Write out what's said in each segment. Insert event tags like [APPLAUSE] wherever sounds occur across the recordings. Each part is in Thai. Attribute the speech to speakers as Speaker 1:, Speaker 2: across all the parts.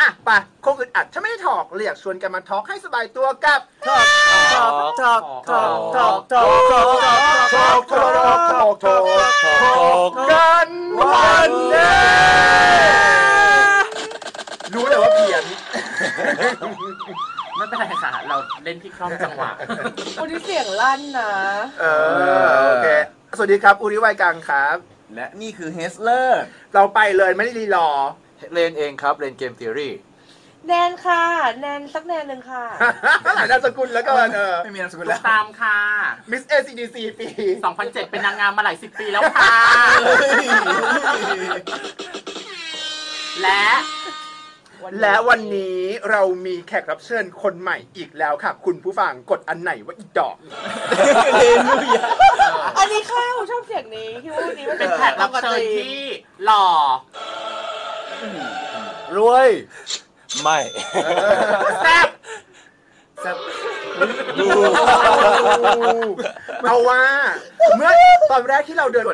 Speaker 1: อ่ะไปคงอึดอัดถ้าไม่ได้ถอกเรียกชวนกันมาทอกให้สบายตัวกับทอกทอกทอกทอกทอกทอกทอกทอกทอกทอกทอกทอกทอกกันวันนี้รู้แต่ว่าเพียน
Speaker 2: ไม่เป็นไรค่ะ เราเล่นที่คล่อมจังหวะ
Speaker 3: คนที่เสียงลั่นนะ
Speaker 1: เออโอเค สวัสดีครับ อุริไวกังครับ
Speaker 4: และนี่คือเฮสเลอร์
Speaker 1: เราไปเลยไม่ได้รีรอ
Speaker 4: เลนเองครับเลนเกมทีรี
Speaker 3: แนนค่ะ แนนสักแนนหนึ่งค่ะ
Speaker 1: หลายนามสกุลแล้วก็เออ
Speaker 4: ไม่มีนามสกุล
Speaker 2: ลู
Speaker 4: แล้
Speaker 2: ก
Speaker 4: ว
Speaker 2: ตามค่ะ
Speaker 1: มิสเอซีดีซีปี
Speaker 2: 2007 เป็นนางงามมาหลายสิบปีแล้วค่ะ และ
Speaker 1: และวันนี้เรามีแขกรับเชิญคนใหม่อีกแล้วค่ะ คุณผู้ฟังกดอันไหนว่าอีดอก
Speaker 4: เลนลุยา
Speaker 3: อันนี้เข้าชอบเสียงนี้คิดว่าวันนี้มัน
Speaker 2: เป็นแขกรับเชิญที่หล่อ
Speaker 4: รวยไม่
Speaker 2: แซ่บ
Speaker 1: [LAUGHS] เอาว่าเมื่อตอนแรกที่เราเดิน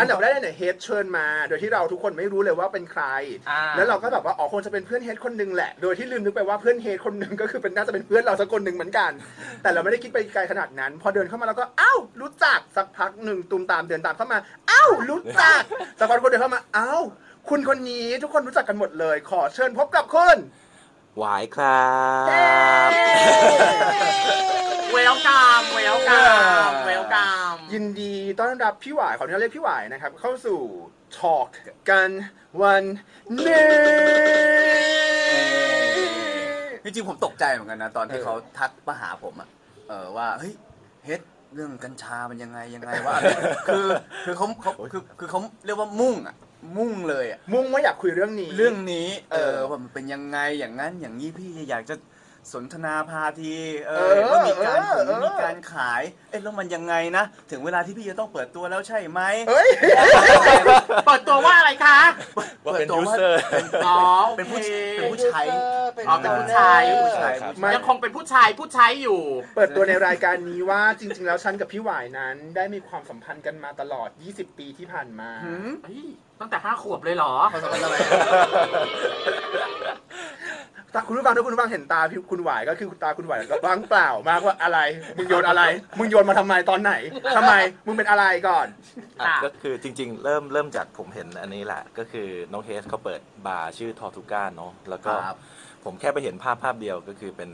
Speaker 1: อันดับแรกเนี่ยเฮดเชิญมา โดยที่เราทุกคนไม่รู้เลยว่าเป็นใคร
Speaker 2: อ่
Speaker 1: แล้วเราก็แบบว่าอ๋อคงจะเป็นเพื่อนเฮดคนหนึงแหละ โดยที่ลืมนึกไปว่าเพื่อนเฮดคนหนึงก็คือเป็นน่าจะเป็นเพื่อนเราสักคนหนึ่งเหมือนกัน แต่เราไม่ได้คิดไปไกลขนาดนั้น พอเดินเข้ามาเราก็อ้าวรู้จักสักพักหนึ่งตูมตามเดินตามเข้ามาอ้าวรู้จักสักพักคนเดินเข้ามาอ้าวคุณคนนี้ทุกคนรู้จักกันหมดเลย ขอเชิญพบกับคุณ
Speaker 4: หวายครับ
Speaker 2: เวลกามเวลกามเวลกาม
Speaker 1: ยินดีต้อนรับพี่หวายขออนุญาตเรียกพี่หวายนะครับ เข้าสู่ Talk กันวันนี้
Speaker 4: จริงๆผมตกใจเหมือนกันนะ ตอนที่เขาทักมาหาผมอะเออว่าเฮ้ยเฮ็ดเรื่องกัญชามันยังไงยังไงว่าคือคือเขาเขาคือคือเขาเรียกว่ามุ่งอะมุ่งเลยอะ
Speaker 1: มุ่งว่าอยากคุยเรื่องนี้
Speaker 4: เรื่องนี้
Speaker 1: เอ
Speaker 4: เออ
Speaker 1: อ
Speaker 4: ว่ามันเป็นยังไงอย่างนั้นอย่างนี้พี่อยากจะสนทนาพาทีเอ
Speaker 1: เอ
Speaker 4: อ
Speaker 1: อ
Speaker 4: ว่ามีการ
Speaker 1: เออ
Speaker 4: ผลมี
Speaker 1: เออ
Speaker 4: การขายเอ๊ะแล้วมันยังไงนะ ถึงเวลาที่พี่จะต้องเปิดตัวแล้วใช่ไหม
Speaker 1: เอ้ย
Speaker 2: เปิดตัวว่าอะไรคะ
Speaker 5: ว่าเป็น
Speaker 4: เปิดตัว
Speaker 5: ยู
Speaker 4: ว่า
Speaker 5: เซอร์
Speaker 2: อ๋อโอ
Speaker 4: เป็น
Speaker 2: เค
Speaker 4: ผู้ชายเป็นผู้ชาย
Speaker 2: อ๋อเป็นผู้ชาย
Speaker 4: ผู้ชาย
Speaker 1: ไม่
Speaker 2: ยังคงเป็นผู้ชายผู้ชายอยู่
Speaker 1: เปิดตัวในรายการนี้ว่าจริง ๆ แล้วฉันกับพี่หวายนั้น ได้มีความสัมพันธ์กันมาตลอด 20 ปีที่ผ่านมา
Speaker 4: หืม
Speaker 2: เฮ้ยตั้งแต่ห้าขวบเลยเหรอ
Speaker 4: ความสัมพันธ์อะไร
Speaker 1: ตาคุณผู้ฟังถ้าคุณผู้ฟังเห็นตาพี่คุณหวายก็คือตาคุณหวายว่างเปล่ามากว่าอะไร มึงโยนอะไร มึงโยนมาทำไมตอนไหนทำไม มึงเป็นอะไรก่อน
Speaker 5: อ่ะ
Speaker 2: ค่ะ
Speaker 5: ก็คือจริงๆ เริ่มเริ่มจากผมเห็นอันนี้แหละ ก็คือน้องเฮสเขาเปิดบาร์ชื่อทอทูก้าเนาะแล้ว
Speaker 4: ค
Speaker 5: ก็
Speaker 4: รับ
Speaker 5: ผมแค่ไปเห็นภาพภาพเดียวก็คือเป็น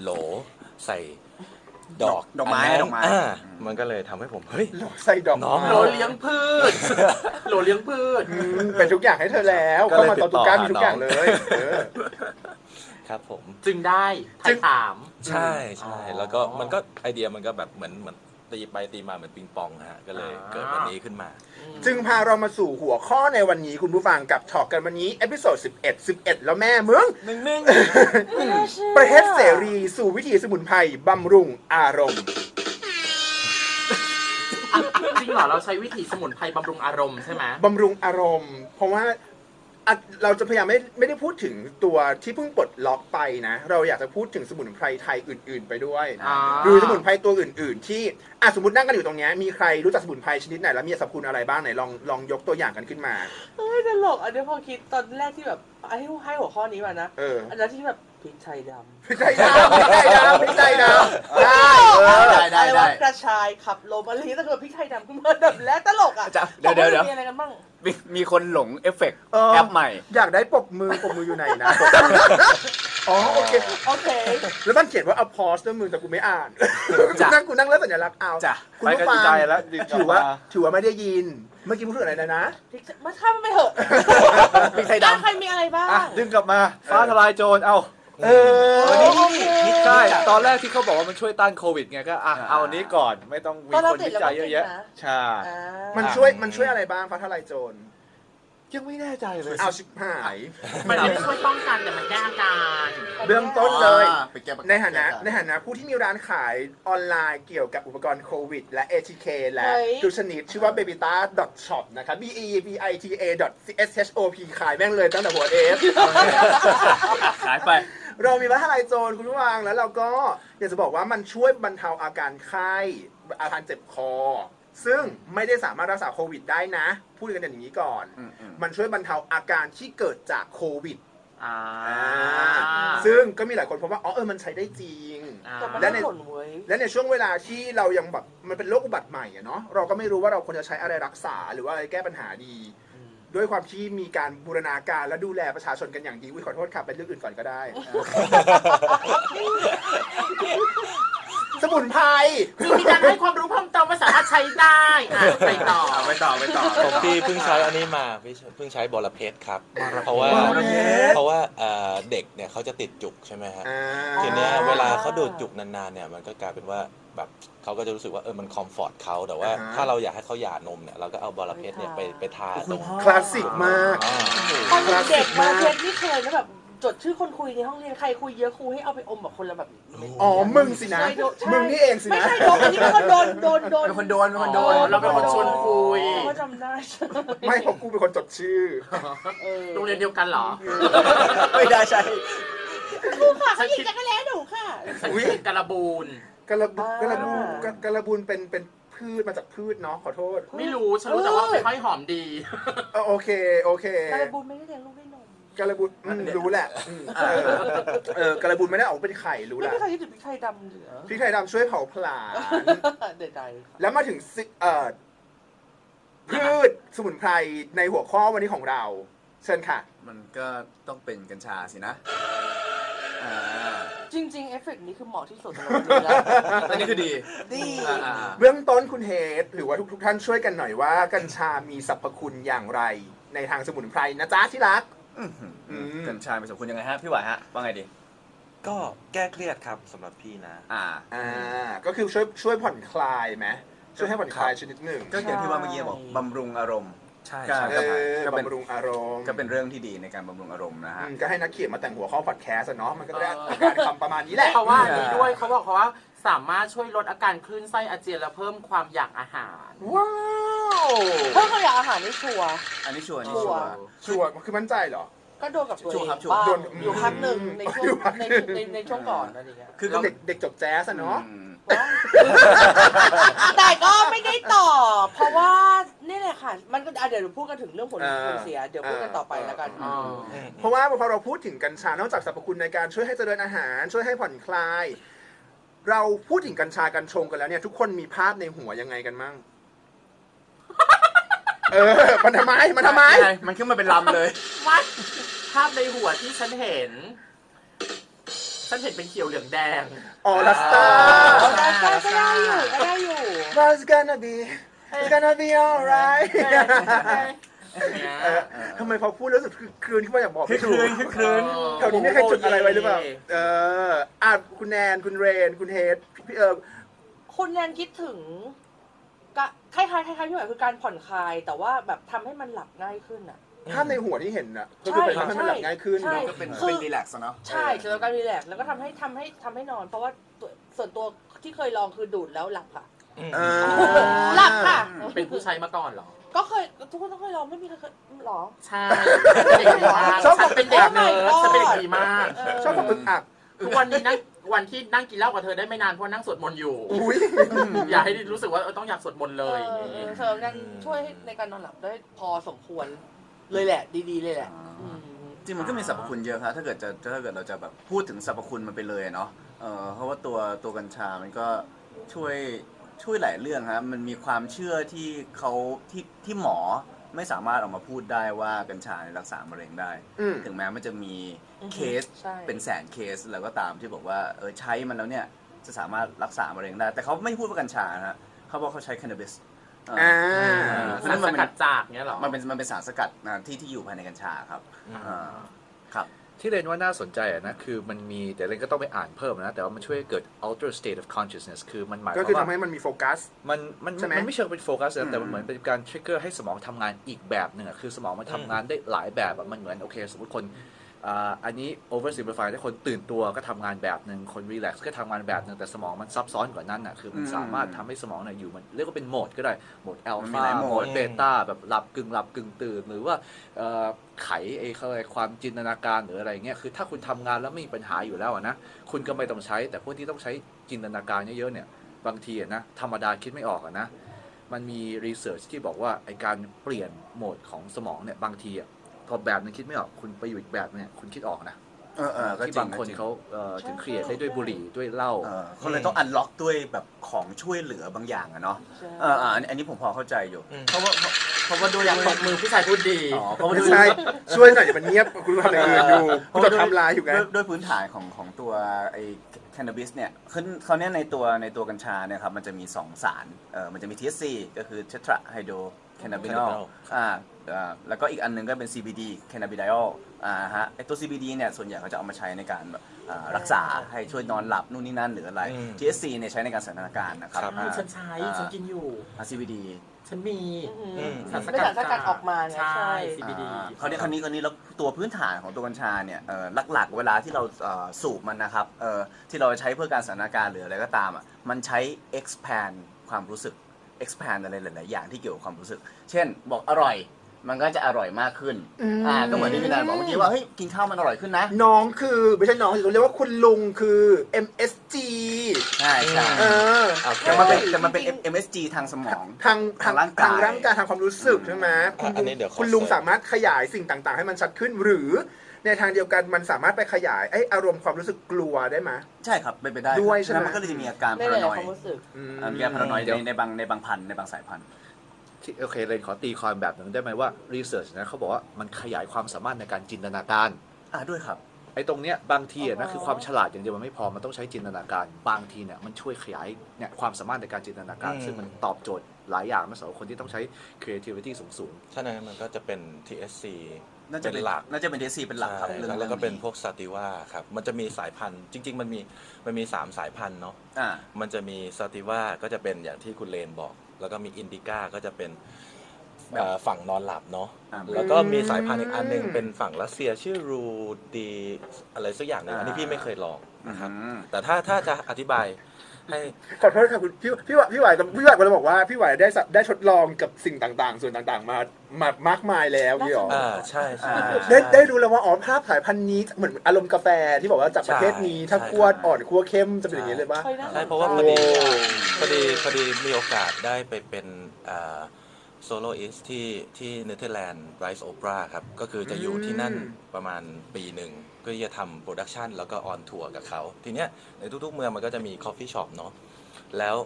Speaker 5: โหลใส่ดอก
Speaker 4: ดอกไม้
Speaker 5: นนั้น
Speaker 4: ดอกไม้
Speaker 5: ามันก็เลยทำให้ผม เฮ้ย
Speaker 1: ใส่ดอก
Speaker 5: น้อง
Speaker 2: โหลเลี้ยงพื [LAUGHS] ช โหลเลี้ยงพืช
Speaker 1: อืมเป็นทุกอย่างให้เธอแล้ว
Speaker 5: ก็เลย
Speaker 1: เข้ามาตอนตุกก้ามี
Speaker 5: ติ
Speaker 1: ทุ
Speaker 5: ด
Speaker 1: ก
Speaker 5: ต่อ
Speaker 1: อย่างเลยเออ
Speaker 5: ครับผม
Speaker 2: จึงได้ถ่ายถาม
Speaker 5: ใช่ใช่
Speaker 2: อ๋อ
Speaker 5: แล้วก็มันก็ไอเดียมันก็แบบเหมือนเหมือนตีไปตีมาเหมือนปิงปองฮะก็เลย
Speaker 2: อ่า
Speaker 5: เกิดวันนี้ขึ้นมา
Speaker 1: จึงพาเรามาสู่หัวข้อในวันนี้คุณผู้ฟังกับถอกกันวันนี้เอพิโซด11 11 แล้วแม่มึง
Speaker 4: หนึ่งหนึ่ง
Speaker 1: ประเทศเสรีสู่วิถีสมุนไพรบำรุงอารมณ์
Speaker 2: จริงเหรอ เราใช้วิธีสมุนไพรบำรุงอารมณ์ใช่ไหม
Speaker 1: บำรุงอารมณ์ เพราะว่าอ่ะเราจะพยายามไม่ไม่ได้พูดถึงตัวที่เพิ่งปลดล็อกไปนะ เราอยากจะพูดถึงสมุนไพรไทยอื่น ๆ ไปด้วย
Speaker 2: อ่า
Speaker 1: หรือสมุนไพรตัวอื่น ๆ ที่อ่ะสมมตินั่งกันอยู่ตรงเนี้ยมีใครรู้จักสมุนไพรชนิดไหนแล้วมีสรรพคุณอะไรบ้างไหนลองลองยกตัวอย่างกันขึ้นมา
Speaker 3: เฮ้ยตลกอันนี้พอคิดตอนแรกที่แบบให้ให้หัวข้อนี้มานะ
Speaker 1: เออ
Speaker 3: อันนั้นที่แบบพริกไทยดำ
Speaker 1: พริกไทยดำพริกไทยดำพริกไทยดำได้เออ
Speaker 4: ได้ได้
Speaker 3: อะไรวะ
Speaker 4: ได้
Speaker 3: กระชายขับลมอะไรอย่างเงี้ยแต่คือพริกไทยดำขึ้นมาแบบแรกตลกอ่ะ
Speaker 4: จะเดี๋ยวเดี๋ยวเดี๋ยว
Speaker 3: มีอะไรกันบ้าง
Speaker 4: มีมีคนหลงเอฟเฟกต์
Speaker 1: เออ
Speaker 4: แอปใหม่
Speaker 1: อยากได้ปรบมือปรบมืออยู่ไหนนะอ๋อโอเค
Speaker 3: โอเค
Speaker 1: แล้วมันเขียนว่าเอาพอสด้วยมือแต่กูไม่อ่าน
Speaker 4: จ้ะ
Speaker 1: นั่งกูนั่งแล้วสัญลักษณ์เอา
Speaker 4: จ้ะ
Speaker 1: คุณผู้ฟังถือว่าถือว่าไม่ได้ยิน เมื่อกี้พูดถึงอะไรนะนะ
Speaker 3: พริกไทยมาข้ามมันไปเถอะ
Speaker 4: พริกไทยดำ
Speaker 3: อ่ะใครมีอะไรบ้าง
Speaker 6: อ่ะดึงกลับมาฟ้าทลายโจรเอ้า
Speaker 1: เออ
Speaker 3: เออนี่นี่นี่
Speaker 6: ใช่ตอนแรกที่เขาบอกว่ามันช่วยต้านโควิดไงก็อ่ะเอาอันนี้ก่อนไม่ต้องมี
Speaker 3: ตอนเรา
Speaker 6: คน
Speaker 3: ติด
Speaker 6: วิจัยเยอะแยะ
Speaker 3: เราก็ติดนะ
Speaker 6: ใช่
Speaker 3: อ่ามั
Speaker 1: มันช่วยมันช่วยอะไรบ้างฟ้าทลายโจร
Speaker 6: ยังไม่แน่ใจเลย
Speaker 1: เอาชิบหาย
Speaker 2: มันไม่ได้ช่วยป้องกันแต่มันแก้อาการ
Speaker 1: เบื้องต้นเลย
Speaker 4: อ่าไปแก้ปัญห
Speaker 1: ในฐานะใน
Speaker 4: แก้ปัญห
Speaker 1: ฐานะผู้ที่มีร้านขายออนไลน์เกี่ยวกับอุปกรณ์โควิด และ ATK และ
Speaker 3: เฮ้ย
Speaker 1: จุดชนิดชื่อว่า bebita shop นะครับ b e b i t a s h o p ขายแม่งเลยตั้งแต่หัวเอฟ
Speaker 4: ขายไป
Speaker 1: เรามีวัฒนายโจรคุณผู้ฟังแล้วเราก็อยากจะบอกว่ามันช่วยบรรเทาอาการไข้อาการเจ็บคอ ซึ่งไม่ได้สามารถรักษาโควิดได้นะ พูดกันอย่างนี้ก่อน
Speaker 4: อืมอืม
Speaker 1: มันช่วยบรรเทาอาการที่เกิดจากโควิด
Speaker 2: อ่า
Speaker 1: ซึ่งก็มีหลายคนพบว่าอ๋อเออมันใช้ได้จริง
Speaker 2: อ่า
Speaker 3: แต่มัน
Speaker 1: และใน
Speaker 3: ได้ผลเว้ย
Speaker 1: และในช่วงเวลาที่เรายังแบบมันเป็นโรคอุบัติใหม่อะเนาะเราก็ไม่รู้ว่าเราควรจะใช้อะไรรักษาหรือว่าอะไรแก้ปัญหาดี ด้วยความที่มีการบูรณาการและดูแลประชาชนกันอย่างดีวิขอโทษค่ะเป็นเรื่องอื่นก่อนก็ได้ [LAUGHS] สมุนไพร
Speaker 2: คือมีการให้ความรู้เพิ่มเติมว่าสามารถใช้ได้อ่ะไปต่อ
Speaker 6: เอาไปต่อไปต่อ
Speaker 5: ของพี่เพิ่งใช้อันนี้มาพี่เพิ่งใช้บอระเพ็ดครับ เพราะว่า
Speaker 1: บอระเพ็ด
Speaker 5: เพราะว่าเอ่อเด็กเนี่ยเขาจะติดจุกใช่ไหมฮะ
Speaker 1: อ่า
Speaker 5: ทีเนี้ย
Speaker 3: อ๋อ
Speaker 5: เวลาเขาโดนจุกนานๆเนี่ยมันก็กลายเป็นว่าแบบเขาก็จะรู้สึกว่าเออมันคอมฟอร์ตเขาแต่ว่า
Speaker 1: อ่าฮะ
Speaker 5: ถ้าเราอยากให้เขาหย่านมเนี่ยเราก็เอาบอระเพ็ดเนี่ยไปไปทาตรง
Speaker 1: คลาสสิกมาก
Speaker 3: ตอนเด็กๆมา
Speaker 1: คลาสสิกมาก
Speaker 3: เรียนที่เคยนะแบบจดชื่อคนคุยในห้องเรียนใครคุยเยอะครูให้เอาไปอมแบบคนละแบบ
Speaker 1: อ๋อ มึงสินะ
Speaker 3: ใช่โดใช่
Speaker 1: มึงนี่เองสิ
Speaker 3: ไม่
Speaker 1: นะ
Speaker 3: ใช่โดนอันนี้ก็โดนโดนโดน
Speaker 4: เป็นคนโดนเป็นคนโดน
Speaker 2: อ๋อเราเป็นคนชวนคุย
Speaker 3: ก็จำได้
Speaker 1: ไม่ผมกูเป็นคนจดชื่อ
Speaker 3: เออ
Speaker 2: โรงเรียนเดียวกันเหรอ
Speaker 4: ไม่ได้ใช่
Speaker 3: ครูค่ะเขาหยิบจักรแล้หนูค่ะ
Speaker 2: ฉัน
Speaker 1: อุ๊ย
Speaker 2: คิดการะบูน
Speaker 1: กระบุ
Speaker 3: อ่า
Speaker 1: กระบูกระกระบุนเป็นเป็นพืชมาจากพืชเนาะขอโทษ
Speaker 2: ไม่รู้ฉันรู้แต่ว่าไปห้อยหอมดี
Speaker 1: เออโอเค โอเค
Speaker 3: การบูนไม่ได้เลี้ยงลูกด้วยนม
Speaker 1: กระบุนอืมรู้แหละอืมเออเออกระบุนไม่ได้ออกเป็นไข่รู้
Speaker 3: ไม่
Speaker 1: แหละ
Speaker 3: ไม่เคยคิดถึงพริกไทยดำเหลือ
Speaker 1: พริกไทยดำช่วยเผาผลาญ
Speaker 3: เด็ดใจ
Speaker 1: แล้วมาถึงสิเอ่อพืชสมุนไพรในหัวข้อวันนี้ของเรา เชิญค่ะ
Speaker 4: มันก็ต้องเป็นกัญชาสินะอ่า
Speaker 3: จริงๆ เอฟเฟกต์นี้คือเหมาะที่สุดสำหรับวันนี้แล้ว
Speaker 6: อันนี้คือดี
Speaker 3: ดี
Speaker 6: อ่าอ่า
Speaker 1: เบื้องต้นคุณเฮดหรือว่าทุกทท่านช่วยกันหน่อยว่ากัญชามีสรรพคุณอย่างไร ในทางสมุนไพรนะจ๊ะที่รัก
Speaker 4: อื้อหืออ
Speaker 1: ม
Speaker 4: กัญชาเป็นสมคุณยังไงฮะ พี่หวายฮะ ว่าไงดี
Speaker 5: ก็แก้เครียดครับสำหรับพี่นะ
Speaker 4: อ่า
Speaker 1: อ่า ก็คือช่วยช่วยผ่อนคลายไหมช่วยให้ผ่อนคลายชนิดหนึ่ง
Speaker 4: ก็อย่างที่ว่าเมื่อกี้บอกบำรุงอารมณ์
Speaker 5: ใช่
Speaker 4: ใช่
Speaker 5: ใช่
Speaker 1: เออ
Speaker 4: ก็เป็น
Speaker 1: บำรุงอารมณ์
Speaker 4: ก็เป็นเรื่องที่ดีในการบำรุงอารมณ์นะฮะ
Speaker 1: อืมก็ให้นักเขียนมาแต่งหัวข้อพอดแคสต์อะเนาะมันก็ได้
Speaker 2: เออ
Speaker 1: อาการคำประมาณนี้แหละ
Speaker 2: เพราะว่าอันนี้ด้วยเขาบอกเขาว่าสามารถช่วยลดอาการคลื่นไส้อาเจียนและเพิ่มความอยากอาหาร
Speaker 1: ว้าว
Speaker 3: ถ้าเขาอยากอาหารนี่ชัวร์
Speaker 4: อันนี้ชัวร์อันนี้ชัวร์
Speaker 1: ชัวร์คือมั่นใจเหรอ
Speaker 3: ก็โดนกับตัวเอง
Speaker 4: ชัวร์ครับชัวร์
Speaker 3: บ้าง
Speaker 1: โดน
Speaker 3: อยู่พักหนึ่งในช่ว
Speaker 1: อยู่
Speaker 3: ง
Speaker 1: พักห
Speaker 3: ใน
Speaker 1: นึ่ง
Speaker 3: ในในช่วงก่อนอะไรอย่างเงี้ย
Speaker 4: คือ
Speaker 1: เด็กเด็กจบแจ๊สอะเนาะ
Speaker 4: อืม
Speaker 3: แต่ก็ไม่ได้ต่อ เพราะว่านี่แหละค่ะ มันก็อ่ะเดี๋ยวพูดกันถึงเรื่องผล
Speaker 1: อ่า
Speaker 3: ผลเสีย เดี๋ยวพูดกันต่อไปแล้วกัน
Speaker 1: อ่
Speaker 2: า
Speaker 1: เพราะว่าพอเราพูดถึงกัญชานอกจากสรรพคุณในการช่วยให้เจริญอาหาร ช่วยให้ผ่อนคลาย เราพูดถึงกัญชากัญชงกันแล้วเนี่ย ทุกคนมีภาพในหัวยังไงกัน [LAUGHS] มั่ง เออมันทำไมมันทำไม
Speaker 4: งมันขึ้นมาเป็นลำเลย
Speaker 2: ว่าภาพในหัวที่ฉันเห็น ฉันเห็นเป็นเขียวเหลืองแดง
Speaker 1: ออลัส [LAUGHS] ตา
Speaker 3: ก็ได้ก็ได้อยู่ก็ได้อยู่
Speaker 1: That's gonna be It's gonna be [LAUGHS] alright เออทำไมพอพูดแล้วรู้สึกคลืนขึ้นมาอยากบอกไม่ถูก แถวนี้ไม่ใครจุดอะไรไว้หรือเปล่า เอออ่ะคุณแนน คุณเรน คุณเฮดพี่เออ
Speaker 3: คุณแนนคิดถึงก็คล้ายๆคล้ายๆพี่หมายคือการผ่อนคลาย แต่ว่าแบบทำให้มันหลับง่ายขึ้นอ่ะ
Speaker 1: ภาพในหัวที่เห็นอ่ะ ก็คือเป็นภาพให้มันหลับง่ายขึ้น
Speaker 3: ใช่
Speaker 1: เนาะ
Speaker 4: ก็เป็น
Speaker 3: คือ
Speaker 4: เป็นรีแลกซ์เนาะ
Speaker 3: ใช่สำหรับการรีแลกซ์แล้วก็ทำให้ทำให้ทำให้นอน เพราะว่าตัวส่วนตัวที่เคยลองคือดูดแล้วหลับค่ะ
Speaker 1: อ่า
Speaker 3: หลับค่ะ
Speaker 2: เป็นผู้ใช้มาก่อนเหรอ
Speaker 3: ก็เคยทุกคนต้องเคยลองไม่มีใครเคยหรอ
Speaker 2: ใช่ [LAUGHS] เด็กดีมาก
Speaker 1: ชอบ
Speaker 2: ฉันเป็นเด็กเนิร์ด
Speaker 3: Oh my god
Speaker 2: ฉันเป็นเด็กดีมาก
Speaker 3: เออ
Speaker 1: ชอบความอึกอัก
Speaker 2: ทุกวันนี้นั่งวันที่นั่งกินเหล้ากับเธอได้ไม่นานเพราะนั่งสวดมนต์อยู่
Speaker 1: อุ้ย
Speaker 2: อย่าให้รู้สึกว่าเออต้องอยากสวดมนต์เลย
Speaker 3: เออเออเสริมกันช่วยให้ในการนอนหลับได้พอสมควรเลยแหละ ดีๆ เลยแหละ
Speaker 4: อ่า
Speaker 3: อืม
Speaker 4: จริงมันก็มีสรรพคุณเยอะครับถ้าเกิดจะถ้าเกิดเราจะแบบพูดถึงสรรพคุณมันไปเลยเนาะเออเพราะว่าตัวตัวกัญชามันก็ช่วยช่วยหลายเรื่องครับมันมีความเชื่อที่เขาที่ที่หมอไม่สามารถออกมาพูดได้ว่ากัญชาเนี่ยรักษามะเร็งได้
Speaker 1: อืม
Speaker 4: ถึงแม้มันจะมีเคส
Speaker 3: ใช่
Speaker 4: เป็นแสนเคสแล้วก็ตามที่บอกว่าเออใช้มันแล้วเนี่ยจะสามารถรักษามะเร็งได้ แต่เขาไม่พูดว่ากัญชานะฮะเขาบอกเขาใช้แคนาบิสเอ่อ
Speaker 1: อ่า
Speaker 2: สารสกัดจากเนี้ยเหรอ
Speaker 4: มันเป็นมันเป็นสารสกัดนะที่ที่อยู่ภายในกัญชาครับอ่าครับ
Speaker 6: ที่เรนว่าน่าสนใจอะนะคือมันมีแต่เรนก็ต้องไปอ่านเพิ่มนะ แต่ว่ามันช่วยให้เกิด alter state of consciousness คือมันหมายค
Speaker 1: ก็
Speaker 6: วาม
Speaker 1: คือทำ
Speaker 6: ว่า
Speaker 1: ให้มันมีโฟกัส
Speaker 6: มันมัน
Speaker 1: ใช่ไหม
Speaker 6: มันไม่เชิงเป็นโฟกัส
Speaker 4: อื
Speaker 6: นะ
Speaker 4: ม
Speaker 6: แต่มันเหมือนเป็นการ trigger ให้สมองทำงานอีกแบบหนึ่งอะคือสมองมันทำงานได้หลายแบบอะมันเหมือนโอเค สมมติคนอ่าอันนี้ over simplify ถ้าคนตื่นตัวก็ทำงานแบบหนึ่งคน relax ก็ทำงานแบบหนึ่งแต่สมองมันซับซ้อนกว่านั้นอ่ะคือมันสามารถทำให้สมองเนี่ยอยู่มันเรียกว่าเป็นโหมดก็ได้โหมด
Speaker 4: มั
Speaker 6: alpha
Speaker 4: นมีหลายโหมด
Speaker 6: โหมด beta แบบหลับกึ่งหลับกึ่งตื่นหรือว่า เอ่อไขไอ้เขาเรียกอะไรความจินตนาการหรืออะไรเงี้ยคือถ้าคุณทำงานแล้วไม่มีปัญหาอยู่แล้วอะนะคุณก็ไม่ต้องใช้ แต่พวกที่ต้องใช้จินตนาการเยอะๆเนี่ยบางทีอะนะธรรมดาคิดไม่ออกอะนะมันมีรีเสิร์ชที่บอกว่าไอการเปลี่ยนโหมดของสมองเนี่ยบางทีอะ พอแบบนึงคิดไม่ออกคุณไปอยู่อีกแบบเนี่ยคุณคิดออกนะ
Speaker 4: เออเออก็จ
Speaker 6: ที่
Speaker 4: ริง
Speaker 6: บางคนเขาเอ่อถึงเครียดได้ด้วยบุหรี่ด้วยเหล้า
Speaker 4: เออเขาเลยต้องอันล็อกด้วยแบบของช่วยเหลือบางอย่างอะเนาะ
Speaker 3: ใช่
Speaker 4: เออเอออันนี้อันนี้ผมพอเข้าใจอยู่
Speaker 5: อืม
Speaker 4: เพราะว่าเพราะว่าด้วย
Speaker 2: อยากตบมือผู้ชายพูดดี
Speaker 4: อ๋อเพราะว่า
Speaker 1: ไม่
Speaker 4: ด้วย
Speaker 1: ใช่
Speaker 3: [LAUGHS]
Speaker 1: ช่วยหน่อยอย่ามันเงียบคุณทำอะไรอื่น [LAUGHS] อยู่
Speaker 4: เพ
Speaker 1: คุณ
Speaker 4: ราะ
Speaker 1: จ
Speaker 4: ว่า
Speaker 1: ดไทำลายอยู่ไง
Speaker 4: ด้วด้วยพื้นฐานของของตัวไอ้แคนนาบิสเนี่ยขึ้นเขาวเนี่ยในตัวในตัวกัญชาเนี่ยครับมันจะมี 2 สารเออมันจะมี THC ก็คือเทตราไฮโดรแคนนาบินอล
Speaker 5: Cannabidiol
Speaker 4: อ่าอ่าแล้วก็อีกอันหนึงก็เป็น CBD แคนนาบิ d i o l อ่าฮะไอตัว CBD เนี่ยส่วนใหญ่เขาจะเอามาใช้ในการแบบอ่ารักษาให้ช่วยนอนหลับนู่นนี่นั่นหรืออะไร
Speaker 5: อืม
Speaker 4: THC เนี่ยใช้ในการสถานการณ์นะครับ
Speaker 5: ครับ
Speaker 4: อ่า
Speaker 2: ฉันใช้
Speaker 4: อ่า
Speaker 2: ฉันกินอยู่
Speaker 4: CBD
Speaker 2: ฉันมี
Speaker 3: อืม
Speaker 5: อืม
Speaker 2: สารส
Speaker 3: เป็น
Speaker 2: กั
Speaker 3: สา
Speaker 2: ด
Speaker 3: รสกัดออกมาไง
Speaker 2: ใช่
Speaker 3: ใช่
Speaker 2: CBD
Speaker 4: อ่าเขาเนี่ยคนนี้คนนี้แล้วตัวพื้นฐานของตัวกัญชาเนี่ยเอ่อหลักๆ เวลาที่เราเอ่อสูบมันนะครับเอ่อที่เราใช้เพื่อการสถานการณ์หรืออะไรก็ตามอ่ะมันใช้ expand ความรู้สึก expand อะไรหลายๆอย่างที่เกี่ยวกับความรู้สึก เช่น บอกอร่อย มันก็จะอร่อยมากขึ้นอ่าก็เหมือนที่พี่นันบอกเมื่อกี้ว่าเฮ้ยกินข้าวมันอร่อยขึ้นนะ
Speaker 1: น้องคือไม่ใช่น้องสิเขาเรียกว่าคุณลุงคือ MSG
Speaker 4: ใช่ใช่
Speaker 1: เออ
Speaker 5: เอาแค่
Speaker 4: แต่มันเป็นแต่มันเป็น
Speaker 3: จริง
Speaker 4: MSG ทางสมอง
Speaker 1: ทางทาง
Speaker 4: ทางร่างกาย
Speaker 1: ทางร่างกายทางความรู้สึกใช่ไหมคุณลุ
Speaker 5: อัน
Speaker 1: ง
Speaker 5: นี้เดี๋ยวขอ
Speaker 1: คุณลุง
Speaker 5: เสริม
Speaker 1: สามารถขยายสิ่งต่างๆ ให้มันชัดขึ้น หรือในทางเดียวกันมันสามารถไปขยายไออารมณ์ความรู้สึกกลัวได้ไหม
Speaker 4: ใช่ครับเป็นไปได้
Speaker 1: ด้วยใช่ไหม
Speaker 4: แล้วมันก็เลยจะมีอาการ
Speaker 3: ใน
Speaker 4: พา
Speaker 3: ห
Speaker 4: รา
Speaker 3: ลาย
Speaker 4: น
Speaker 3: ๆ
Speaker 4: อยว
Speaker 3: คามรู้สึก
Speaker 1: อืม
Speaker 4: มีอาการพารานอย
Speaker 6: เดี๋ยว
Speaker 4: ในในบางในบางพันธุ์ในบางสายพันธุ์
Speaker 6: ที่โอเคเลยขอตีความแบบหนึ่งได้ไหมว่ารีเสิร์ชนะเขาบอกว่ามันขยายความสามารถในการจินตนาการ
Speaker 4: อ่าด้วยครับ
Speaker 6: ไอ้ตรงเนี้ยบางทีอะ
Speaker 3: อ๋
Speaker 6: นะ
Speaker 3: อ
Speaker 6: คือความฉลาดอย่างเดียวมันไม่พอมันต้องใช้จินตนาการบางทีเนี่ยมันช่วยขยายเนี่ยความสามารถในการจินตนาการ
Speaker 5: อืม
Speaker 6: ซึ่งมันตอบโจทย์หลายอย่างนะสำหรับคนที่ต้องใช้ creativity สูง
Speaker 5: ถ้าในนั้นมันก็จะเป็น TSC
Speaker 4: น่าจะเป็น
Speaker 5: หลัก
Speaker 4: น่าจะเป็น DSC เป็นหลักครับ
Speaker 5: ใช่
Speaker 4: เรื่อง
Speaker 5: แล้วก็เป็น
Speaker 4: นี้
Speaker 5: พวกสติว่าครับ มันจะมีสายพันธุ์ จริง ๆ มันมี มันมีสามสายพันธุ์เนาะ
Speaker 4: อ่า
Speaker 5: มันจะมีสติว่าก็จะเป็นอย่างที่คุณเลนบอก แล้วก็มีอินดิก้าก็จะเป็นเอ่อฝั่งนอนหลับเนาะ
Speaker 4: อ่า
Speaker 5: แล้วก็มีสายพันธุ์อีกอันหนึง
Speaker 1: อืม
Speaker 5: เป็นฝั่งรัสเซียชื่อรูดีอะไรสักอย่างหนึงอันนี้
Speaker 4: อ่า
Speaker 5: พี่ไม่เคยลอง
Speaker 4: นะ
Speaker 5: นะ
Speaker 4: ค
Speaker 5: ค
Speaker 4: รั
Speaker 5: รับ บ แต่ถ้าถ้าจะอธิบายให้
Speaker 1: ขอโทษค่ะคุณพี่พี่หวายพี่หวายพี่หวายก็เลยบอกว่าพี่หวายได้สะได้ทดลองกับสิ่งต่างๆ ส่วนต่างๆมามามากมายแล้วพี่หรอ
Speaker 5: อ่า ใช่ใช่ใช่
Speaker 1: ได้ได้รู้แล้วว่าอ๋อภาพสายพันธุ์นี้เหมือนอารมณ์กาแฟที่บอกว่าจากประเทศนี้
Speaker 5: ใช่
Speaker 1: ถ้าคั่ว
Speaker 5: ใช่
Speaker 1: อ่อนคั่วเข้มจะเป็นอย่างนี้เลยปะ
Speaker 3: เฮ้ยน่สนจ
Speaker 5: ใช่เพราะว่าพอดีพอดีพอดีมีโอกาสได้ไปเป็นโซโลอิสที่ที่เนเธอร์แลนด์ไรส์โอเปร่าครับ ก็คือจะอยู่ที่นั่น
Speaker 1: อืม
Speaker 5: ประมาณปีหนึ่งก็จะทำโปรดักชันแล้วก็ออนทัวร์กับเขา ทีเนี้ยในทุกๆเมืองมันก็จะมีคอฟฟี่ช็อปเนาะแล้ว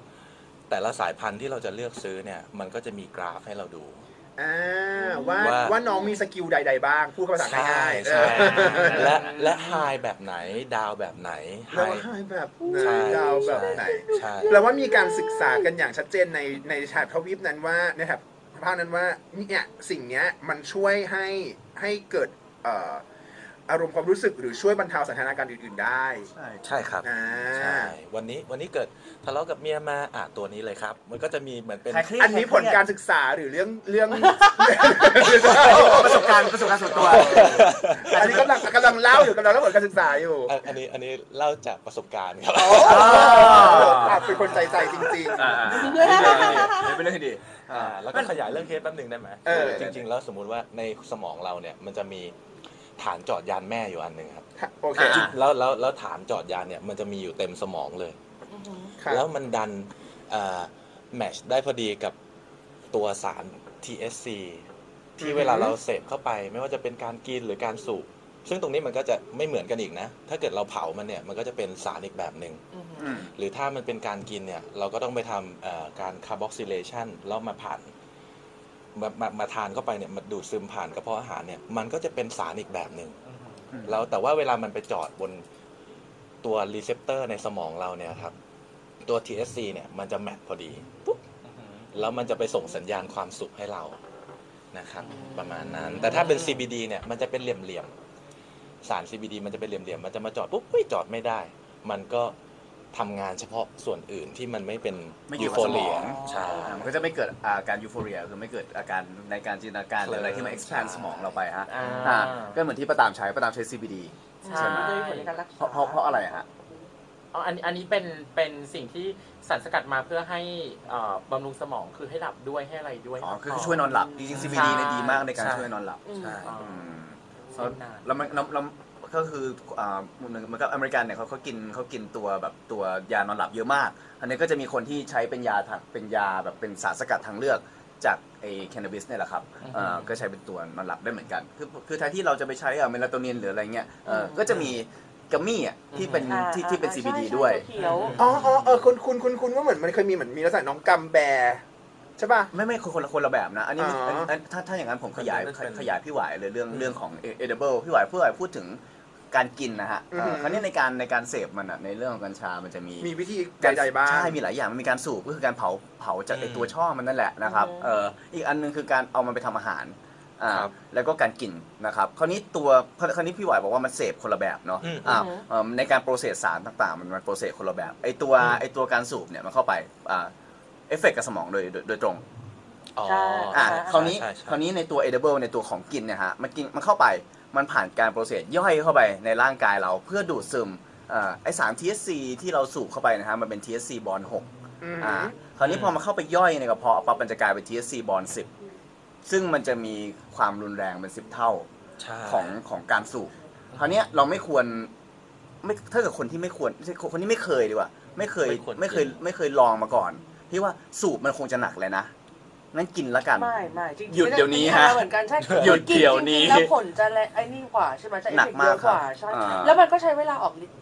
Speaker 5: แต่ละสายพันธุ์ที่เราจะเลือกซื้อเนี่ย มันก็จะมีกราฟให้เราดู
Speaker 1: อ่าว่า
Speaker 5: ว่า
Speaker 1: ว่าน้องมีสกิลใด ๆ บ้างพูดภาษา
Speaker 5: ใช่
Speaker 1: ง่ายๆ
Speaker 5: ใช่
Speaker 1: เออ
Speaker 5: และและไฮแบบไหนดาวแบบไหนไฮ
Speaker 1: แล้วให้แบบ
Speaker 5: ใช่
Speaker 1: ดาวแบบไหน
Speaker 5: ใช่
Speaker 1: แปลว่ามีการศึกษากันอย่างชัดเจนในในแถบทวีปนั้นว่าในแถบภาคนั้นว่าเนี่ยสิ่งเนี้ยมันช่วยให้ให้เกิดเอ่ออารมณ์ความรู้สึกหรือช่วยบรรเทาสถานการณ์อื่น ๆ ได้
Speaker 5: ใช่ครับ
Speaker 1: อ่า
Speaker 5: ใช่ วันนี้วันนี้เกิดทะเลาะกับเมียมาอ่ะตัวนี้เลยครับ มันก็จะมีเหมือนเป็น
Speaker 1: อันนี้ผลการศึกษาหรือเรื่องเรื่อง
Speaker 4: ประสบการณ์ประสบการณ์ส่วนตัว
Speaker 1: อันนี้กำลังกำลังเล่าอยู่กำลังเล่าผลการศึกษาอยู่
Speaker 5: อันอันนี้อันนี้เล่าจากประสบการณ์ครับ
Speaker 1: อ่ะเป็นคนใจใจจริง
Speaker 4: อ่า
Speaker 5: ๆ
Speaker 4: เป็นเรื่องที่ดี
Speaker 5: อ่าแล้วก็ขยายเรื่องเคสแป๊บหนึ่งได้ไหม
Speaker 1: เออ
Speaker 5: จริง ๆ แล้วสมมุติว่าในสมองเราเนี่ยมันจะมีฐานจอดยานแม่อยู่อันหนึ่งครับ
Speaker 1: ๆ โอเค
Speaker 4: อ่า
Speaker 5: แล้วแล้วแล้วฐานจอดยานเนี่ยมันจะมีอยู่เต็มสมองเลย
Speaker 1: ครับ
Speaker 5: แล้วมันดันแมชได้พอดีกับตัวสาร TSC ที่
Speaker 1: อือฮึ
Speaker 5: เวลาเราเสพเข้าไปไม่ว่าจะเป็นการกินหรือการสูบซึ่งตรงนี้มันก็จะไม่เหมือนกันอีกนะ ถ้าเกิดเราเผามันเนี่ยมันก็จะเป็นสารอีกแบบหนึ่ง
Speaker 4: อืม
Speaker 5: หรือถ้ามันเป็นการกินเนี่ย เราก็ต้องไปทำเอ่อการคาร์บอกซิเลชันแล้วมาผ่านมามามาทานเข้าไปเนี่ยมาดูดซึมผ่านกระเพาะอาหารเนี่ยมันก็จะเป็นสารอีกแบบหนึ่ง
Speaker 4: อืม
Speaker 5: แล้วแต่ว่าเวลามันไปจอดบนตัวรีเซพเตอร์ในสมองเราเนี่ยครับ ตัว TSC เนี่ยมันจะแมทพอดีปุ๊บแล้วมันจะไปส่งสัญญาณความสุขให้เรานะครับ ประมาณนั้น แต่ถ้าเป็น CBD เนี่ยมันจะเป็นเหลี่ยมๆสาร CBD มันจะเป็นเหลี่ยมๆมันจะมาจอดปุ๊บเฮ้ยจอดไม่ได้ มันก็ทำงานเฉพาะส่วนอื่นที่มันไม่เป็น
Speaker 4: ไม่เกี่ย
Speaker 5: ยู
Speaker 4: วกั
Speaker 5: โฟ
Speaker 4: บสมอง
Speaker 5: เรียใช่
Speaker 4: อ่ามันก็จะไม่เกิดอาการยูโฟเรียคือไม่เกิดอาการในการจินตนาการหรืออะไรที่มัน expand สมองเราไปฮะ
Speaker 2: อ่า
Speaker 4: อ่าก็เหมือนที่ประตามใช้ประตามใช้ CBD
Speaker 2: ใช่
Speaker 3: ใช่ด้วยผลในการรักษา
Speaker 4: เพราะเพราะเพราะอะไรฮะ
Speaker 2: อ๋ออันอันนี้เป็นเป็นสิ่งที่สารสกัดมาเพื่อให้เอ่อบำรุงสมองคือให้หลับด้วยให้อะไรด้วย
Speaker 4: อ๋อคือช่วยนอนหลับจริงๆ CBD เนี่ยดีมากในการ
Speaker 5: ใช่
Speaker 4: ช่วยนอนหลับ
Speaker 5: ใช่
Speaker 2: อ๋อ
Speaker 4: อืม
Speaker 2: เส้นนาน
Speaker 4: แล้วมันแล้วแล้วก็คืออ่ามุมหนึ่งมันก็อเมริกันเนี่ยเขาเขากินเขากินตัวแบบตัวยานอนหลับเยอะมาก อันนี้ก็จะมีคนที่ใช้เป็นยาทางเป็นยาแบบเป็นสารสกัดทางเลือก จากไอ้แคนนาบิสเนี่ยแหละครับเอ่อก็ใช้เป็นตัวนอนหลับได้เหมือนกัน คือคือแทนที่เราจะไปใช้เมลาโทนินหรืออะไรเงี้ยเอ่อก็จะมีกัมมี่อ่ะที่เป็น
Speaker 3: อ่า
Speaker 4: ที่ที่เป็น
Speaker 3: อ่า
Speaker 4: CBD
Speaker 3: ใช่ใช่
Speaker 4: ด้วย
Speaker 3: เขียว
Speaker 1: อ๋ออ๋อเออคุณคุณคุณคุณว่าเหมือนมันเคยมีเหมือนมีลักษณะน้องกำแบร์ใช่ป่ะ
Speaker 4: ไม่ไม่คนคนละคนละแบบนะ อันนี้
Speaker 1: อ๋ออั
Speaker 4: นอันถ้าถ้าอย่างนั้นผมขยาย
Speaker 5: เป็นเป็น
Speaker 4: ขยายพี่หวายเลยเรื่องเรื่องของ edible พี่หวายพี่หวายพูดถึงการกินนะฮะเอ่อคราวนี้ในการในการเสพมันอะในเรื่องของกัญชามันจะมี
Speaker 1: มีวิธีใดๆบ้าง
Speaker 4: ใช่ มีหลายอย่าง มันมีการสูบก็คือการเผา เผาจาก
Speaker 5: อืม
Speaker 4: ไอตัวช่อมันนั่นแหละนะครับ
Speaker 3: อืม
Speaker 4: เอ่อ อีกอันหนึงคือการเอามันไปทำอาหาร อ่า
Speaker 6: ครับ
Speaker 4: แล้วก็การกินนะครับ คราวนี้ตัวคราวคราวนี้พี่หวายบอกว่ามันเสพคนละแบบเนาะ อ่าเอิ่มในการโปรเซสสารต่างๆ มันมันโปรเซสคนละแบบ ไอตัวไอตัวการสูบเนี่ยมันเข้าไป อ่า เอฟเฟกกับสมองโดยโดยโดยตรง
Speaker 5: อ๋อ
Speaker 4: อ่า
Speaker 5: อ่ะ
Speaker 3: ใช่
Speaker 4: คราวนี้
Speaker 5: ใช่ใช่
Speaker 4: คราวนี้ในตัว edible ในตัวของกินเนี่ยฮะ มันกิน มันเข้าไป มันผ่านการโปรเซสย่อยเข้าไปในร่างกายเราเพื่อดูดซึมเอ่อไอสาร TSC ที่เราสูบเข้าไปนะฮะ มันเป็น TSC บอล 6 อ่าคราวนี้พอมาเข้าไปย่อยในกระเพาะปั๊บมันจะกลายเป็น TSC บอล10 ซึ่งมันจะมีความรุนแรงเป็น 10 เท่า
Speaker 5: ใช่
Speaker 4: ของของการสูบคราวเนี้ยเราไม่ควรไม่ถ้าเกิดคนที่ไม่ควรไม่ใช่คนที่ไม่เคยดีกว่าไม่เคย
Speaker 5: ไม่ควร
Speaker 4: ไม่เคย
Speaker 5: กิน
Speaker 4: ไม่เคยลองมาก่อนพี่ว่าสูบมันคงจะหนักเลยนะงั้นกินละกัน
Speaker 3: ไม่ไม่จริงๆ
Speaker 4: หยุดเดี๋ยวนี้ฮะ
Speaker 3: เหมือนกันใช่
Speaker 4: หยุดเดี๋ยวนี้
Speaker 3: จริงๆแล้วผลจะแลไอ้นี่กว่าใช่ไหมจะเอฟ
Speaker 4: หนั
Speaker 3: เฟก
Speaker 4: ก
Speaker 3: ต์
Speaker 4: มา
Speaker 3: เย
Speaker 4: ก
Speaker 3: อะก
Speaker 4: ครับ
Speaker 3: ว่าใช่
Speaker 4: อ่า
Speaker 3: แล้วมันก็ใช้เวลาออกฤทธิ์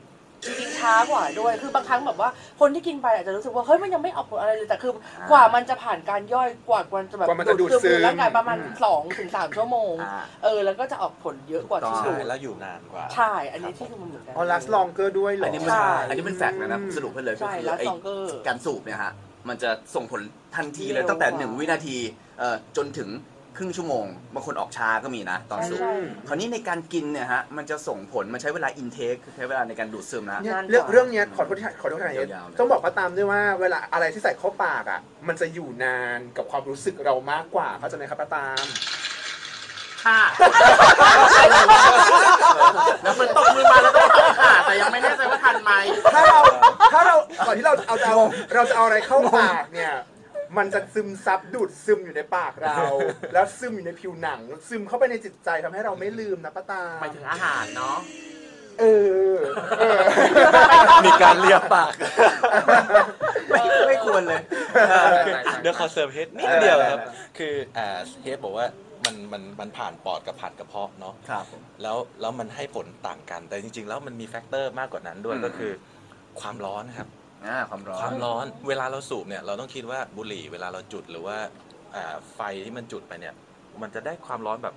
Speaker 3: จริงๆช้ากว่าด้วย คือบางครั้งแบบว่าคนที่กินไปอาจจะรู้สึกว่าเฮ้ยมันยังไม่ออกผลอะไรเลยแต่คือ กว่ามันจะผ่านการย่อยกว่ามันจะแบบ
Speaker 1: กว่ามันจะดูดซึม
Speaker 3: ร่างกายประมาณสองถึงสามชั่วโมง
Speaker 4: อ่า
Speaker 3: เออแล้วก็จะออกผลเยอะกว่าที่ดู
Speaker 4: ถูก
Speaker 3: ด
Speaker 4: ต้ง
Speaker 5: แล้วอยู่นานกว่า
Speaker 3: ใช่อันนี้ที่มันเหมือนกัน
Speaker 1: ออลัสลองเกอร์ด้วยเหรอ
Speaker 4: อั
Speaker 1: อั
Speaker 4: นนี้มัน
Speaker 3: ใช่
Speaker 4: อันนี้เป็นแฟกต์นะนะผมสรุปให้เลยก็
Speaker 3: ใช่
Speaker 4: คือ
Speaker 3: แล้ว
Speaker 4: ไอ้
Speaker 3: สองเกอร์
Speaker 4: การสูบเนี่ยฮะมันจะส่งผลทันทีเล
Speaker 3: เร็
Speaker 4: ยว ตั้งแต่
Speaker 3: กว่า
Speaker 4: หนึ่งวินาทีเอ่อจนถึงครึ่งชั่วโมงบางคนออกช้าก็มีนะ ตอน
Speaker 3: ใช่
Speaker 4: สูบ
Speaker 3: ใช่
Speaker 4: คราวนี้ในการกินเนี่ยฮะ มันจะส่งผล มันใช้เวลาอินเทคคือใช้เวลาในการดูดซึมนะ
Speaker 1: เนี่ย
Speaker 3: นานกว่า
Speaker 1: เรื่องเรื่องเนี้ยขอโทษที่ขอโทษที่ไหน
Speaker 4: ยาวๆเลย
Speaker 1: ต้องบอกว่าตามด้วยว่าเวลาอะไรที่ใส่เข้าปากอ่ะ มันจะอยู่นานกับความรู้สึกเรามากกว่าเข้าใจไหมครับป้าตาม
Speaker 4: ค่ะแล้วมันตกมือมาแล้วก็ค่ะ แต่ยังไม่แน่ใจว่าทันไหม
Speaker 1: ถ้าเราถ้าเราก่อนที่เราเอาจะเอาเราจะเอาอะไรเข้าปากเนี่ย มันจะซึมซับดูดซึมอยู่ในปากเรา แล้วซึมอยู่ในผิวหนัง ซึมเข้าไปในจิตใจทำให้เราไม่ลืมนะป้าตาม
Speaker 2: หมายถึงอาหารเนาะ
Speaker 1: เออเออ
Speaker 5: มีการเลียปาก
Speaker 4: ไม่ไม่ควรเลย
Speaker 5: เดี๋ยวขอเสริมเฮดนิดเดียวครับ
Speaker 4: ได้ได้
Speaker 5: คืออ่าเฮดบอกว่ามันมันมันผ่านปอดกับผ่านกระเพาะเนาะ
Speaker 4: ครับ
Speaker 5: แล้วแล้วมันให้ผลต่างกัน แต่จริง ๆ แล้วมันมีแฟกเตอร์มากกว่านั้นด้วย
Speaker 4: อืม
Speaker 5: ก็คือ ความร้อนครับ
Speaker 4: อ่าความร้อ
Speaker 5: ควาน มร้อน เวลาเราสูบเนี่ยเราต้องคิดว่าบุหรี่เวลาเราจุดหรือว่าอ่าไฟที่มันจุดไปเนี่ย มันจะได้ความร้อนแบบ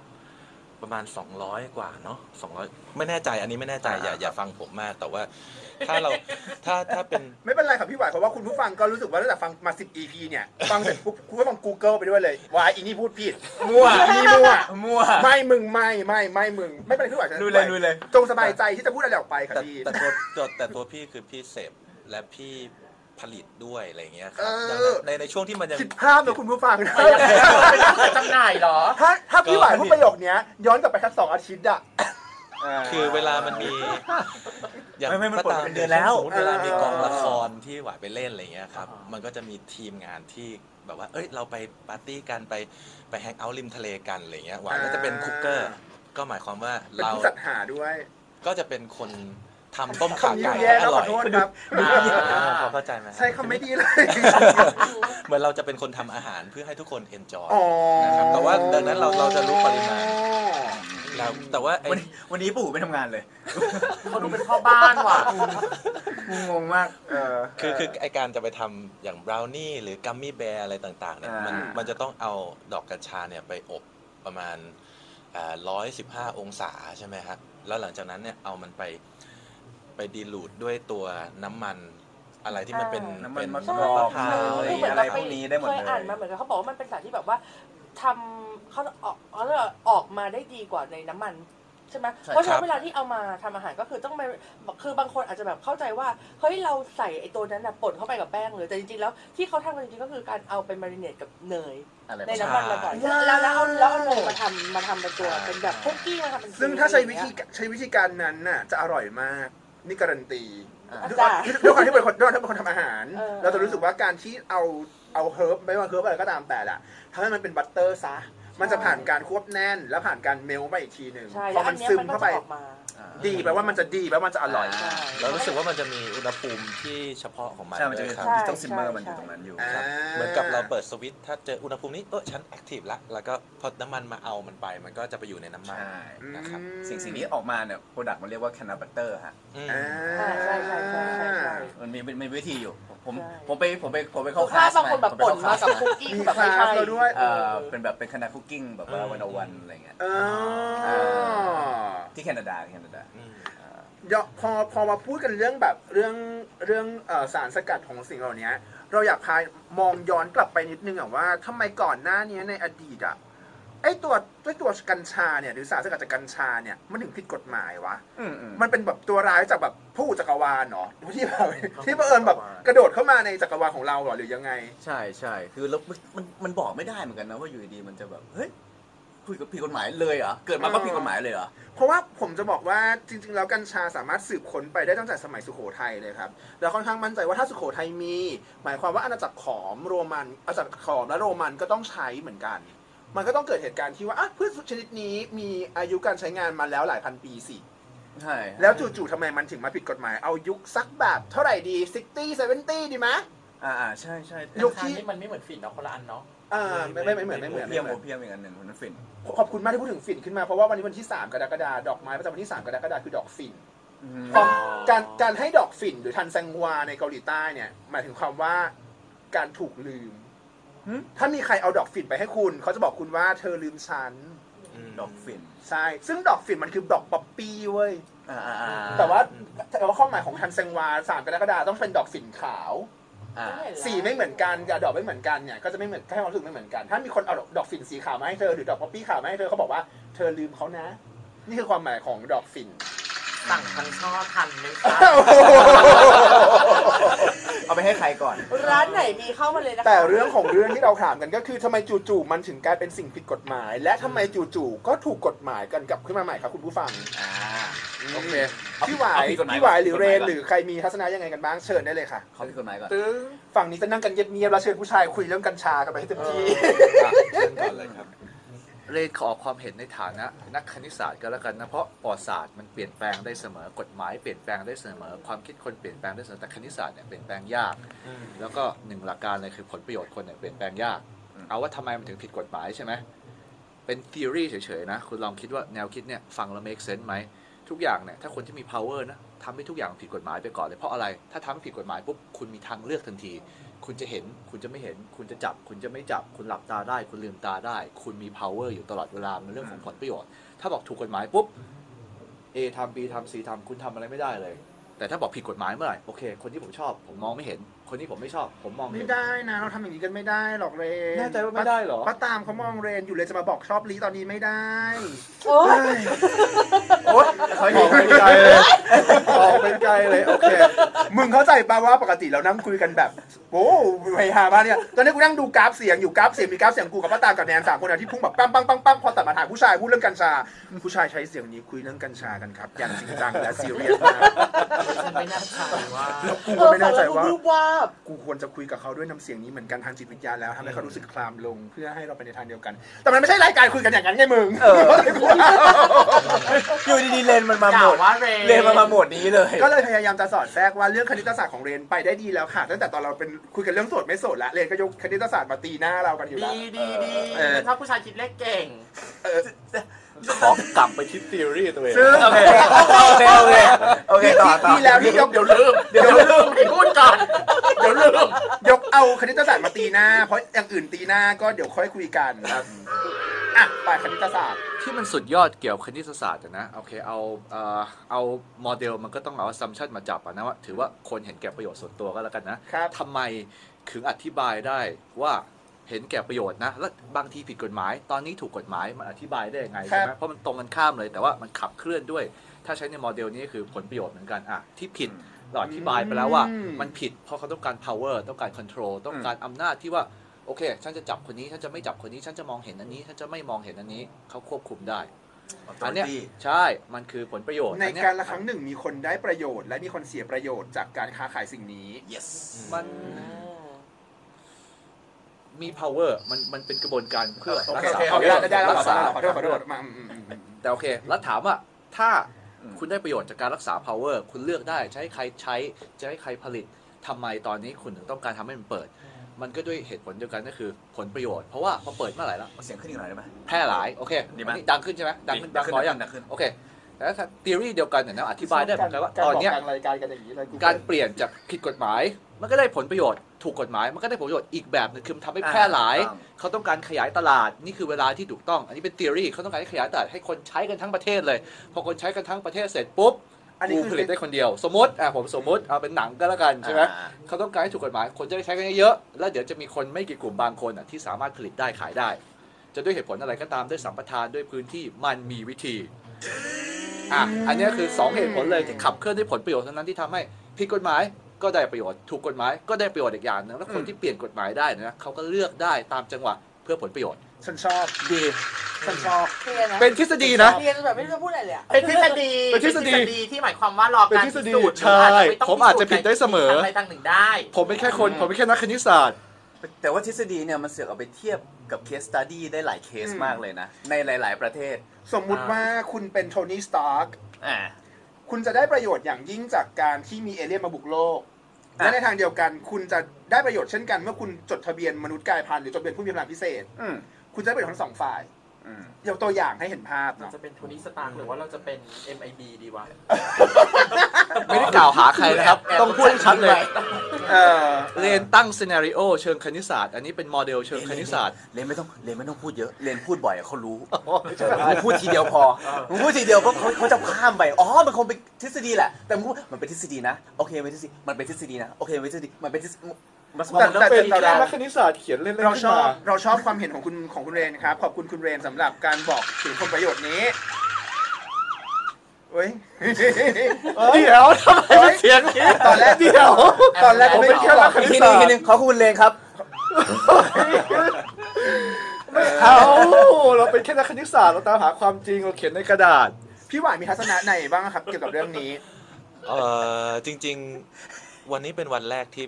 Speaker 5: ประมาณ 200 กว่าเนาะ200 ไม่แน่ใจอันนี้ไม่แน่ใจอย่าอย่าฟังผมมากแต่ว่า ถ้าเราถ้าถ้าเป็น
Speaker 1: ไม่เป็นไรครับพี่หวายเพราะว่าคุณผู้ฟังก็รู้สึกว่าตั้งแต่ฟังมา 10 EP เนี่ย ฟังเสร็จปุ๊บคุณก็ฟัง Google ไปด้วยเลยว่าอีนี่พูดผิด
Speaker 4: มั่ว
Speaker 1: อีนี่มั่
Speaker 5: [LAUGHS]
Speaker 1: ว
Speaker 4: มั่ว
Speaker 1: ไม่มึงไม่ไม่ไม่มึง ไม่เป็นไรพี่หวาย
Speaker 4: ลุยเลยลุยเลย
Speaker 1: จงสบายใจที่จะพูดอะไรออกไปครับ
Speaker 5: แต่
Speaker 1: พี่
Speaker 5: แต่ตัวตัวแต่ตัวพี่คือพี่เสพและพี่ผลิตด้วยอะไรอย่างเงี้ยครับ
Speaker 1: เออ
Speaker 5: ดังนั้นในในช่วงที่มันยัง
Speaker 1: ผิดภาพนะคุณผู้ฟังนะ
Speaker 2: จำหน่ายเหรอ
Speaker 1: ถ้าถ้าพี่หวายพูดประโยคเนี้ย ย้อนกลับไปแค่สองอาทิตย์อะ
Speaker 5: คือเวลามันมีอย่าง
Speaker 4: ไม่ไม่มัน
Speaker 5: ก็ตาม
Speaker 4: ปลดเป็นเดือนแล้ว
Speaker 5: สมมติเวลามีกองละ
Speaker 1: อ่า
Speaker 5: ครที่หวายไปเล่นอะไรเงี้ยครับ
Speaker 2: อ่ามั
Speaker 5: มันก็จะมีทีมงานที่แบบว่า เอ้ย เราไปปาร์ตี้กันไปไปแฮงเอาท์ริมทะเลกันอะไรเงี้ยหวายก็จะเป็นคุกเกอร์ ก็หมายความว่า
Speaker 1: เป็น
Speaker 5: เรา
Speaker 1: ผู้จัดหาด้วย
Speaker 5: ก็จะเป็นคนทำต้มข่า
Speaker 1: คำนี้
Speaker 5: ไก่
Speaker 1: ดู
Speaker 5: ให้
Speaker 1: แย่นะขอโทษค
Speaker 5: อร่อย
Speaker 1: รับ
Speaker 5: อ่าพอเข้าใจไหม
Speaker 1: ใช้คำไม่ดีเลย
Speaker 5: เหมือนเราจะเป็นคนทำอาหารเพื่อให้ทุกคน enjoy
Speaker 1: อ๋อ
Speaker 5: นะครับแต่ว่าดังนั้นเราเราจะรู้ปริมาณ แล้วแต่ว่าไอ้
Speaker 4: วันนี้วันนี้ปู่ไม่ทำงานเลย
Speaker 2: เขาดูเป็นพ่อบ้านว่ะ
Speaker 4: งงมาก เออ
Speaker 5: คือคือไอการจะไปทำอย่างบราวนี่หรือกัมมี่แบร์อะไรต่าง ๆ เนี่ย มัน
Speaker 4: อ่ามั
Speaker 5: มันจะต้องเอาดอกกัญชาเนี่ยไปอบประมาณร้อยสิบห้าองศาใช่ไหมครับ แล้วหลังจากนั้นเนี่ยเอามันไปไปดีลูดด้วยตัวน้ำมันอะไรที่มันเป็น
Speaker 3: อ่า
Speaker 4: น้ำมัน
Speaker 5: เป็
Speaker 4: มะ
Speaker 5: น
Speaker 4: ก
Speaker 5: ม
Speaker 4: อก
Speaker 5: ะพร้าว
Speaker 4: เออ
Speaker 5: อะไรอย่างเงี้ย
Speaker 4: ไรพวกนี้ได้หมดเลย
Speaker 3: เคยอ่านมาเหมือนกันเขาบอกว่ามันเป็นสารที่แบบว่าทำเขาออกเขาเรียกว่าออกมาได้ดีกว่าในน้ำมันใช่ไหมเพราะฉะนั้นเวลาที่เอามาทำอาหารก็คือต้องไปคือบางคนอาจจะแบบเข้าใจว่าเฮ้ยเราใส่ไอ้ตัวนั้นน่ะป่นเข้าไปกับแป้งเลยแต่จริงๆแล้วที่เขาทำกันจริงๆก็คือการเอาไปมาริเนตกับเนย
Speaker 4: อะไร
Speaker 3: ใน
Speaker 4: ประมาณ
Speaker 3: น้ำมันมาก่อนแล้วแล้วเอาแล้วเอาเนยมาทำมาทำเป็นตัวเป็นแบบคุกกี้มาทำเป็น
Speaker 1: ซึ่งถ้าใช้วิธีใช้วิธีการนั้นน่ะจะอร่อยมากนี่การันตี
Speaker 3: อ่ะ
Speaker 1: ด้วย
Speaker 3: จ้ะ
Speaker 1: ความที่เป็นคนด้วยความที่เป็นคนทำอาหาร
Speaker 3: เออ
Speaker 1: เราจะรู้สึกว่าการที่เอาเอาเฮิร์บไม่ว่าเฮิร์บอะไรก็ตามแต่ละทำให้มันเป็นบัตเตอร์ซะ มันจะผ่านการควบแน่น และผ่านการเมลต์ไปอีกทีหนึ่ง
Speaker 3: ใช่
Speaker 1: พอ
Speaker 3: แล้วอั
Speaker 1: มัน น
Speaker 3: เนี้ย
Speaker 1: ซึม
Speaker 3: มันก็
Speaker 1: เข้าไป
Speaker 3: จะออกมา
Speaker 1: ดีแปลว่ามันจะดีแปลว่ามันจะอร่อย
Speaker 4: อ่า
Speaker 5: แล้วรู้สึกว่ามันจะมีอุณหภูมิที่เฉพาะของมัน
Speaker 4: ใช่ มันจะมี
Speaker 5: ด้วยครับ
Speaker 4: ที่ต้องซิมเมอร์มันอยู่ตรงนั้นอยู่
Speaker 5: ครับ
Speaker 1: อ่า
Speaker 5: เหมือนกับเราเปิดสวิตช์ถ้าเจออุณหภูมินี้เออฉันแอคทีฟละแล้วก็พอน้ำมันมาเอามันไป มันก็จะไปอยู่ในน้ำมัน
Speaker 4: ใช่
Speaker 5: นะครับ
Speaker 1: อืม
Speaker 4: สิ่งสิ่งนี้ออกมาเนี่ยโปรดักต์มันเรียกว่าแคนาบัตเตอร์ฮะ
Speaker 5: อืม
Speaker 1: อ่า
Speaker 3: ใช่ใช่ใช่ใช่ใช่ใช่
Speaker 4: มันมีมันมีวิธีอยู่ ผม
Speaker 3: ใช่
Speaker 4: ผมไปผมไปผมไป
Speaker 3: คื
Speaker 4: เข้า
Speaker 3: อ
Speaker 4: ค
Speaker 3: ถ้า
Speaker 4: ลาส
Speaker 3: บางคนแบบ
Speaker 4: ไป
Speaker 3: ป่น
Speaker 4: เข้
Speaker 3: มา
Speaker 4: คลส
Speaker 3: กับคุกกิ้ง
Speaker 1: มี
Speaker 3: แบบ
Speaker 1: คลา
Speaker 3: ไม่
Speaker 1: ส
Speaker 3: ใช่
Speaker 1: เราด้วย
Speaker 4: เออเป็นแบบเป็นคณะคุกกิ้งแบบว่า
Speaker 5: อืม
Speaker 4: วันอวันอะไรเงี้ย
Speaker 1: อ๋ออ่า
Speaker 4: ที่แคนาดาที่แคนาดา
Speaker 5: อืม
Speaker 1: เดี๋ยวพอพอมาพูดกันเรื่องแบบเรื่องเรื่องเอ่อสารสกัดของสิ่งเหล่านี้เราอยากพามองย้อนกลับไปนิดนึงอะว่าทำไมก่อนหน้านี้ในอดีตอะไอตัวด้วยตัวกัญชาเนี่ยหรือสารสกัดจากกัญชาเนี่ยมันถึงผิดกฎหมายวะ
Speaker 4: อืมอืม
Speaker 1: มันเป็นแบบตัวร้ายจากแบบผู้จักรวาลเนาะที่แบบ
Speaker 6: ครับ
Speaker 1: ที่บังเอิญแบบกระโดดเข้ามาในจักรวาลของเราเหรอหรือยังไง
Speaker 4: ใช่ใช่คือแล้วมันมันมันบอกไม่ได้เหมือนกันนะว่าอยู่ดีๆมันจะแบบเฮ้ยคุยกับผิดกฎหมายเลยเหรอเกิดมาก็ผิดกฎหมายเลยเหรอ
Speaker 1: เพราะว่าผมจะบอกว่าจริง ๆ แล้วกัญชาสามารถสืบค้นไปได้ตั้งแต่สมัยสุโขทัยเลยครับ แล้วค่อนข้างมั่นใจว่าถ้าสุโขทัยมี หมายความว่าอาณาจักรขอมโรมันอาณาจักรขอมและโรมันก็ต้องใช้เหมือนกัน มันก็ต้องเกิดเหตุการณ์ที่ว่าอ่ะพืชชนิดนี้มีอายุการใช้งานมาแล้วหลายพันปีสิ
Speaker 4: ใช่
Speaker 1: แล้วจู่ๆทำไมมันถึงมาผิดกฎหมายเอายุคสักแบบเท่าไหร่ดี 60 70 ดีไหมย
Speaker 4: อ่าอ่าใช่ใช่
Speaker 1: ยุ
Speaker 2: ยุ
Speaker 1: ค
Speaker 2: ค
Speaker 1: ที่
Speaker 2: ที่มันไม่เหมือนฝิ่นเนาะคนละอันเนาะ
Speaker 1: อ่าไม่ไม่ไม่เหมือนไม่เหมือน
Speaker 4: เพี
Speaker 1: ไม่
Speaker 4: ยม
Speaker 1: เหมื
Speaker 4: โอ
Speaker 1: อน
Speaker 4: เพียมอีกอันหนึ่งคนนั้นฟิน
Speaker 1: ขอบคุณมากที่พูดถึงฝิ่นขึ้นมาเพราะว่าวันนี้วันที่ 3 กรกฎาคมดอกไม้ประจำวันที่ 3 กรกฎาคมคือดอกฝิ่น ความการการให้ดอกฝิ่นหรือทันแซงวาในเกาหลีใต้เนี่ยหมายถึงความว่าการถูกลืม ถ้ามีใครเอาดอกฝิ่นไปให้คุณ เขาจะบอกคุณว่าเธอลืมฉัน
Speaker 4: ดอกฟิน
Speaker 1: ใช่ ซึ่งดอกฝิ่นมันคือดอกป๊อปปี้เว้ย
Speaker 4: อ่าอ่าอ่า
Speaker 1: แต่ว่าแต่ว่าข้อหมายของทันแซงวาสามกรกฎาคมต้องเป็นดอกฝิ่นขาว
Speaker 4: อ่า
Speaker 1: สีไม่เหมือนกันกับดอกไม่เหมือนกันเนี่ย ก็จะไม่เหมือนให้ความรู้สึกไม่เหมือนกัน ถ้ามีคนเอาดอกฝิ่นสีขาวมาให้เธอหรือดอกป๊อปปี้ขาวมาให้เธอเขาบอกว่าเธอลืมเขานะ นี่คือความหมายของดอกฝิ่น
Speaker 4: [LAUGHS]
Speaker 2: สั่งทั้งช่อทันไหมคะ
Speaker 4: [LAUGHS] เอาไปให้ใครก่อน
Speaker 3: ร้านไหนมีเข้ามาเลยนะคะ
Speaker 1: แต่เรื่องของเรื่องที่เราถามกันก็คือทำไมจู่ๆมันถึงกลายเป็นสิ่งผิดกฎหมาย และทำไมจู่ๆก็ถูกกฎหมายกันกลับขึ้นมาใหม่ครับคุณผู้ฟัง
Speaker 4: อ่า
Speaker 6: โอเค
Speaker 1: พี่หวาย
Speaker 4: เอาผิดกฎหมาย
Speaker 1: พี่หวายหรือ
Speaker 4: ก่อน
Speaker 1: เรน
Speaker 4: ก่อน
Speaker 1: หรือใครมีทัศนะยังไงกันบ้างเชิญได้เลยค่ะ
Speaker 4: เขาผิดกฎหมาย
Speaker 6: [LAUGHS]
Speaker 4: ก่อน
Speaker 1: ตึ้งฝั่งนี้จะนั่งกันเงียบๆแล้วเชิญผู้ชายคุยเรื่องกัญชากันไปให้เต็มที่
Speaker 5: อ่ะเชิญก่อนเลยครับ
Speaker 6: เรนขอออกความเห็นในฐานะนักคณิตศาสตร์ก็แล้วกันนะ เพราะประวัติศาสตร์มันเปลี่ยนแปลงได้เสมอกฎหมายเปลี่ยนแปลงได้เสมอความคิดคนเปลี่ยนแปลงได้เสมอแต่คณิตศาสตร์เนี่ยเปลี่ยนแปลงยาก แล้วก็หนึ่งหลักการเลยคือผลประโยชน์คนเนี่ยเปลี่ยนแปลงยาก เอาว่าทำไมมันถึงผิดกฎหมายใช่ไหมเป็น theory เฉยๆนะ คุณลองคิดว่าแนวคิดเนี่ยฟังแล้ว make sense ไหม ทุกอย่างเนี่ยถ้าคนที่มี power นะทำให้ทุกอย่างผิดกฎหมายไปก่อนเลยเพราะอะไร ถ้าทำให้ผิดกฎหมายปุ๊บคุณมีทางเลือกทันที คุณจะเห็น คุณจะไม่เห็น คุณจะจับ คุณจะไม่จับ คุณหลับตาได้ คุณลืมตาได้ คุณมี power อยู่ตลอดเวลามันเรื่องของผลประโยชน์ ถ้าบอกถูกกฎหมายปุ๊บ A ทำ B ทำ C ทำคุณทำอะไรไม่ได้เลย แต่ถ้าบอกผิดกฎหมายเมื่อไหร่โอเค คนที่ผมชอบ ผมมองไม่เห็น คนที่ผมไม่ชอบ ผมมอง
Speaker 1: ไม่
Speaker 6: เห็น
Speaker 1: ได้นะเราทำอย่างนี้กันไม่ได้หรอกเรน
Speaker 6: แน่ใจว่าไม่ได้เหรอ
Speaker 1: ป้าตามเขามองเรนอยู่เลยจะมาบอกชอบลีตอนนี้ไม่ได้
Speaker 3: โอ้ย
Speaker 6: โอ๊ยเขาออกเป็นไกลเลยออกเป็นไกลเลย โอเค
Speaker 1: มึงเข้าใจป่าว่าปกติเรานั่งคุยกันแบบโอ้ไปหามาเนี่ยตอนนี้กูนั่งดูกราฟเสียงอยู่กราฟเสียงมีกราฟเสียงกูกับป้าตามกับแนนสามคนนะที่พุ่งแบบปังปังปังปังพอตัดมาถามผู้ชายพูดเรื่องกัญชา ผู้ชายใช้เสียงนี้คุยเรื่องกัญชากันครับ อย่างจริงจังและซีเรียสมาก
Speaker 2: ฉันไม่แน่ใจว่า
Speaker 1: กูก็ไม่แน่ใจว่า
Speaker 3: รูปวาบ
Speaker 1: กูควรจะคุยกับเขาด้วยน้ำเสียงนี้เหมือนกันทางจิตวิทยาแล้วทำให้เขารู้สึกคลามลงเพื่อให้เราไปในทางเดียวกัน แต่มันไม่ใช่รายการคุยกันอย่างนั้นไงมึง
Speaker 4: อยู่ดีๆเลนมันมาหมด
Speaker 2: กล่าวว่าเรน
Speaker 4: เลนมันมาหมดนี้เลย
Speaker 1: ก็เลยพยายามจะสอดแทรกว่าเรื่องคณิตศาสตร์ของเรนไปได้ดีแล้วค่ะ ตั้งแต่ตอนเราเป็นคุยกันเรื่องโสดไม่โสดละเรนก็ยกคณิตศาสตร์มาตีหน้าเรากันอยู่
Speaker 2: ดี
Speaker 1: ละ
Speaker 2: ดีดี
Speaker 1: เออ
Speaker 2: ถ้าผู้ชายคิดเลขเก่ง
Speaker 6: ขอกลับไปที่ theory ตัวเอง
Speaker 1: ซึ่ง
Speaker 4: โอเค โอเค โอเค โอ
Speaker 6: [LAUGHS]
Speaker 4: เค ต่อต่อ
Speaker 1: ที่แล้วที่ยก
Speaker 6: เดี๋ยวลืม เดี๋ยวลืมให้พูดก่อน เดี๋ยวลืม
Speaker 1: ยกเอาคณิตศาสตร์มาตีหน้า เพราะอย่างอื่นตีหน้าก็เดี๋ยวค่อยคุยกันครับอ่ะไปคณิตศาสตร์
Speaker 6: ที่มันสุดยอดเกี่ยวกับคณิตศาสตร์อะนะ โอเค เอาเอ่อเอาโมเดลมันก็ต้องเอา assumption มาจับอะนะว่าถือว่าคนเห็นแก่ประโยชน์ส่วนตัวก็แล้วกันนะครับ ทำไมถึงอธิบายได้ว่าเห็นแก่ประโยชน์นะ แล้วบางทีผิดกฎหมาย ตอนนี้ถูกกฎหมายมันอธิบายได้ยังไงใช่ไหมเพราะมันตรงกันข้ามเลยแต่ว่ามันขับเคลื่อนด้วย ถ้าใช้ในโมเดลนี้คือผลประโยชน์เหมือนกันอะที่ผิด เราอธิบายไปแล้วว่า
Speaker 1: อืม
Speaker 6: มันผิดเพราะเขาต้องการ power ต้องการ control ต้องการอำนาจที่ว่า โอเค ฉันจะจับคนนี้ ฉันจะไม่จับคนนี้ ฉันจะมองเห็นอันนี้ ฉันจะไม่มองเห็นอันนี้ เขาควบคุมได้
Speaker 4: Authority
Speaker 6: อันเนี้ยใช่ มันคือผลประโยชน์
Speaker 1: ใน
Speaker 6: อัเย
Speaker 1: การละครั้งหนึ่งมีคนได้ประโยชน์ และมีคนเสียประโยชน์จากการค้าขายสิ่งนี้
Speaker 4: yes
Speaker 6: มันมี power มันมันเป็นกระบวนการเพื่อ
Speaker 1: โอ
Speaker 6: รั
Speaker 1: เค
Speaker 6: กษา
Speaker 1: โอเคได้ได้ได้แล้ว
Speaker 6: power
Speaker 1: ขอโทษ
Speaker 6: รักษา
Speaker 1: ขอโทษขอโทษมาอืมอืมอืม
Speaker 6: แต่โอเค แล้วถามว่าถ้า
Speaker 4: อืม
Speaker 6: คุณได้ประโยชน์จากการรักษา power คุณเลือกได้จะให้ใครใช้จะให้ใครผลิตทำไมตอนนี้คุณถึงต้องการทำให้มันเปิด มันก็ด้วยเหตุผลเดียวกันก็คือผลประโยชน์เพราะว่าพอเปิดเมื่อไหร่แล้ว
Speaker 4: เอาเสียงขึ้นอีกหน่อยได้ไหม
Speaker 6: แพร่หลาย โอเค
Speaker 4: ดีมั้ย
Speaker 6: อันนี้ดังขึ้นใช่ไหมดังขึ้น
Speaker 4: ดี
Speaker 6: ดังน้อยอย่าง
Speaker 4: ดังขึ้น
Speaker 6: โอเคแล้วถ้าทฤษฎีเดียวกันเนี่ยนะอธิบายได้เหมือนกันว่าตอนเนี้ย
Speaker 1: การรายการกันอย่างนี้เลย
Speaker 6: การเปลี่ยนจากผิดกฎหมาย มันก็ได้ผลประโยชน์ถูกกฎหมาย มันก็ได้ผลประโยชน์อีกแบบหนึงคือมันทำให้แพร่หลาย
Speaker 4: อ่าถูกต้อง
Speaker 6: เขาต้องการขยายตลาดนี่คือเวลาที่ถูกต้อง อันนี้เป็นทฤษฎีเขาต้องการให้ขยายตลาดให้คนใช้กันทั้งประเทศเลย พอคนใช้กันทั้งประเทศเสร็จปุ๊บ
Speaker 1: อันนี้
Speaker 6: กู
Speaker 1: คือ
Speaker 6: ผลิตได้คนเดียว สมมติอ่ะผมสมมติเอาเป็นหนังก็แล้วกันใช่ไหม
Speaker 4: อ่า
Speaker 6: เขาต้องการให้ถูกกฎหมายคนจะได้ใช้กันเยอะๆแล้วเดี๋ยวจะมีคนไม่กี่กลุ่มบางคนอ่ะที่สามารถผลิตได้ขายได้ จะด้วยเหตุผลอะไรก็ตามด้วยสัมปทานด้วยพื้นที่มันมีวิธี อ่ะ อันเนี้ยคือ 2 เหตุผลเลยที่ขับเคลื่อนด้วยผลประโยชน์เท่านั้นที่ทำให้ผิดกฎหมายก็ได้ประโยชน์ถูกกฎหมายก็ได้ประโยชน์อีกอย่างหนึงแล้วคนที่เปลี่ยนกฎหมายได้เนยนะเขาก็เลือกได้ตามจังหวะเพื่อผลประโยชน์
Speaker 1: ฉันชอบ
Speaker 6: ดี
Speaker 1: ฉันชอบ
Speaker 3: เคลียร์นะ
Speaker 6: เป็นทฤษฎีนะ
Speaker 3: เคลียร์จนแบบไม่รู้จะพูดอะไรเลยอะ
Speaker 2: เป็นทฤษฎี
Speaker 6: เป็นทฤษฎี
Speaker 2: ที่หมายความว่ารอ
Speaker 6: เป็น
Speaker 2: การ
Speaker 6: ทฤษฎี
Speaker 2: พิสูจน์
Speaker 6: ใช่ผมอาจจะผิดได้เสมอ
Speaker 2: อะไรต่างหนึ่งได้
Speaker 6: ผมเป็นแค่คน ผมเป็นแค่นักคณิตศาสตร์
Speaker 4: แต่ว่าทฤษฎีเนี่ยมันเสือกเอาไปเทียบกับเคสตัดดี้ได้หลายเคสมากเลยนะ ในหลาย ๆ ประเทศ
Speaker 1: สมมุติว่าคุณเป็นโทนี่สตาร์ก
Speaker 4: อ่า
Speaker 1: คุณจะได้ประโยชน์อย่างยิ่งจากการที่มีเอเลี่ยนมาบุกโลก
Speaker 4: อ่ะ
Speaker 1: และในทางเดียวกันคุณจะได้ประโยชน์เช่นกันเมื่อคุณจดทะเบียนมนุษย์กายพันธุ์หรือจดทะเบียนผู้มีพลังพิเศษ
Speaker 4: อืม
Speaker 1: คุณจะได้ประโยชน์ทั้งสองฝ่าย
Speaker 4: อืม
Speaker 1: ยกตัวอย่างให้เห็นภาพเนาะ
Speaker 2: จะเป็นโทนี่สตาร์กหรือว่าเราจะเป็น MIB ดีวะ
Speaker 6: ไม่ได้กล่าวหาใครนะครับ ต้องพูดให้ชัดเลย
Speaker 1: เออ
Speaker 6: เรนตั้งซีนารีโอเชิงคณิตศาสตร์ อันนี้เป็นโมเดลเชิงคณิตศาสตร์
Speaker 4: เรนไม่ต้องเรนไม่ต้องพูดเยอะเรนพูดบ่อยอะเขารู้มึงพูดทีเดียวพอ
Speaker 2: เออ
Speaker 4: มึงพูดทีเดียวก็เขาเขาจะข้ามไปอ๋อมันคงเป็นทฤษฎีแหละแต่มึงพูดมันเป็นทฤษฎีนะโอเคเป็นทฤษฎีมันเป็นทฤษฎีนะโอเคเป็นทฤษฎีมันเป็นทฤษฎีมันสมม
Speaker 1: แต่แต่
Speaker 4: ติเริ่มเป็น
Speaker 1: แต่เรา
Speaker 6: นักคณิตศาสตร์เขียนเล่นๆ
Speaker 1: เราชอบ
Speaker 6: ขึ้นม
Speaker 1: เราชอบความเห็นของคุณของคุณเรนครับ ขอบคุณคุณเรนสำหรับการบอกถึงผลประโยชน์นี้เว้ย
Speaker 6: เดี๋ยวทำไมเป็นเสียงนี้
Speaker 1: ตอนแรก
Speaker 6: เดี๋ยว
Speaker 1: ตอนแรกผมไม่เชื่อว่า
Speaker 6: คณิต
Speaker 4: ที
Speaker 6: ศา
Speaker 4: นึ
Speaker 6: ส
Speaker 4: ง
Speaker 6: ตร์
Speaker 4: ทีนึงขอคุณเลงครับ
Speaker 6: เอาเราเป็นแค่นักคณิตศาสตร์เราตามหาความจริงเราเขียนในกระดาษ
Speaker 1: พี่หวานมีทัศนะไหนบ้างครับ เกี่ยวกับเรื่องนี้
Speaker 5: เออจริง ๆ วันนี้เป็นวันแรกที่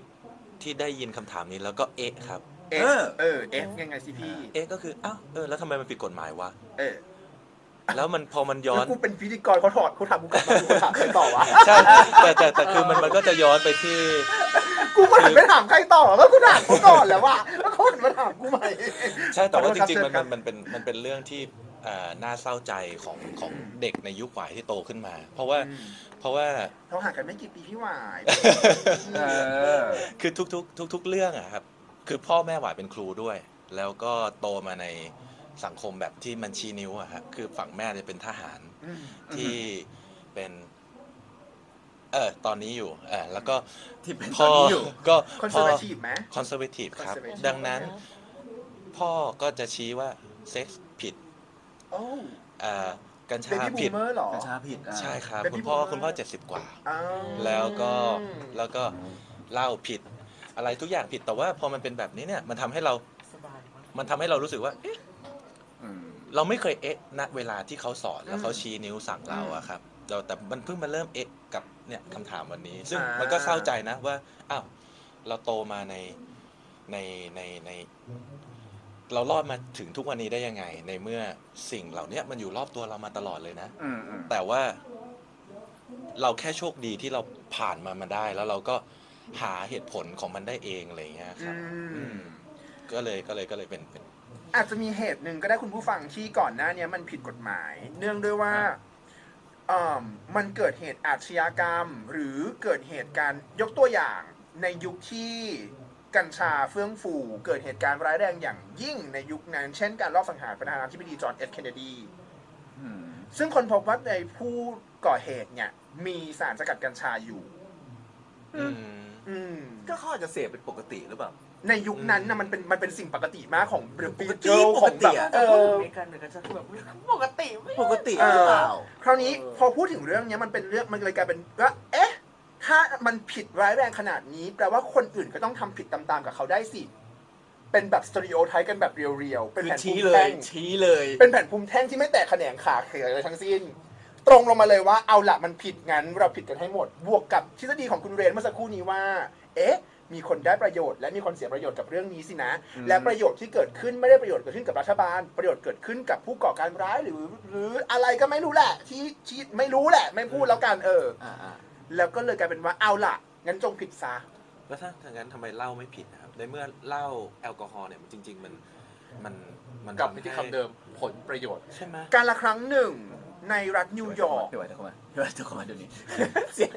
Speaker 5: ที่ได้ยินคำถามนี้แล้วก็เอ๊ะครับ
Speaker 1: เอ
Speaker 4: เออ
Speaker 1: ฟเออเอฟยังไงสิพี่
Speaker 5: เอ๊ะก็คืออ้าวเออแล้วทำไมมันผิดกฎหมายวะ
Speaker 1: เออ
Speaker 5: แล้วมันพอมันย้อ
Speaker 1: แล้
Speaker 5: น
Speaker 1: วกูเป็นพิธีกรเขาถอดเขาถามกูกลับมากูก็ถามใครต่อวะ
Speaker 5: ใช่แต่แต่แต่คือมันมันก็จะย้อนไปที่
Speaker 1: กูก็ถามไม่ถามใครต่อแล้วกูถามเขาก่อนแล้วว่าแล้วเขาหันมาถามกูใหม่
Speaker 5: ใช่แต่ว่าจริงๆ
Speaker 1: ขอ
Speaker 5: มัน
Speaker 1: โทษครับ
Speaker 5: มันมันเป็นมันเป็นเรื่องที่เอ่อน่าเศร้าใจของของเด็กในยุคหวายที่โตขึ้นมา เพราะว่าเพราะว่า
Speaker 1: เราห่างกันไม่กี่ปีพี่หวาย
Speaker 4: เออ
Speaker 5: คือทุกๆทุกๆเรื่องอะครับ คือพ่อแม่หวายเป็นครูด้วย แล้วก็โตมาในสังคมแบบที่มันชี้นิ้วอะครับคือฝั่งแม่จะเป็นทหารที่เป็น เออตอนนี้อยู่เออแล้วก็
Speaker 4: ที่เป็นต
Speaker 5: พ่
Speaker 4: อ
Speaker 5: อน
Speaker 4: นี้อยู่
Speaker 5: ก็
Speaker 1: คอนเซ
Speaker 5: พ่
Speaker 1: อ
Speaker 5: อ
Speaker 1: ร์ทีฟไหม
Speaker 5: คอนเซอร์เวทีฟครับ
Speaker 1: conservative
Speaker 5: ดังนั้นพ่อก็จะชี้ว่าเซ็กส์ผิด
Speaker 1: โอ้
Speaker 5: อ่ากัญ
Speaker 1: เป็น
Speaker 5: ชา
Speaker 1: พี่บู
Speaker 5: ผิด
Speaker 1: มเมอร์เหรอ
Speaker 4: กัญชาผิดอ่ะ
Speaker 5: ใช่ครับ
Speaker 1: เป็น
Speaker 5: คุ
Speaker 1: พี่
Speaker 5: ณพ่อ
Speaker 1: boomer
Speaker 5: คุณพ่อเจ็ดสิบกว่า
Speaker 1: อ้าว
Speaker 5: แล้วก็แล้วก็เหล้าผิด อะไรทุกอย่างผิดแต่ว่าพอมันเป็นแบบนี้เนี่ย มันทำให้เรา
Speaker 2: สบายมาก
Speaker 5: มันทำให้เรารู้สึกว่าเอ๊ะ
Speaker 4: อืม
Speaker 5: เราไม่เคยเอ๊ะณเวลาที่เขาสอนแล้วเขาชี้นิ้วสั่งเราอะครับเราแต่มันเพิ่งมาเริ่มเอ๊ะกับเนี่ยคำถามวันนี้ ซึ่งมันก็เศร้าใจนะว่าอ้าวเราโตมาในในในใน เรารอดมาถึงทุกวันนี้ได้ยังไง ในเมื่อสิ่งเหล่านี้มันอยู่รอบตัวเรามาตลอดเลยนะ
Speaker 4: อืมอืม
Speaker 5: แต่ว่าเราแค่โชคดีที่เราผ่านมามาได้ แล้วเราก็หาเหตุผลของมันได้เองอะไรอย่างเงี้ยค
Speaker 1: อื
Speaker 5: รับ
Speaker 1: ม
Speaker 5: อืมก็เลยก็เลยก็เลยเป็นเป็น
Speaker 1: อาจจะมีเหตุหนึ่งก็ได้คุณผู้ฟังที่ก่อนหน้าเนี้ยมันผิดกฎหมาย เนื่องด้วยว่าเอ่มมันเกิดเหตุอาชญากรรม หรือเกิดเหตุการณ์ยกตัวอย่างในยุคที่กัญชาเฟื่องฟู เกิดเหตุการณ์ร้ายแรงอย่างยิ่งในยุคนั้น เช่นการลอบสังหารประธานาธิบดีจอห์นเอฟเคนเนดี
Speaker 4: อืม
Speaker 1: ซึ่งคนพบว่าในผู้ก่อเหตุเนี่ย มีสารสกัดกัญชาอยู่
Speaker 5: อืม
Speaker 1: อืม
Speaker 4: ก็เขาอาจจะเสพเป็นปกติหรือเปล่า
Speaker 1: ในยุคนั้นนะมันเป็นมันเป็นสิ่งปกติมากของเรือ
Speaker 4: ป
Speaker 1: ปี
Speaker 4: กติ
Speaker 1: เกิล
Speaker 4: ป
Speaker 1: ข
Speaker 4: ก
Speaker 1: อง
Speaker 4: ติ
Speaker 1: แบบ
Speaker 4: อะ
Speaker 1: เอ
Speaker 3: แต่พูด
Speaker 1: อ
Speaker 3: ถึงเมกันเหมือนกันจะคือแบบปกติไม่
Speaker 4: ปกติ
Speaker 1: เอ
Speaker 4: ห
Speaker 1: อ
Speaker 4: รือเปล่า
Speaker 1: คราวนี้พอพูดถึงเรื่องเนี้ยมันเป็นเรื่องมันเลยกลายเป็นว่าเอ๊ะ ถ้ามันผิดร้ายแรงขนาดนี้แปลว่าคนอื่นก็ต้องทำผิดตามๆกับเขาได้สิ เป็นแบบสตอริโอไทป์กันแบบเรียวๆ เป็น
Speaker 4: คือ
Speaker 1: แผ่นภู
Speaker 4: ชี้
Speaker 1: มิ
Speaker 4: เล
Speaker 1: แท่
Speaker 4: ย
Speaker 1: ง
Speaker 4: ชี้เลย
Speaker 1: เป็นแผ่นภูมิแท่งที่ไม่แตกแขนงขาเขยอะไรทั้งสิ้น ตรงลงมาเลยว่าเอาละมันผิดงั้นเราผิดกันให้หมด บวกกับทฤษฎีของคุณเรนเมื่อสักครู่นี้ว่า เอ๊ะ มีคนได้ประโยชน์และมีคนเสียประโยชน์กับเรื่องนี้สินะ และประโยชน์ที่เกิดขึ้นไม่ได้ประโยชน์เกิดขึ้นกับรัฐบาล ประโยชน์เกิดขึ้นกับผู้ก่อการร้ายหรือ หรืออะไรก็ไม่รู้แหละ ที่ที่ไม่รู้แหละ ไม่พูดแล้วกันเออ
Speaker 4: อ่า
Speaker 1: แล้วก็เลยกลายเป็นว่าเอาล่ะงั้นจงผิดซะ
Speaker 7: แล้วถ้าทางนั้นทำไมเหล้าไม่ผิดนะครับ ในเมื่อเหล้าแอลกอฮอล์เนี่ยมันจริง ๆ มันมันมัน
Speaker 2: กลับ
Speaker 7: ทำ
Speaker 2: ไป
Speaker 7: ให้
Speaker 2: ที่คำเดิมผลประโยชน์
Speaker 7: ใช่ไหม
Speaker 1: การละครั้งหนึ่งในรัฐนิวยอร์ก
Speaker 4: เดี๋ยวไว้เดี๋ยวเข้ามาเดี๋ยวไว้เดี๋ยวเข้ามาเดี๋ยวนี้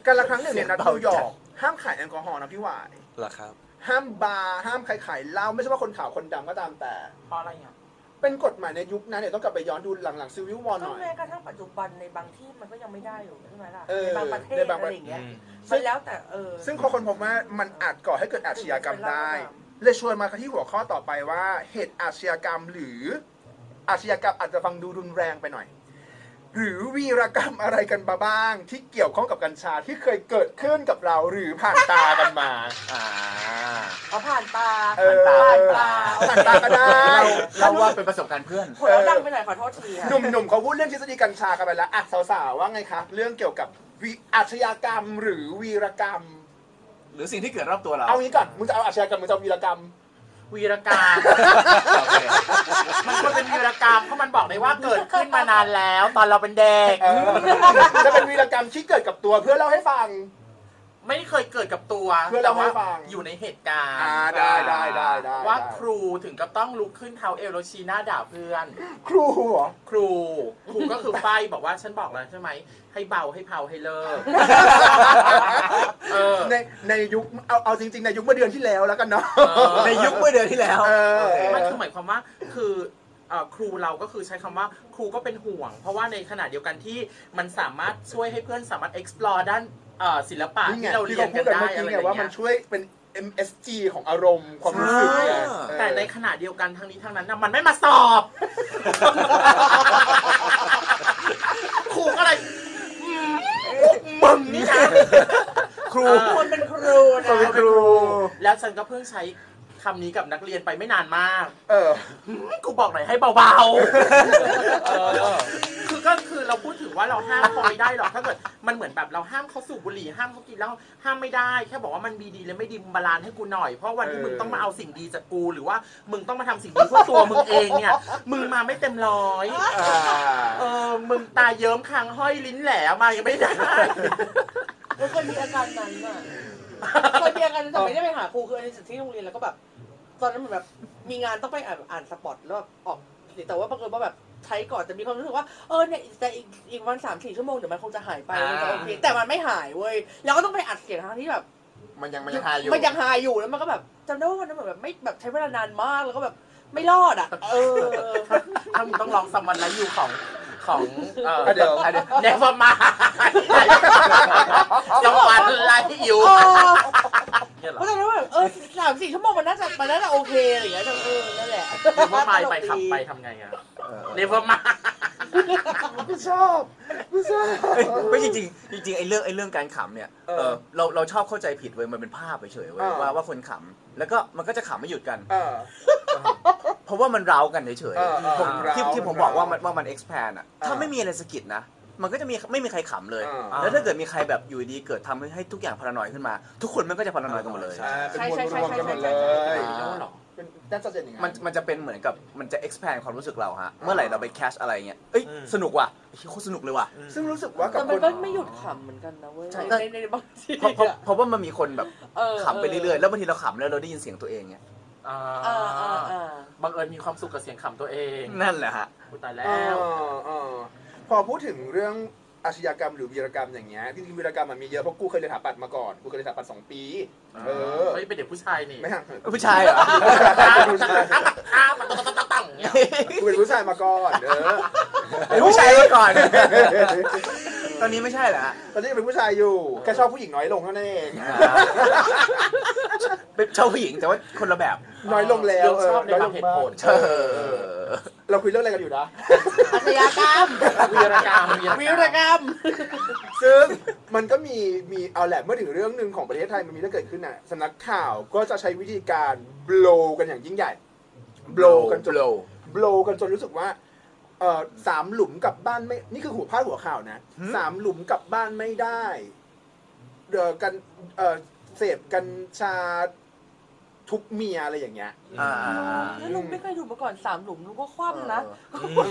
Speaker 1: การละครั้งหนึ่งในรัฐนิวยอ
Speaker 4: เสียงเบาจั
Speaker 1: ร์ก
Speaker 4: ด
Speaker 1: ห้ามขายแอลกอฮอล์นะพี่หวาย
Speaker 7: เหรอครับ
Speaker 1: ห้ามบาร์ห้ามใครขายเหล้าไม่ใช่ว่าคนขาวคนดำก็ตามแต่
Speaker 2: เพราะอะไรอ่ะ
Speaker 1: เป็นกฎหมายในยุคนั้นเนี่ยต้องกลับไปย้อนดูหลังๆซิวิววอร์ห
Speaker 3: ก็
Speaker 1: น่อย
Speaker 3: แม้กระทั่งปัจจุบันในบางที่มันก็ยังไม่ได้อยู่ใช่ไหมล่ะ
Speaker 1: เออ
Speaker 3: ในบางประเทศ
Speaker 1: ในบางป
Speaker 3: อะไร
Speaker 1: ระ
Speaker 3: อย่างเงี้ย
Speaker 7: อืม
Speaker 3: มันแล้วแต่เออ
Speaker 1: ซึ่งเขาคนพบว่ามันอาจก่อให้เกิดอาชญากรรมได้
Speaker 3: เป็นเรื่
Speaker 1: เล
Speaker 3: องราว
Speaker 1: ยชวนมาที่หัวข้อต่อไปว่าเหตุอาชญากรรมหรือ อาชญากรรมอาจจะฟังดูรุนแรงไปหน่อย หรือวีรกรรมอะไรกันมาบ้าง ที่เกี่ยวข้องกับกัญชาที่เคยเกิดขึ้นกับเราหรือผ่านตากันมา
Speaker 4: อ่า
Speaker 3: เอาผ่านตา
Speaker 1: เออ
Speaker 3: ผ่านตา
Speaker 1: ผ่านตาก็ได้
Speaker 4: เราเราว่าเป็นประสบการณ์เพื่อน
Speaker 3: หัวเราะดังไปหน่อยขอโทษทีค่ะ
Speaker 1: หนุ่มๆเขาพูดเรื่องทฤษฎีกัญชากันไปแล้วอ่ะสาวๆว่าไงคะเรื่องเกี่ยวกับวิอาชญากรรมหรือวีรกรรม
Speaker 4: หรือสิ่งที่เกิดรอบตัวเรา
Speaker 1: เอางี้ก่อนมึงจะเอาอาชญากรรมมึงจะเอาวีรกรรม
Speaker 2: วีรกรรม
Speaker 4: โอเค
Speaker 2: มันควรเป็นวีรกรรมเพราะมันบอกได้ว่าเกิดขึ้นมานานแล้ว ตอนเราเป็นเด็ก
Speaker 1: เออจะเป็นวีรกรรมที่เกิดกับตัวเพื่อเล่าให้ฟัง
Speaker 2: ไม่เคยเกิดกับตัว
Speaker 1: เพื่อนเรา
Speaker 2: แต่ว่า
Speaker 1: ให้ฟัง
Speaker 2: อยู่ในเหตุการ
Speaker 1: อ่า
Speaker 2: ณ์
Speaker 1: ได้ได้ได้ได้
Speaker 2: ว่าครูถึงกับต้องลุกขึ้นเท้าเอวแล้วชี้หน้าด่าเพื่อน
Speaker 1: ครูเหรอ
Speaker 2: ครูครูก็คือไฟบอกว่าฉันบอกแล้วใช่ไหม ให้เบาให้เผาให้เลิก เออ
Speaker 1: ในในยุคเอาเอาจริงๆ ในยุคเมื่อเดือนที่แล้วแล้วกันเนาะ
Speaker 2: เออ
Speaker 4: ในยุคเมื่อเดือนที่แล้ว
Speaker 1: เออ
Speaker 2: มันคือหมายความว่าคือเอ่อครูเราก็คือใช้คำว่าครูก็เป็นห่วง เพราะว่าในขณะเดียวกันที่มันสามารถช่วยให้เพื่อนสามารถ explore ด้านเอ่อศิลปะ
Speaker 1: นี่ไง
Speaker 2: ที่เรา
Speaker 1: ที่
Speaker 2: เรีย
Speaker 1: เขา
Speaker 2: น
Speaker 1: พู
Speaker 2: กั
Speaker 1: ดกั
Speaker 2: น
Speaker 1: น
Speaker 2: ได้
Speaker 1: เมื่อกี้ไง
Speaker 2: อะไรอย่าง
Speaker 1: ว่ามั
Speaker 2: เงี้
Speaker 1: น
Speaker 2: ย
Speaker 1: ช่วยเป็น MSG ของอารมณ์ความรู้สึกไงเออ
Speaker 2: แต่ในขณะเดียวกันทางนี้ทางนั้นนะมันไม่มาสอบ [LAUGHS] ครูก็เลยอืมพวกมึงนี่นะ
Speaker 4: ครู
Speaker 2: เออ
Speaker 3: คนเป็นครูนะ
Speaker 4: ครู
Speaker 2: แล้วฉันก็เพิ่งใช้คำนี้กับนักเรียนไปไม่นานมาก
Speaker 1: เออ
Speaker 2: กูบอกหน่อยให้เบาๆ เออคือก็คือเราพูดถึงว่าเราห้ามเขาไม่ได้หรอก ถ้าเกิดมันเหมือนแบบเราห้ามเขาสูบบุหรี่ห้ามเขากินแล้วห้ามไม่ได้ แค่บอกว่ามันมีดีและไม่ดีมึงบาลานซ์ให้กูหน่อย เพราะวันที่
Speaker 1: เออ
Speaker 2: มึงต้องมาเอาสิ่งดีจากกู หรือว่ามึงต้องมาทำสิ่งดีเพื่อตัวมึงเองเนี่ย มึงมาไม่เต็มร้อย
Speaker 1: อ่า
Speaker 2: เออ มึงตาเยิ้มคางห้อยลิ้นแหลมมายังไม่ได้
Speaker 3: แล้วเคยมีอาการนั้นอ่ะ เคยมีอาการนั้นแต่ไม่ได้ไปหาครูคืออันนี้จากที่โรงเรียนแล้วก็แบบ ตอนนั้นเหมือนแบบมีงานต้องไปอ่านอ่านสปอตแล้วแบบออกแต่ว่าบังเอิญว่าแบบใช้ก่อนแต่มีความรู้สึกว่าเออเนี่ยแต่อีกอีกวันสามสี่ชั่วโมงเดี๋ยวมันคงจะหายไปมันจะโอเคแต่มันไม่หายเว้ยแล้วก็ต้องไปอัดเสียงทั้งที่แบบ
Speaker 4: มันยังไม่หายอยู่
Speaker 3: มันยังหายอยู่แล้วมันก็แบบจำได้ว่าวันนั้นเหมือนแบบไม่แบบใช้เวลานานมากแล้วก็แบบไม่รอดอ่ะ เออ
Speaker 2: ถ้ามึงต้องลองสมันนั้นอยู่ของของเอ่อ
Speaker 1: อ่ะเดี๋ยว
Speaker 2: เนฟมาสมันไรอยู่
Speaker 3: เออ
Speaker 2: เนี่ยเห
Speaker 3: [LAUGHS]
Speaker 2: ร
Speaker 3: เพ
Speaker 2: อ
Speaker 3: ราะตอนนั้นว่าเออสามสี่ชั่วโมงมันน่าจะมันน่าจะโอเคอะไรอย่างเงี้ยแต่เออนั่นแหละ
Speaker 2: เนฟมาไปขับไปทำไงอ่ะเนฟมา
Speaker 1: ไม่ชอบไม่ชอบ
Speaker 4: เอ้ยไม่จริงๆจริงๆไอ้เรื่องไอ้เรื่องการขำเนี่ย
Speaker 1: เออ
Speaker 4: เออเราเราชอบเข้าใจผิดเว้ยมันเป็นภาพเฉยๆเว้ย
Speaker 1: อ่า
Speaker 4: ว่าว่าคนขำแล้วก็มันก็จะขำไม่หยุดกัน
Speaker 1: เออ
Speaker 4: เพราะว่ามันเร้ากันเฉย
Speaker 1: เออเออ
Speaker 4: ๆผม
Speaker 1: เร้า
Speaker 4: ที่ที่ผมบอกว่ามันว่ามัน expand อ่ะ
Speaker 1: อ่า
Speaker 4: ถ้าไม่มีอะไรสะกิดนะ มันก็จะมีไม่มีใครขำเลย
Speaker 1: อ่า
Speaker 4: แล้วถ้าเกิดมีใครแบบอยู่ดีเกิดทำให้ให้ทุกอย่างพารานอยขึ้นมา ทุกคนมันก็จะพารานอยกันหมดเลย
Speaker 7: ใช่
Speaker 1: เป็นมวลรวมกันหมดเล
Speaker 4: ใช่
Speaker 1: ย
Speaker 2: แล้วเหรอ
Speaker 1: เป็นน่าจะเป็นอย่าง
Speaker 4: มันมันจะเป็นเหมือนกับมันจะ expand ความรู้สึกเราฮะเมื่อไหร่เราไป catch อะไรเงี้ยเอ้ย
Speaker 7: อืม
Speaker 4: สนุกว่ะเฮ้ยโคตรสนุกเลยว่ะ
Speaker 1: ซึ่งรู้สึกว่ากั
Speaker 3: แต่
Speaker 1: บค
Speaker 3: มัน
Speaker 1: น
Speaker 3: ก็ไม่หยุดขำเหมือนกันนะเว้ย
Speaker 4: ใช่
Speaker 3: ในในในบางที
Speaker 4: เพราะเพราะ
Speaker 3: อะ
Speaker 4: เพราะว่ามันมีคนแบบ
Speaker 3: เออ
Speaker 4: ขำไปเรื่อยๆแล้วบางทีเราขำแล้วเราได้ยินเสียงตัวเองเงี้ย
Speaker 3: เออเออเออ
Speaker 2: บังเอิญมีความสุขกับเสียงขำตัวเอง
Speaker 4: นั่นแหละฮะ
Speaker 2: กูตายแล้ว
Speaker 1: อ่าอ่าพอพูดถึงเรื่องอาชญากรรมหรือวีรกรรมอย่างเงี้ยจริงๆวีรกรรมมันมีเยอะเพราะกูเคยเรียนสถาปัตย์มาก่อนกูเคยเรียนสถาปัตย์สองปี เออ
Speaker 2: เฮ้ยเป็นเด็กผู้ชายนี่
Speaker 1: ไม่ห่าง
Speaker 4: ผู้ชายเหรอ
Speaker 1: กูเป็นผู้ชาย
Speaker 2: อ้าวมันตั้งตั้งตั้งเนี่ย
Speaker 1: กูเป็นผู้ชายมาก่อนเออ
Speaker 4: เป็นผู้ชายมาก่อน ตอนนี้ไม่ใช่เหรอฮะ
Speaker 1: ตอนนี้ยังเป็นผู้ชายอยู่แค่ชอบผู้หญิงน้อยลงเท่านั้นเอง
Speaker 4: เป็นชาวผู้หญิงแต่ว่าคนละแบบ
Speaker 1: น้อยลงแล้ว
Speaker 2: ชอบใน
Speaker 1: เน้อยล
Speaker 2: บาง
Speaker 1: ง
Speaker 2: เหตุผล
Speaker 4: เออ
Speaker 1: เราคุยเรื่องอะไรกันอยู่นะ
Speaker 3: อาชญากรรม
Speaker 2: วีรกรรม
Speaker 3: วิรกรรม
Speaker 1: ซึ่งมันก็มีมีเอาแหละเมื่อถึงเรื่องหนึ่งของประเทศไทยมันมีเรื่องเกิดขึ้นน่ะสำนักข่าวก็จะใช้วิธีการ blow กันอย่างยิ่งใหญ่ blow กันจน
Speaker 4: โล
Speaker 1: บลกันจนรู้สึกว่าเออสามหลุมกลับบ้านไม่นี่คือหัวพาดหัวข่าวนะ
Speaker 4: หืม
Speaker 1: สามหลุมกลับบ้านไม่ได้เดอกันเออเสพกัญชา ทุกเมียอะไรอย่างเงี้ย
Speaker 4: อ่าอ่าอ่า
Speaker 3: แล้วลุงไม่เคยดูมาก่อนสามหลุมลุงก็คว่ำนะ
Speaker 4: เอ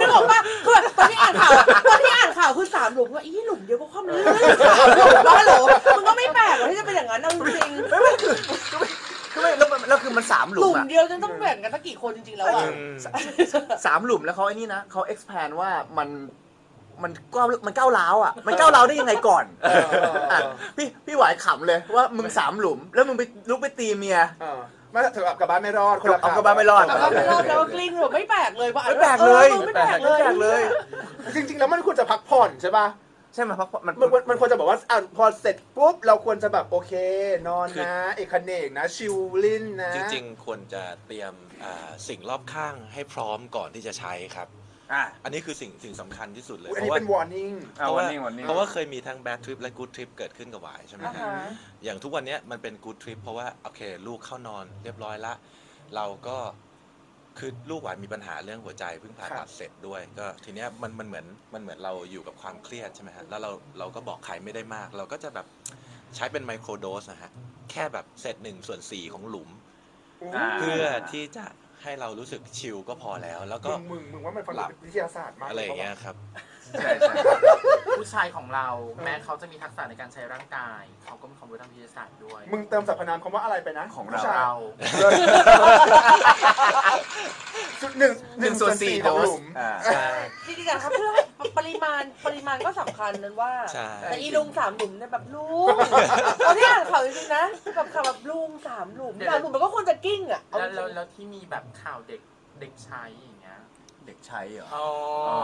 Speaker 3: นึกออกปะคือตอนที่อ่านข่าวอะตอนที่อ่านข่าวคือสามหลุมก็อีหลุมเดียวก็คว่ำเลยสามหลุมก็หลงมันก็ไม่แปลกหรอกที่จะเป็นอย่างนั้นเอาจริง
Speaker 4: ไม่ไม่คือคือไม่แล้วมันแล้วคือมันสามห
Speaker 3: ๆ
Speaker 4: ลุ
Speaker 3: หลุ
Speaker 4: ม
Speaker 3: ม
Speaker 4: อะ
Speaker 3: เดียวจนต้องแบ่งกันสักกี่คนจริงๆแล้วอะ
Speaker 4: สามหลุมแล้วเขาไอ้นี่นะเขา expand ว่ามันมันก้าวมันก้าวร้าวอ่ะมันก้าวร้าวได้ยังไงก่อนอ่ะพี่พี่หวายขำเลยว่ามึงสามหลุม แล้วมึงไปลุกไปตีเมีย
Speaker 1: เออไม่ถึงกับกลับบ้านไม่รอดคนละ
Speaker 4: เอากลับบ้านไม่รอด
Speaker 3: แต่ว่าไม่รอบแล้วก็กลิ้งแบบไม่แปลกเลยว่า
Speaker 4: ไม่แปลกเลย
Speaker 3: ออไม่แปลกเลย
Speaker 4: เลย
Speaker 1: จริงๆ แล้วมันควรจะพักผ่อนใช่ป่ะ
Speaker 4: ใช่ไหมเพราะมัน
Speaker 1: มันมันมันควรจะบอกว่าอ่ะพอเสร็จปุ๊บ เราควรจะแบบโอเค นอนนะ เอกเขนกนะ ชิลลินนะ
Speaker 5: จริงๆ ควรจะเตรียมอ่าสิ่งรอบข้างให้พร้อมก่อนที่จะใช้ครับ
Speaker 4: อ่ะ
Speaker 5: อันนี้คือสิ่งสิ่งสำคัญที่สุดเลย
Speaker 1: อัน
Speaker 5: เพ
Speaker 1: นี้
Speaker 5: ราะว่า
Speaker 1: เป็น warning
Speaker 5: เพราะว่า
Speaker 4: warning warning
Speaker 5: เพราะว่าเคยมีทั้ง bad trip และ good trip เกิดขึ้นกับหวายใช่ไหม
Speaker 3: อ่า
Speaker 5: ครั
Speaker 3: ฮะ
Speaker 5: บ อย่างทุกวันเนี้ยมันเป็น good trip เพราะว่าโอเค ลูกเข้านอนเรียบร้อยละ เราก็คือลูกหวานมีปัญหาเรื่องหัวใจเพิ่งผ่า
Speaker 1: ครับ
Speaker 5: ตัดเสร็จด้วย ก็ทีเนี้ยมันมันเหมือนมันเหมือนเราอยู่กับความเครียดใช่ไหมฮะแล้วเราเราก็บอกใครไม่ได้มาก เราก็จะแบบใช้เป็นไมโครโดสนะฮะแค่แบบเศษหนึ่งส่วนสี่ของหลุม
Speaker 4: อ่า
Speaker 5: เพื่อที่จะให้เรารู้สึกชิลก็พอแล้ว แล้วก็
Speaker 1: มึงมึงมึงว่ามันฟังดูเป็นวิทยาศาสตร์มาก
Speaker 5: อะไรอย่างเงี้ยครับ
Speaker 4: ใช่ใช่
Speaker 2: ผู้ชายของเราแม้เขาจะมีทักษะในการใช้ร่างกาย เขาก็มีความรู้ทางวิทยาศาสตร์ด้วย
Speaker 1: มึงเติมสรรพนามคำว่าอะไรไปนะ
Speaker 4: ของ
Speaker 1: ผู้
Speaker 4: เรา
Speaker 1: ชย
Speaker 2: เรา
Speaker 1: จุดหนึ่ง
Speaker 4: หนึ่งส่วนสี่
Speaker 1: ข
Speaker 4: โด
Speaker 1: อง
Speaker 4: ส
Speaker 1: หลุม
Speaker 4: อ่า
Speaker 3: จริงๆนะครับเพื่อปริมาณปริมาณก็สำคัญนั้นว่า
Speaker 5: ใช่
Speaker 3: แต่อีลุงสามหลุมเนี่ยแบบลุงตอนที่อ่านข่าวจริงๆนะกับข่าวแบบลุงสามหลุมสามหลุมมันก็ควรจะกิ้งอ่ะเอา
Speaker 2: แล้
Speaker 3: จ
Speaker 2: ว
Speaker 3: ริง
Speaker 2: แล้วแล้วที่มีแบบข่าวเด็กเด็กชายอย่างเงี้ย
Speaker 4: เด็กใช้เหรอ
Speaker 2: อ๋อ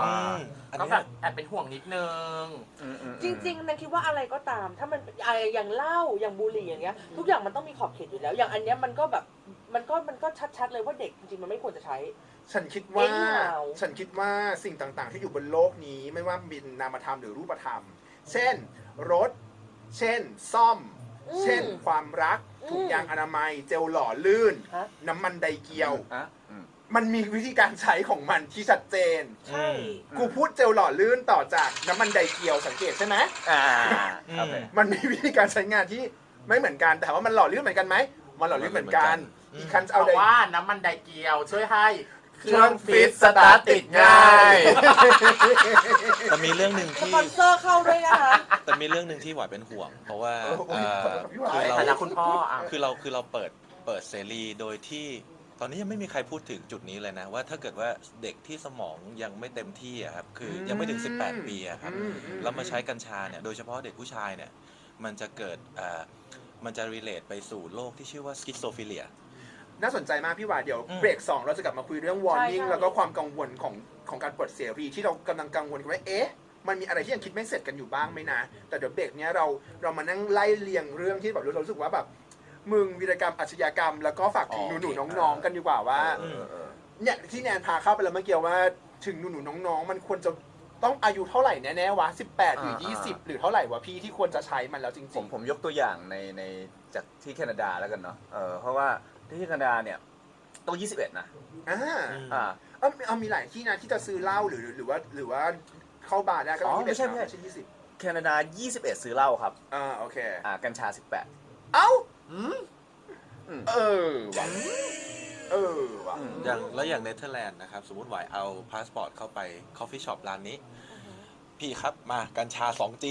Speaker 4: อ่า
Speaker 5: มอัน
Speaker 2: ก็แบ
Speaker 5: เนี้ย
Speaker 2: บแอบเป็นห่วงนิดนึง
Speaker 4: อืมอืม
Speaker 3: จ
Speaker 4: อืม
Speaker 3: ริงๆนันคิดว่าอะไรก็ตาม ถ้ามันอ่ะอย่างเหล้าอย่างบุหรี่อย่างเงี้ย ทุกอย่างมันต้องมีขอบเขตอยู่แล้ว อย่างอันเนี้ยมันก็แบบมันก็มันก็ชัดๆเลยว่าเด็กจริงๆมันไม่ควรจะใช้
Speaker 1: ฉันคิดว่า
Speaker 3: เอ็นหนาว
Speaker 1: ฉันคิดว่าสิ่งต่างๆ ที่อยู่บนโลกนี้ไม่ว่าบินนามธรรมหรือรูปธรรม เช่น รถ เช่น ซ่อม
Speaker 3: อืม
Speaker 1: เช่น ความรัก
Speaker 3: อืม
Speaker 1: ถุงยางอนามัย เจลหล่อลื่น
Speaker 3: ฮะ
Speaker 1: น้ำมันไดเกียว
Speaker 4: อ่ะอืม
Speaker 1: มันมีวิธีการใช้ของมันที่ชัดเจน
Speaker 3: ใช่
Speaker 4: อืม
Speaker 1: กูพูดเจลหล่อลื่นต่อจากน้ำมันไดเกียวสังเกตใช่ไหม
Speaker 4: อ่า
Speaker 5: อืม
Speaker 4: โอเค
Speaker 1: มันมีวิธีการใช้งานที่ไม่เหมือนกัน แต่ถามว่ามันหล่อลื่นเหมือนกันไหม มันหล่อลื่นเหมือนกัน
Speaker 5: อืม
Speaker 1: อีกคันจะ
Speaker 2: เอา
Speaker 1: เอาได
Speaker 2: ว่าน้ำมันไดเกียวช่วยให้
Speaker 1: เครื่องฟิตสตาร์ทติดง่าย
Speaker 5: แต่มีเรื่องหนึ่ง
Speaker 3: ส
Speaker 5: ที่
Speaker 3: ปอนเซอร์เข้าด้วยนะคะ
Speaker 5: แต่มีเรื่องหนึ่งที่หวายเป็นห่วง เพราะว่า
Speaker 1: โอ้โห
Speaker 5: เอ่อ
Speaker 1: พี่หวาย
Speaker 5: คือ
Speaker 2: ในฐา
Speaker 5: เรา
Speaker 2: นะคุณพ่ออ่ะ
Speaker 5: คือเราคือเราเปิดเปิดเสรีโดยที่ ตอนนี้ยังไม่มีใครพูดถึงจุดนี้เลยนะ ว่าถ้าเกิดว่าเด็กที่สมองยังไม่เต็มที่อะครับคือยังไม่ถึง 18 ปีอะครับ
Speaker 1: อืมอื
Speaker 5: แล้วมาใช้กัญชาเนี่ยโดยเฉพาะเด็กผู้ชายเนี่ยมันจะเกิดเอ่อมันจะ relate ไปสู่โรคที่ชื่อว่าสกิสโซฟิเลีย
Speaker 1: น่าสนใจมากพี่หวายเดี๋ยว
Speaker 5: อืม
Speaker 1: เบรกสองเราจะกลับมาคุยเรื่อง warning
Speaker 3: ใช่ใช่
Speaker 1: แล้วก็ความกังวลของของการปลดเสรีที่เรากำลังกังวลกันว่าเอ๊ะ มันมีอะไรที่ยังคิดไม่เสร็จกันอยู่บ้างไหมนะ แต่เดี๋ยวเบรกเนี้ยเราเรามานั่งไล่เรียงเรื่องที่แบบเรารู้สึกว่าแบบมึงวีรกรรมอาชญากรรม แล้วก็ฝากถึงหนูๆน้องๆกันดีกว่าว่า
Speaker 5: เออเออ
Speaker 1: เนี่ยที่แนนพาเข้าไปแล้วเมื่อกี้ว่าถึงหนูๆน้องๆ มันควรจะต้องอายุเท่าไหร่แน่ๆวะ18 หรือ
Speaker 4: อ่า
Speaker 1: 20 หรือเท่าไหร่วะพี่ที่ควรจะใช้มันแล้วจ
Speaker 4: ผ
Speaker 1: ริ
Speaker 4: ม
Speaker 1: ง
Speaker 4: ผมยกตัวอย่างในในจากที่แคนาดาแล้วกันเนาะ เออเพราะว่าที่แคนาดาเนี่ยต้อง 21 นะ
Speaker 1: ๆ อ่า
Speaker 4: อ่า
Speaker 1: เอ้าเอามีหลายที่นะที่จะซื้อเหล้าหรือหรือว่าหรือว่าเข้าบาร์ได้ก็ต้อ
Speaker 4: อ๋
Speaker 1: ง
Speaker 4: อไม่ใช่ไม่ใช่
Speaker 1: ยี่สิบ
Speaker 4: แคนาดา 21 ซื้อเหล้าครับ
Speaker 1: อ่าโอเค
Speaker 4: อ่า กัญชา
Speaker 1: เอ้า
Speaker 4: อืมอืม
Speaker 1: เออว่ะเออว่ะ
Speaker 4: 18อืม
Speaker 5: อย่างแล้วอย่างเนเธอร์แลนด์นะครับ สมมติหวายเอาพาสปอร์ตเข้าไปคอฟฟี่ช็อปร้านนี้ พี่ครับมากัญชา 2G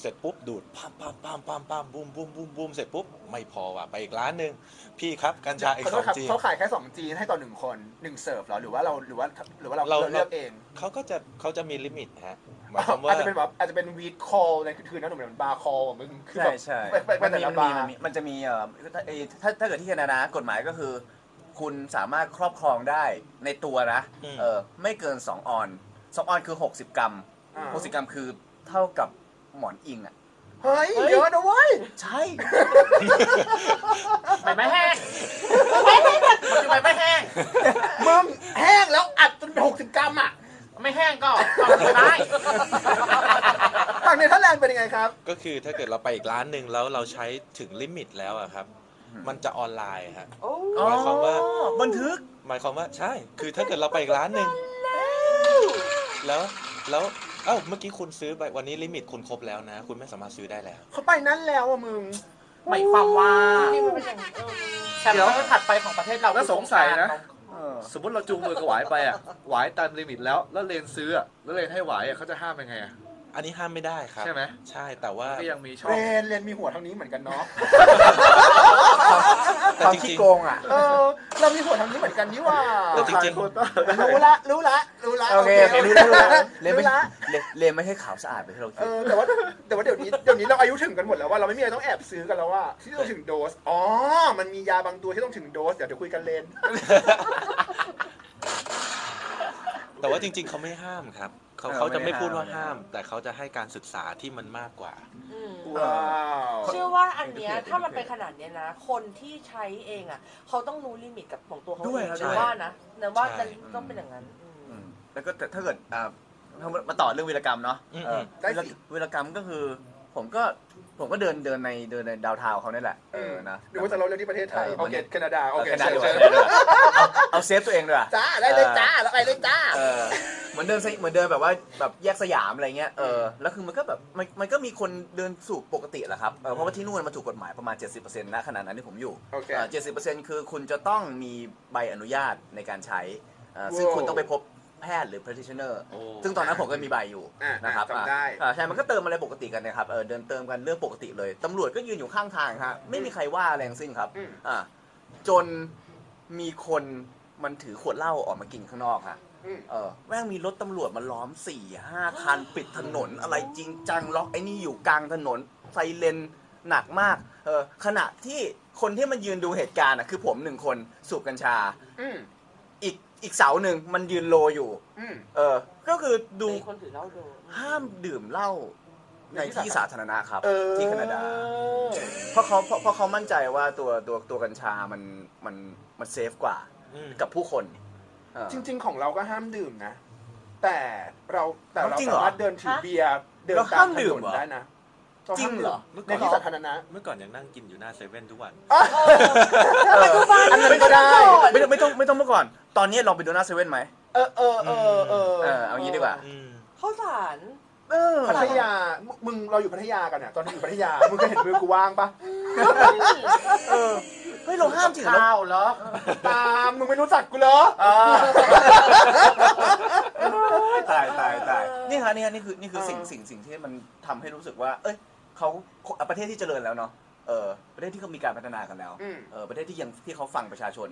Speaker 5: เสร็จปุ๊บ ดูดปั๊มปั๊มปั๊มปั๊มปั๊มบูมบูมบูมบูมเสร็จปุ๊บ ไม่พอว่ะ ไปอีกร้านหนึ่งพี่ครับ กัญชาอีก
Speaker 1: เขาครับ
Speaker 5: 2G
Speaker 1: เขาขายแค่ 2 จีนให้ต่อหนึ่งคนหนึ่งเสิร์ฟเหรอหรือว่าเราหรือว่าหรือว่าเรา
Speaker 5: เรา
Speaker 1: เราเลือกเอง
Speaker 5: เขาก็จะเขาจะมีลิมิตฮะหมายความว่า
Speaker 1: อาจจะเป็นแบบอาจจะเป็นวีดคอลในคืนนั้นหนูเหมือนบาร์คอลมึงคือ
Speaker 4: ใช่
Speaker 1: แบบ
Speaker 4: ใช่
Speaker 1: ไปไปไป
Speaker 4: มัน
Speaker 1: แต่
Speaker 4: มี
Speaker 1: ละบาร์
Speaker 4: มันมีมันมีมันจะมีเอ่อถ้าเอ่อถ้าถ้าเกิดที่แคนาดากฎหมายก็คือ คุณสามารถครอบครองได้ในตัวนะ
Speaker 5: อืม
Speaker 4: เออไม่เกิน 2 ออน 2 ออนคือ 60 กรัม
Speaker 1: อ่า
Speaker 4: 60 กรัมคือเท่ากับหมอนอิงอ่ะ
Speaker 1: เฮ้ยเยอะนะเว้ย
Speaker 4: ใช่
Speaker 2: ไปไม่แห้งไปไม่แห้งมันคือไปไม่แห้ง
Speaker 1: มึงแห้งแล้วอัดจนหกสิบกรัมอ่ะ
Speaker 2: ไม่แห้งก็ก็ไม่ได้
Speaker 1: ฝั่งเนเธอร์แลนด์เป็นยังไงครับ
Speaker 5: ก็คือถ้าเกิดเราไปอีกร้านหนึ่งแล้วเราใช้ถึงลิมิตแล้วอะครับ
Speaker 4: อืม
Speaker 5: มันจะออนไลน์ฮะ
Speaker 3: โอ้
Speaker 5: หมายความว่า
Speaker 4: อ๋อบันทึก
Speaker 5: หมายความว่าใช่ คือถ้าเกิดเราไปอีกร้านหนึ่งแล้วแล้วเอ้าเมื่อกี้คุณซื้อไปวันนี้ลิมิตคุณครบแล้วนะ คุณไม่สามารถซื้อได้แล้ว
Speaker 1: เขาไปนั้นแล้วอ่ะมึง
Speaker 2: หมายความว่า
Speaker 3: นี่มันเป็นอย่างเออ
Speaker 2: แชมป์เปอร์ถัดไปของประเทศเรา
Speaker 6: แล้วสงสัยนะ
Speaker 4: เออ
Speaker 6: สมมติเราจูงมือกับหวายไปอ่ะ หวายตามลิมิตแล้ว แล้วเลนซื้ออะแล้วเลนให้หวายอะเขาจะห้ามยังไงอะ
Speaker 7: อันนี้ห้ามไม่ได้ครับ
Speaker 6: ใช่ไหม
Speaker 7: ใช่แต่ว่า
Speaker 6: ก็ยังมีช่อ
Speaker 1: เร
Speaker 6: ง
Speaker 1: นเรนมีหัวทางนี้เหมือนกันเนาะ
Speaker 4: ความขี้โกงอ่ะ
Speaker 1: เออเรามีหัวทางนี้เหมือนกันนี่หว่า
Speaker 7: แต่จริงๆ
Speaker 1: ขายโควต้ารู้ละรู้ละรู้ละ
Speaker 4: โอเคโอเครู้ละรู้ละ เลน
Speaker 1: รู้
Speaker 4: ไม่
Speaker 1: ละ
Speaker 4: เลนเลนไม่ใช่ขาวสะอาดไปที่เรา
Speaker 1: เอ
Speaker 4: คิด
Speaker 1: อแต่ว่าแต่ว่าเดี๋ยวนี้เดี๋ยวนี้เราอายุถึงกันหมดแล้วว่าเราไม่มีอะไรต้องแอบซื้อกันแล้วว่าที่ต้องถึงโดสอ๋อมันมียาบางตัวที่ต้องถึงโดสเดี๋ยวเดี๋ยวคุยกันเลน
Speaker 7: แต่ว่าจริง ๆ เขาไม่ห้ามครับเขา
Speaker 4: เออ
Speaker 7: เขาจะ
Speaker 4: ไม่
Speaker 7: ไม่
Speaker 4: ได้
Speaker 7: พูดว่า
Speaker 4: ห้า
Speaker 7: ห้าม ม แต่เขาจะให้การศึกษาที่มันมากกว่า
Speaker 3: อืม
Speaker 1: ว้าว
Speaker 3: เชื่อว่าอันเนี้ยถ้ามันเป็นขนาดเนี้ยนะ คนที่ใช้เองอ่ะ เขาต้องรู้ลิมิตกับของตัวเขา
Speaker 4: ด้วย
Speaker 3: เอง
Speaker 4: แล้ว
Speaker 3: นะว่านะนะว่า
Speaker 7: ใช่
Speaker 3: มันต้องเป็นอย่างนั้นอืม
Speaker 4: อืมแล้วก็แต่ถ้าเกิดอ่าถ้ามาต่อเรื่องวีรกรรมเนาะ
Speaker 7: อืม
Speaker 4: เออ
Speaker 1: ได้สิ
Speaker 4: วีรวีรกรรมก็คือ ผมก็ผมก็เดินเดินในเดินในดาวเทาวน์เขาเนี่ยแหละเออนะ
Speaker 1: หรือว่าจะเราเรื่องที่ประเทศไทย
Speaker 4: เออ
Speaker 1: โอเคแคนาดาโอ
Speaker 4: เอา
Speaker 1: เค
Speaker 4: แค่นั้นดีก
Speaker 1: เชิ
Speaker 4: ว่า
Speaker 1: ญ
Speaker 4: เอาแค่นั้นดีกว่าเอาเอาเซฟตัวเองด้วย
Speaker 1: จ้าได้เลยจ้าแล้วไปเลยจ้า
Speaker 4: เออเหมือนเดินสยเหมือนเดินแบบว่าแบบแยกสยามอะไรเงี้ยเออแล้วคือมันก็แบบมันมันก็มีคนเดินสู่ปกติแหละครับเออเพราะว่าที่นู่นมันถูกกฎหมายประมาณ 70%นะขนาดนั้นที่ผมอยู่
Speaker 1: โอเค
Speaker 4: เจ็ดสิบเปอร์เซ็นต์คือคุณจะต้องมีใบอนุญาตในการใช้เอ่อซึ่ง
Speaker 1: ว้าว
Speaker 4: คุณต้องไปพบแพทย์หรือ practitioner
Speaker 7: โอ้
Speaker 4: ซึ่งตอนนั้นผมก็มีใบอยู่
Speaker 1: อ่ะ
Speaker 4: นะครับ
Speaker 1: อ่ะจำได้
Speaker 4: อ่ะใช่ มันก็เติมอะไรปกติกันนะครับเอ่อเดินเติมกันเรื่องปกติเลย ตำรวจก็ยืนอยู่ข้างทางฮะไม่มีใครว่าอะไรทั้งสิ้นครับ
Speaker 1: อืม
Speaker 4: อ่ะจนมีคนมันถือขวดเหล้าออกมากินข้างนอกฮะ
Speaker 1: อืม
Speaker 4: เออแม่งมีรถตำรวจมาล้อมสี่ห้าคั
Speaker 1: [GASPS]
Speaker 4: นปิดถนนอะไรจริงจังล็อกไอ้นี่อยู่กลางถนนไซเลน หนักมาก เออขณะที่คนที่มันยืนดูเหตุการณ์อ่ะคือผมหนึ่งคนสูบกัญชา
Speaker 1: อืม
Speaker 4: อีกอีกเสาหนึ่งมันยืนโลอยู่
Speaker 1: อืม
Speaker 4: เออ ก็คือดู
Speaker 3: มีคนถือเหล้าโดน
Speaker 4: ห้ามดื่มเหล้าในที่สาธารณะครับ
Speaker 1: เออ
Speaker 4: ที่แคนาดา เพราะเขาเพราะเพราะเขามั่นใจว่าตัวตัวตัวกัญชามันมันมันเซฟกว่า
Speaker 7: อืม
Speaker 4: กับผู้คนเออ
Speaker 1: จริง ๆ ของเราก็ห้ามดื่มนะ แต่เราแต่เรา
Speaker 4: จริงเหร
Speaker 1: สา
Speaker 4: อ
Speaker 1: มารถเดินถือเบียร์เดิน
Speaker 4: เรา
Speaker 1: ตาม
Speaker 4: ห้าม
Speaker 1: ถ
Speaker 4: ดื่
Speaker 1: น
Speaker 4: ม
Speaker 1: น
Speaker 4: เหรอ
Speaker 1: ได้นะาาม
Speaker 4: จริงเหรอ
Speaker 1: ดื่มในที่สาธารณะ
Speaker 7: เมื่อก่อนยังนั่งกินอยู่หน้าเซเว่นทุกวัน
Speaker 1: อันนั้นก็ได้
Speaker 4: ไม่ต้องไม่ต้องไม่ต้องเมื่อก่อน ตอนนี้ลองไปดูหน้าเซเว่นไหม
Speaker 1: เออเออเออเออ
Speaker 4: เออเอางี้ดีกว่า
Speaker 7: อืม
Speaker 3: ข้าวสาร
Speaker 4: เออ
Speaker 1: พัทยามึงมึงเราอยู่พัทยากันอ่ะตอนนี้อยู่พัทยามึงเคยเห็นมือกูว่างปะ
Speaker 4: เออเฮ้ยเราห้ามจริงเหรอ
Speaker 2: ข้าวเหรอ
Speaker 1: ตามมึงไม่รู้จักกูเหรอ
Speaker 4: ตายตายตาย
Speaker 3: เออ
Speaker 4: นี่ฮะนี่ฮะนี่คือนี่คือ
Speaker 1: เออ
Speaker 4: สิ่งสิ่งสิ่งที่มันทำให้รู้สึกว่า เอ้ยเขาอ่ะประเทศที่เจริญแล้วเนาะเออประเทศที่เขามีการพัฒนากันแล้ว
Speaker 1: อืม
Speaker 4: เออประเทศที่ยังที่เขาฟังประชาชน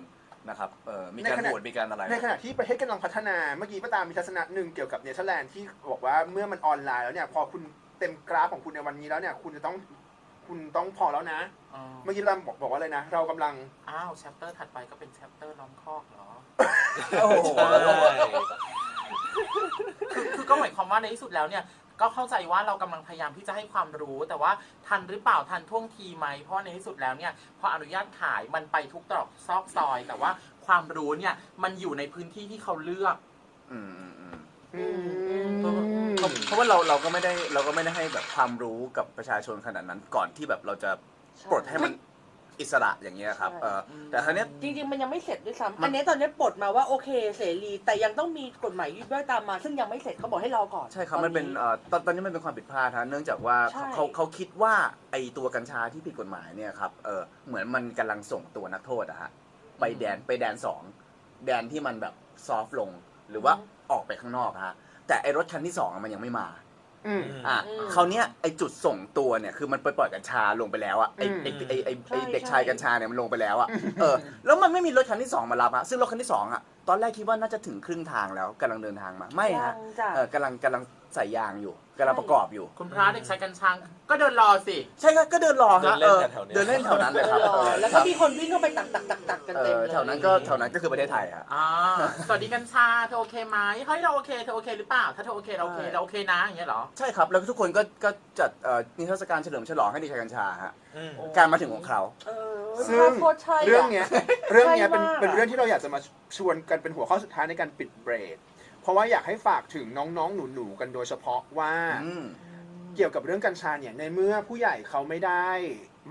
Speaker 4: นะครับเออมีการ
Speaker 1: ในขณะ
Speaker 4: โหวตมีการอะไร
Speaker 1: ในขณะที่ประเทศกำลังพัฒนาเมื่อกี้ประตามมีทัศนะหนึ่งเกี่ยวกับเนเธอร์แลนด์ที่บอกว่าเมื่อมันออนไลน์แล้วเนี่ยพอคุณเต็มกราฟของคุณในวันนี้แล้วเนี่ยคุณจะต้องคุณต้องพอแล้วนะ เมื่อกี้เราบอกบอกว่าอะไรนะ เรากำลัง
Speaker 2: อ้าวแชปเตอร์ถัดไปก็เป็นแชปเตอร์ล้อมคอกเหรอ
Speaker 4: โอ้โห
Speaker 2: คือก็หมายความว่าในที่สุดแล้วเนี่ย ก็เข้าใจว่าเรากำลังพยายามที่จะให้ความรู้ แต่ว่าทันหรือเปล่าทันท่วงทีไหมเพราะในที่สุดแล้วเนี่ยพออนุญาตขายมันไปทุกตรอกซอกซอย แต่ว่าความรู้เนี่ยมันอยู่ในพื้นที่ที่เขาเลือก
Speaker 4: อืมอืมอืม
Speaker 1: อืม
Speaker 4: เพราะว่าเราเราก็ไม่ได้เราก็ไม่ได้ให้แบบความรู้กับประชาชนขนาดนั้นก่อนที่แบบเราจะปลดให้มันอิสระอย่างเงี้ยครับ
Speaker 3: ใช่
Speaker 4: เออแต่ครั้งนี้ย
Speaker 3: จริงๆ มันยังไม่เสร็จด้วย
Speaker 4: มัน
Speaker 3: ซ้ำอันเนี้ยตอนเนี้ยปลดมาว่าโอเคเสรี แต่ยังต้องมีกฎหมายยึดด้วยตามมา ซึ่งยังไม่เสร็จเขาบอกให้รอก่อน
Speaker 4: ใช่ครับ
Speaker 3: ตอ
Speaker 4: มันเป็นเอ่อตอนตอนนี้มันเป็นความผิดพลาดฮะเนื่องจากว่า
Speaker 3: ใช่
Speaker 4: เขาเขาคิดว่าไอตัวกัญชาที่ผิดกฎหมายเนี่ยครับเออเหมือนมันกำลังส่งตัวนักโทษอะฮะไปแดนไปแดนสองแดนที่มันแบบซอฟลง หรือว่าออกไปข้างนอกฮะแต่ไอรถคันที่สองอะมันยังไม่มา
Speaker 1: อืม
Speaker 4: อ่ะ
Speaker 3: อืม
Speaker 4: คราวเนี้ยไอจุดส่งตัวเนี่ยคือมันไปปล่อยกัญชาลงไปแล้วอะไอไอไอไอไอ
Speaker 3: ใช่
Speaker 4: เด็กชาย
Speaker 3: ใช่
Speaker 4: กัญชาเนี่ยมันลงไปแล้วอะเออแล้วมันไม่มีรถคันที่สองมารับฮะซึ่งรถคันที่สองอะตอนแรกคิดว่าน่าจะถึงครึ่งทางแล้วกำลังเดินทางมาไม่ฮะ
Speaker 3: ยังจ้ะ
Speaker 4: เออกำลังกำลังใส่ยางอยู่กำลัง
Speaker 3: ใช่
Speaker 4: ประกอบอยู่
Speaker 2: คุณพระเด็กชายกัญชังก็เดินรอสิ
Speaker 4: ใช่ครับก็เดินรอฮะ
Speaker 7: เดินเล่นแถวๆเนี้ย
Speaker 4: เดินเล่นแถวนั้นเลยครับ
Speaker 3: รอแล้วก็มีคนวิ่งเข้าไปตักตักตักตักกัน
Speaker 4: เอ
Speaker 3: เต็ม
Speaker 4: อ
Speaker 3: เลย
Speaker 4: แถวนั้นก็แถวนั้นก็คือประเทศไทยฮะ
Speaker 2: อ่า สวัสดีกัญชา เธอโอเคไหมเฮ้ยเราโอเค เธอโอเคหรือเปล่า ถ้าเธอโอเคเราโอเค
Speaker 4: ใช่
Speaker 2: เราโอเคนะอย่างเงี้ยเหรอ
Speaker 4: ใช่ครับ แล้วทุกคนก็ก็จัดเอ่อนิทรรศการเฉลิมฉลองให้ดิฉันกัญชาฮะ
Speaker 7: อืม
Speaker 4: การมาถึงของเขา
Speaker 3: เออ
Speaker 1: ซึ่ง
Speaker 3: โคตรใช่อะ
Speaker 1: เรื่องเนี้ยเรื่องเนี้ยเป็น
Speaker 3: ใช่มากอะ
Speaker 1: เป็นเรื่องที่เราอยากจะมาชวนกันเป็นหัวข้อสุดท้ายในการปิดเบรกเพราะว่าอยากให้ฝากถึงน้องๆ หนูๆ กันโดยเฉพาะว่า
Speaker 4: อืม
Speaker 1: เกี่ยวกับเรื่องกัญชาเนี่ยในเมื่อผู้ใหญ่เขาไม่ได้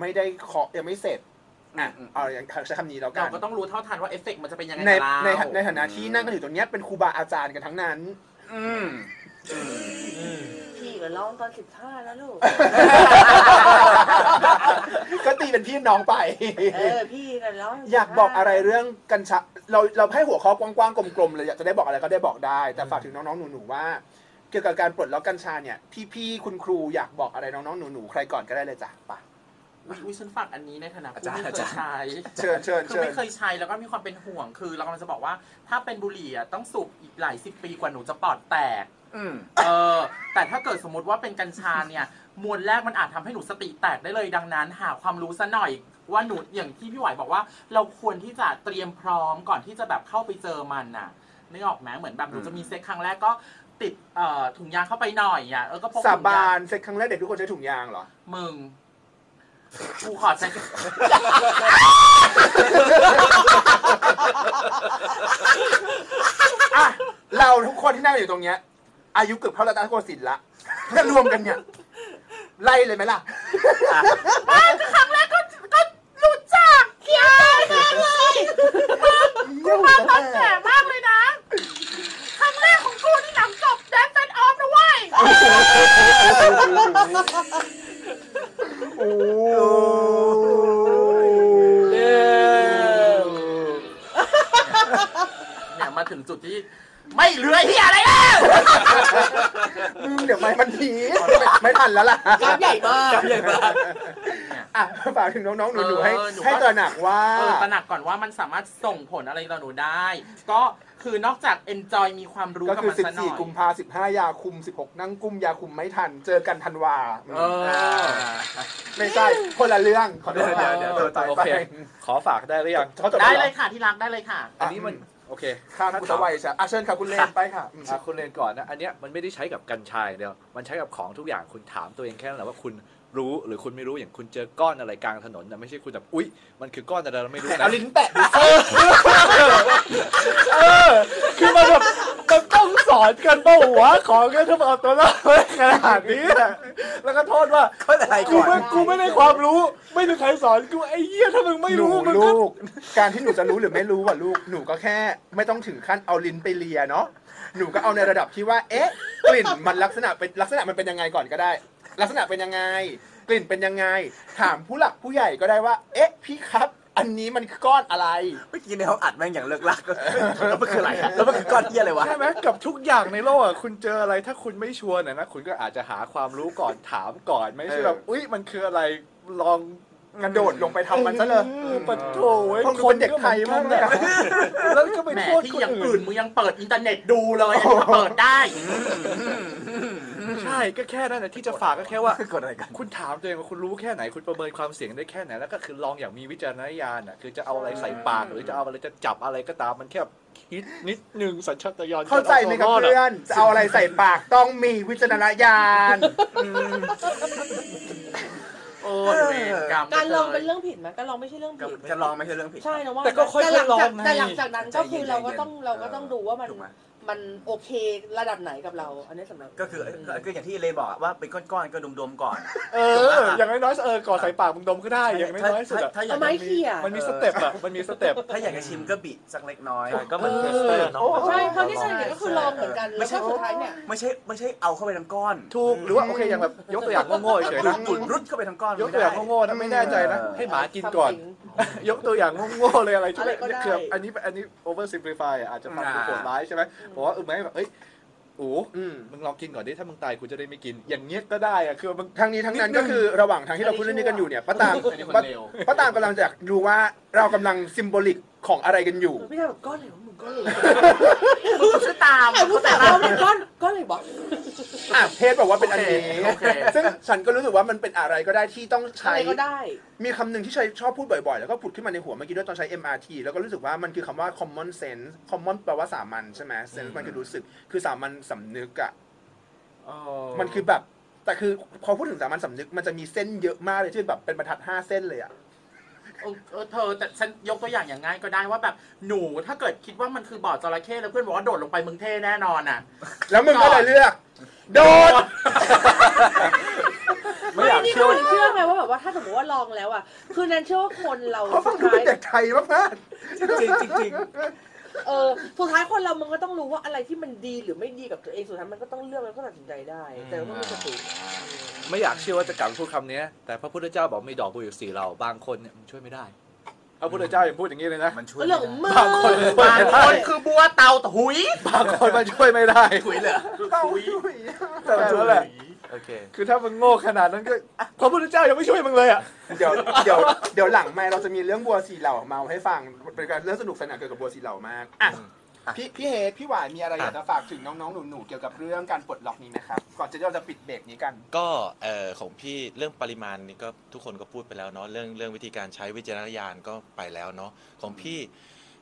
Speaker 1: ไม่ได้เคาะยังไม่เสร็จอ่ะ
Speaker 4: อืม
Speaker 1: เอาอย่างใช้คำนี้แล้วกั
Speaker 2: เรา
Speaker 1: น
Speaker 2: ก็ต้องรู้เท่าทันว่าเอฟเฟกต์มันจะเป็นยังไง
Speaker 1: ใน
Speaker 2: กับเรา
Speaker 1: ในในฐานะที่นั่งกันอยู่ตรงเนี้ยเป็นครูบาอาจารย์กันทั้ง
Speaker 2: [LAUGHS]
Speaker 1: นั้น
Speaker 4: อืมอืม
Speaker 3: พี่ก็ร้องตอนสิบห้าแล้วลูก
Speaker 1: ก็ตี เป็นพี่น้องไป
Speaker 3: เออพี่กันแล้ว
Speaker 1: อยากบอกอะไรเรื่องกัญชาเราเราให้หัวข้อกว้างๆกลมๆเลยอยากจะได้บอกอะไรก็ได้บอกได้ แต่ฝากถึงน้องๆหนูๆว่า เกี่ยวกับการปลดล็อกกัญชาเนี่ยพี่ๆคุณครูอยากบอกอะไรน้องๆหนูๆใครก่อนก็ได้เลยจ้ะไปะ
Speaker 2: อุ๊ยอุ๊ยฉันฝากอันนี้ในฐานะผู้
Speaker 4: อาจารย์
Speaker 2: ไม่เคยใช้
Speaker 1: เชิญเชิญ
Speaker 2: คือ
Speaker 1: เชิญ
Speaker 2: ไม่เคยใช้แล้วก็มีความเป็นห่วง คือเรากำลังจะบอกว่าถ้าเป็นบุหรี่อ่ะต้องสูบอีกหลายสิบปีกว่าหนูจะปอดแตก
Speaker 4: อืม
Speaker 2: เออ แต่ถ้าเกิดสมมติว่าเป็นกัญชาเนี่ยมวลแรกมันอาจทำให้หนูสติแตกได้เลยดังนั้น หาความรู้ซะหน่อยว่าหนูอย่างที่พี่หวายบอกว่า เราควรที่จะเตรียมพร้อมก่อนที่จะแบบเข้าไปเจอมันน่ะนึกออกไหมเหมือนแบบหนูจะมีเซ็กครั้งแรกก็ติดเอ่อถุงยางเข้าไปหน่อยอ่ะเออก็พก
Speaker 1: สา
Speaker 2: ถุงยา
Speaker 1: บาง นเซ็กครั้งแรกเด็กทุกคนใช้ถุงยางเหรอ
Speaker 2: มึงกูขอใช้
Speaker 1: อ่ะ เราทุกคนที่นั่งอยู่ตรงเนี้ย อายุเกือบเท่ารัตนโกสินทร์ละ รวมกันเนี่ย ไล่เลยไหมล่ะ
Speaker 2: รู้จักเกียร์มากเลย
Speaker 1: เยี่ยม
Speaker 2: มาตั้งแต่มากเลยนะ ครั้งแรกของกูที่หนังจบแดนเป็นออฟนะเว้ย
Speaker 1: โอ้
Speaker 2: เย้ เนี่ยมาถึงจุดที่ไม่เหลือเฮียอะไรแล้ว
Speaker 1: อืมเดี๋ยวไม่มันผีไม่ทันแล้วล่ะ
Speaker 3: กราฟใหญ่มาก
Speaker 1: อ่ะฝากถึงน้องๆ หนู
Speaker 2: เออ
Speaker 1: ๆให้
Speaker 2: หนู
Speaker 1: ให้
Speaker 2: ว่า
Speaker 1: ตระหนักว่า
Speaker 2: เออตระหนักก่อนว่ามันสามารถส่งผลอะไรต่อหนูได้ ก็คือนอกจาก enjoy มีความรู้
Speaker 1: ก็
Speaker 2: กับ
Speaker 1: คือ
Speaker 2: มันซะหน่อย
Speaker 1: 14 กุมภา15 ยาคุม 16 นั่งกุ้มยาคุมไม่ทัน เจอกันธันวา
Speaker 2: เออ
Speaker 1: ไม่ใช่ คนละเรื่อง ขอโทษ
Speaker 2: เดี๋ยวเดี๋ยวเดี๋ยว
Speaker 1: ต่อ
Speaker 6: โอ
Speaker 1: ไป
Speaker 6: เค ขอฝากได้หรือยัง
Speaker 1: เขาจบ
Speaker 2: ได้
Speaker 1: แวหรอ
Speaker 2: เลยค่ะที่รักได้เลยค่ะ
Speaker 6: อันนี้มันโอเค
Speaker 1: ข้ามกุศไวัยใช่อ่ะเชิญค่ะคุณเลนไป
Speaker 2: [LAUGHS]
Speaker 1: ค่ะอืม
Speaker 6: อ่ะคุณเรียนก่อนนะ อันเนี้ยมันไม่ได้ใช้กับกัญชาอย่างเดียว มันใช้กับของทุกอย่างคุณถามตัวเองแค่นั้นแหละว่าคุณรู้หรือคุณไม่รู้อย่างคุณเจอก้อนอะไรกลางถนนนะไม่ใช่คุณแบบอุ๊ย มันคือก้อนอะไรเราไม่รู้นะ
Speaker 1: เอาลิ้นแตะดิ
Speaker 6: เออเออคือมันแบบมันต้องสอนกันเปล่าวะของกันถ้ามันเอาตัวรอดไว้ขนาดนี้อะแล้วก็โทษว่า
Speaker 4: เข้าใจ
Speaker 6: กู
Speaker 4: ก่อน
Speaker 6: ไม่กูไม่ได้ความรู้ ไม่มีใครสอนกูไอ้เหี้ยถ้ามึงไม่
Speaker 1: หนู
Speaker 6: รู้มึงก็
Speaker 1: ลูก การที่หนูจะรู้หรือไม่รู้ว่ะลูก หนูก็แค่ไม่ต้องถึงขั้นเอาลิ้นไปเลียเนาะ หนูก็เอาในระดับที่ว่า เอ๊ะ กลิ่นมันลักษณะเป็นลักษณะมันเป็นยังไงก่อนก็ได้ ลักษณะเป็นยังไง กลิ่นเป็นยังไง ถามผู้หลักผู้ใหญ่ก็ได้ว่า เอ๊ะ พี่ครับ อันนี้มันคือก้อนอะไร
Speaker 4: เมื่อกี้ในห้องอัดแม่งอย่างเลิกลากแล้วมันคืออะไรอะแล้วมันคือก้อนเหี้ยอะไรวะ
Speaker 6: ใช่ไหมกับทุกอย่างในโลกอ่ะคุณเจออะไรถ้าคุณไม่ชวนนะนะคุณก็อาจจะหาความรู้ก่อนถามก่อนไม่ใช่แบบอุ๊ยมันคืออะไรลอง
Speaker 1: งันโดดลงไปทำมันซะเลย
Speaker 6: ออปัดโถเว้ย
Speaker 1: พวกหนูเป็นเด็กไทยมากเลยอะ
Speaker 6: แล้วก็ไป
Speaker 2: แหม
Speaker 6: โทษ
Speaker 2: ที่
Speaker 6: คน
Speaker 2: อย่าง
Speaker 6: อื่
Speaker 2: อื่
Speaker 6: น
Speaker 2: นมึงยังเปิดอินเทอร์เน็ตดูเลยอันนี้ก็เปิดได้
Speaker 6: ใช่ก็แค่นั้นนะที่จะฝากก็แค่ว่า
Speaker 4: กดอะไรกัน
Speaker 6: คุณถามตัวเองว่าคุณรู้แค่ไหนคุณประเมินความเสี่ยงได้แค่ไหนแล้วก็คือลองอย่างมีวิจารณญาณอ่ะคือจะเอาอะไรใส่ปากหรือจะเอาอะไรจะจับอะไรก็ตามมันแค่คิดนิดนึงสัญชาตญาณ
Speaker 1: เข้าใจไหมครับ
Speaker 6: กาาตัวอดอะ
Speaker 1: เพื่อน จะเอาอะไรใส่ปากต้องมีวิจารณญาณ
Speaker 2: โอ้ยเวรกรรม
Speaker 3: การลองเป็นเรื่องผิดไหมการลองไม่ใช่เรื่องผิด
Speaker 4: จะลองไม่ใช่เรื่องผิด
Speaker 3: ใช่นะว่า
Speaker 6: แต่ก็ค่อยๆ
Speaker 3: แต่หลังจากแต่ห
Speaker 6: ลองไง
Speaker 3: ลังจากนั้นก็คือ
Speaker 4: ใจเย็นๆ
Speaker 3: เราก็ต้องเราก็ต้อง
Speaker 4: เออ
Speaker 3: ดูว่ามัน
Speaker 4: ถูกไหม
Speaker 3: มันโอเคระดับไหนกับเรา อันนี้สำหรับ
Speaker 4: ก็คือก็ก็อย่างที่เลบอกอะว่าเป็นก้อนๆก็ดมๆก่อน
Speaker 6: เออ อย่างน้อยๆเออก่อนใส่ปากมึงดมก็ได้ อย่างน้อยๆสุดอะ
Speaker 4: ถ้าอยาก
Speaker 3: เอาไม้เขี่ย
Speaker 6: มันมีสเต็ปอะมันมีสเต็ป
Speaker 4: ถ้าอยากจะชิมก็บิดสักเล็กน้อย
Speaker 5: ก็เหมือนเทสเตอร์เนาะ
Speaker 3: ใช่ครั้งที่ใช่เนี่ยก็คือลองเหมือนกัน
Speaker 4: ไม่
Speaker 3: แล้ว
Speaker 4: ใช่
Speaker 3: ก็สุดท้ายเนี่ย
Speaker 4: ไม่ใช่ไม่ใช่เอาเข้าไปทั้งก้อน
Speaker 6: ถูกหรือว่าโอเคอย่างแบบยกตัวอย่างโง่ๆเฉยๆนะ
Speaker 4: จุดรุดเข้าไปทั้งก้อน
Speaker 6: ยก
Speaker 4: ไม่
Speaker 6: ตัวอ
Speaker 4: ได้
Speaker 6: ย่างโง่ๆนะไม่แน่ใจนะ
Speaker 4: เออ
Speaker 6: ให้หมากินก่อน [LAUGHS] ยกตัวอย่างโง่ๆเลยอะไร
Speaker 3: อะไรก็ได้
Speaker 6: คืออันนี้อันนี้โอเวอร์ซิมพลิฟายอาจจะฟังดูโหดร้ายใช่ไหมผมว่าเออไหมแบบเอ้ยโอ้
Speaker 1: อืม
Speaker 6: มึงลองกินก่อนดิถ้ามึงตายกูจะได้ไม่กิน อย่างเงี้ยก็ได้อะคือมึง
Speaker 1: ทั้งนี้ทั้งนั้นก็คือระหว่างทางที่เราพูดเรื่องนี้กันอยู่เนี่ยป้าตาม
Speaker 6: อันนี้คน
Speaker 1: ป้า
Speaker 6: เลว
Speaker 1: [LAUGHS] ป้าตามกำลังจะดูว่าเรากำลังซิมโบลิกของอะไรกันอยู่
Speaker 3: ไม่ได้แบบก้อนเลยมึงก้อนเลย
Speaker 2: มึงช่วยตาม
Speaker 3: แต่พูดแต่เราไม่ก้อนก้อนเลยบอก
Speaker 1: อ่ะเทสบอกว่าเป็นอันนี้
Speaker 2: โอเค
Speaker 1: ซึ่งฉันก็รู้สึกว่ามันเป็นอะไรก็ได้ที่ต้อง
Speaker 3: อะ
Speaker 1: ใช้
Speaker 3: ไรก็ได้
Speaker 1: มีคำหนึ่งที่ใช้ชอบพูดบ่อยๆ แล้วก็ผุดขึ้นมาในหัวเมื่อกี้ด้วยตอนใช้ MRT แล้วก็รู้สึกว่ามันคือคำว่า common sense common แปลว่าสามัญใช่ไหม sense มันคือรู้สึก คือสามัญสำนึกอะ มันคือแบบ แต่คือพอพูดถึงสามัญสำนึกมันจะมีเส้นเยอะมากเลยที่แบบเป็นบรรทัดห้าเส้นเลยอะ
Speaker 2: เออเออเธอแต่ฉันยกตัวอย่างอย่างง่ายก็ได้ว่าแบบหนูถ้าเกิดคิดว่ามันคือบ่อจระเข้แล้วเพื่อนบอกว่าโดดลงไปมึงเท่แน่นอนอ่ะ
Speaker 1: แล้วมึงก็เลยเลือก โดด
Speaker 6: ไม่อยาก
Speaker 3: นี่
Speaker 6: เชื่
Speaker 3: ก็
Speaker 6: อ
Speaker 3: เหมือนเชื่อไงว่าแบบว่าถ้าสมมติว่าลองแล้วอ่ะ คือนันเชื่อว่าคนเรา
Speaker 1: เขาฟั
Speaker 3: สุ
Speaker 1: งดู
Speaker 3: ดท้า
Speaker 1: เป็
Speaker 3: ย
Speaker 1: นเด็กไทยมาก
Speaker 4: จริงๆจริงๆ
Speaker 3: เออสุดท้ายคนเรามันก็ต้องรู้ว่าอะไรที่มันดีหรือไม่ดีกับตัวเองสุดท้ายมันก็ต้องเลือกแล้วก็ตัดสินใจได้ แต่ก็ต้องมีสติ
Speaker 6: ไม่อยากเชื่อว่าจะกลับมาพูดคำนี้แต่พระพุทธเจ้าบอกมีดอกบัวอยู่สี่เหล่าบางคนเนี่ยมันช่วยไม่ได้ พระพุทธเจ้ายังพูดอย่างนี้เลยนะ
Speaker 4: มันช่วย
Speaker 3: เรื่องของมือ
Speaker 6: บางคน
Speaker 2: บางคนคือบัวเตาถุย
Speaker 6: บางคนมันช่วยไม่ได้
Speaker 4: ถุยเลย
Speaker 1: เต้าถุย
Speaker 6: แต่นั่นแหละ
Speaker 7: โอเค
Speaker 6: คือถ้ามึงโง่ขนาดนั้นก็ [LAUGHS] พระพุทธเจ้ายังไม่ช่วยมึงเลยอ่ะ
Speaker 1: เดี๋ยวเดี๋ยวเดี๋ยวหลังไม่เราจะมีเรื่องบัวสีเหล่ามาเอาให้ฟังเป็นการเรื่องสนุกสนานเกี่ยวกับบัวสีเหล่ามากอ่ะพี่พี่เฮดพี่หวานมีอะไรอยากจะฝากถึงน้องๆหนูๆเกี่ยวกับเรื่องการปลดล็อกนี้ไหมครับก่อนจะเราจะปิดเบรกนี้กัน
Speaker 5: ก็เอ่อของพี่เรื่องปริมาณนี่ก็ทุกคนก็พูดไปแล้วเนาะเรื่องเรื่องวิธีการใช้วิจารณญาณก็ไปแล้วเนาะของพี่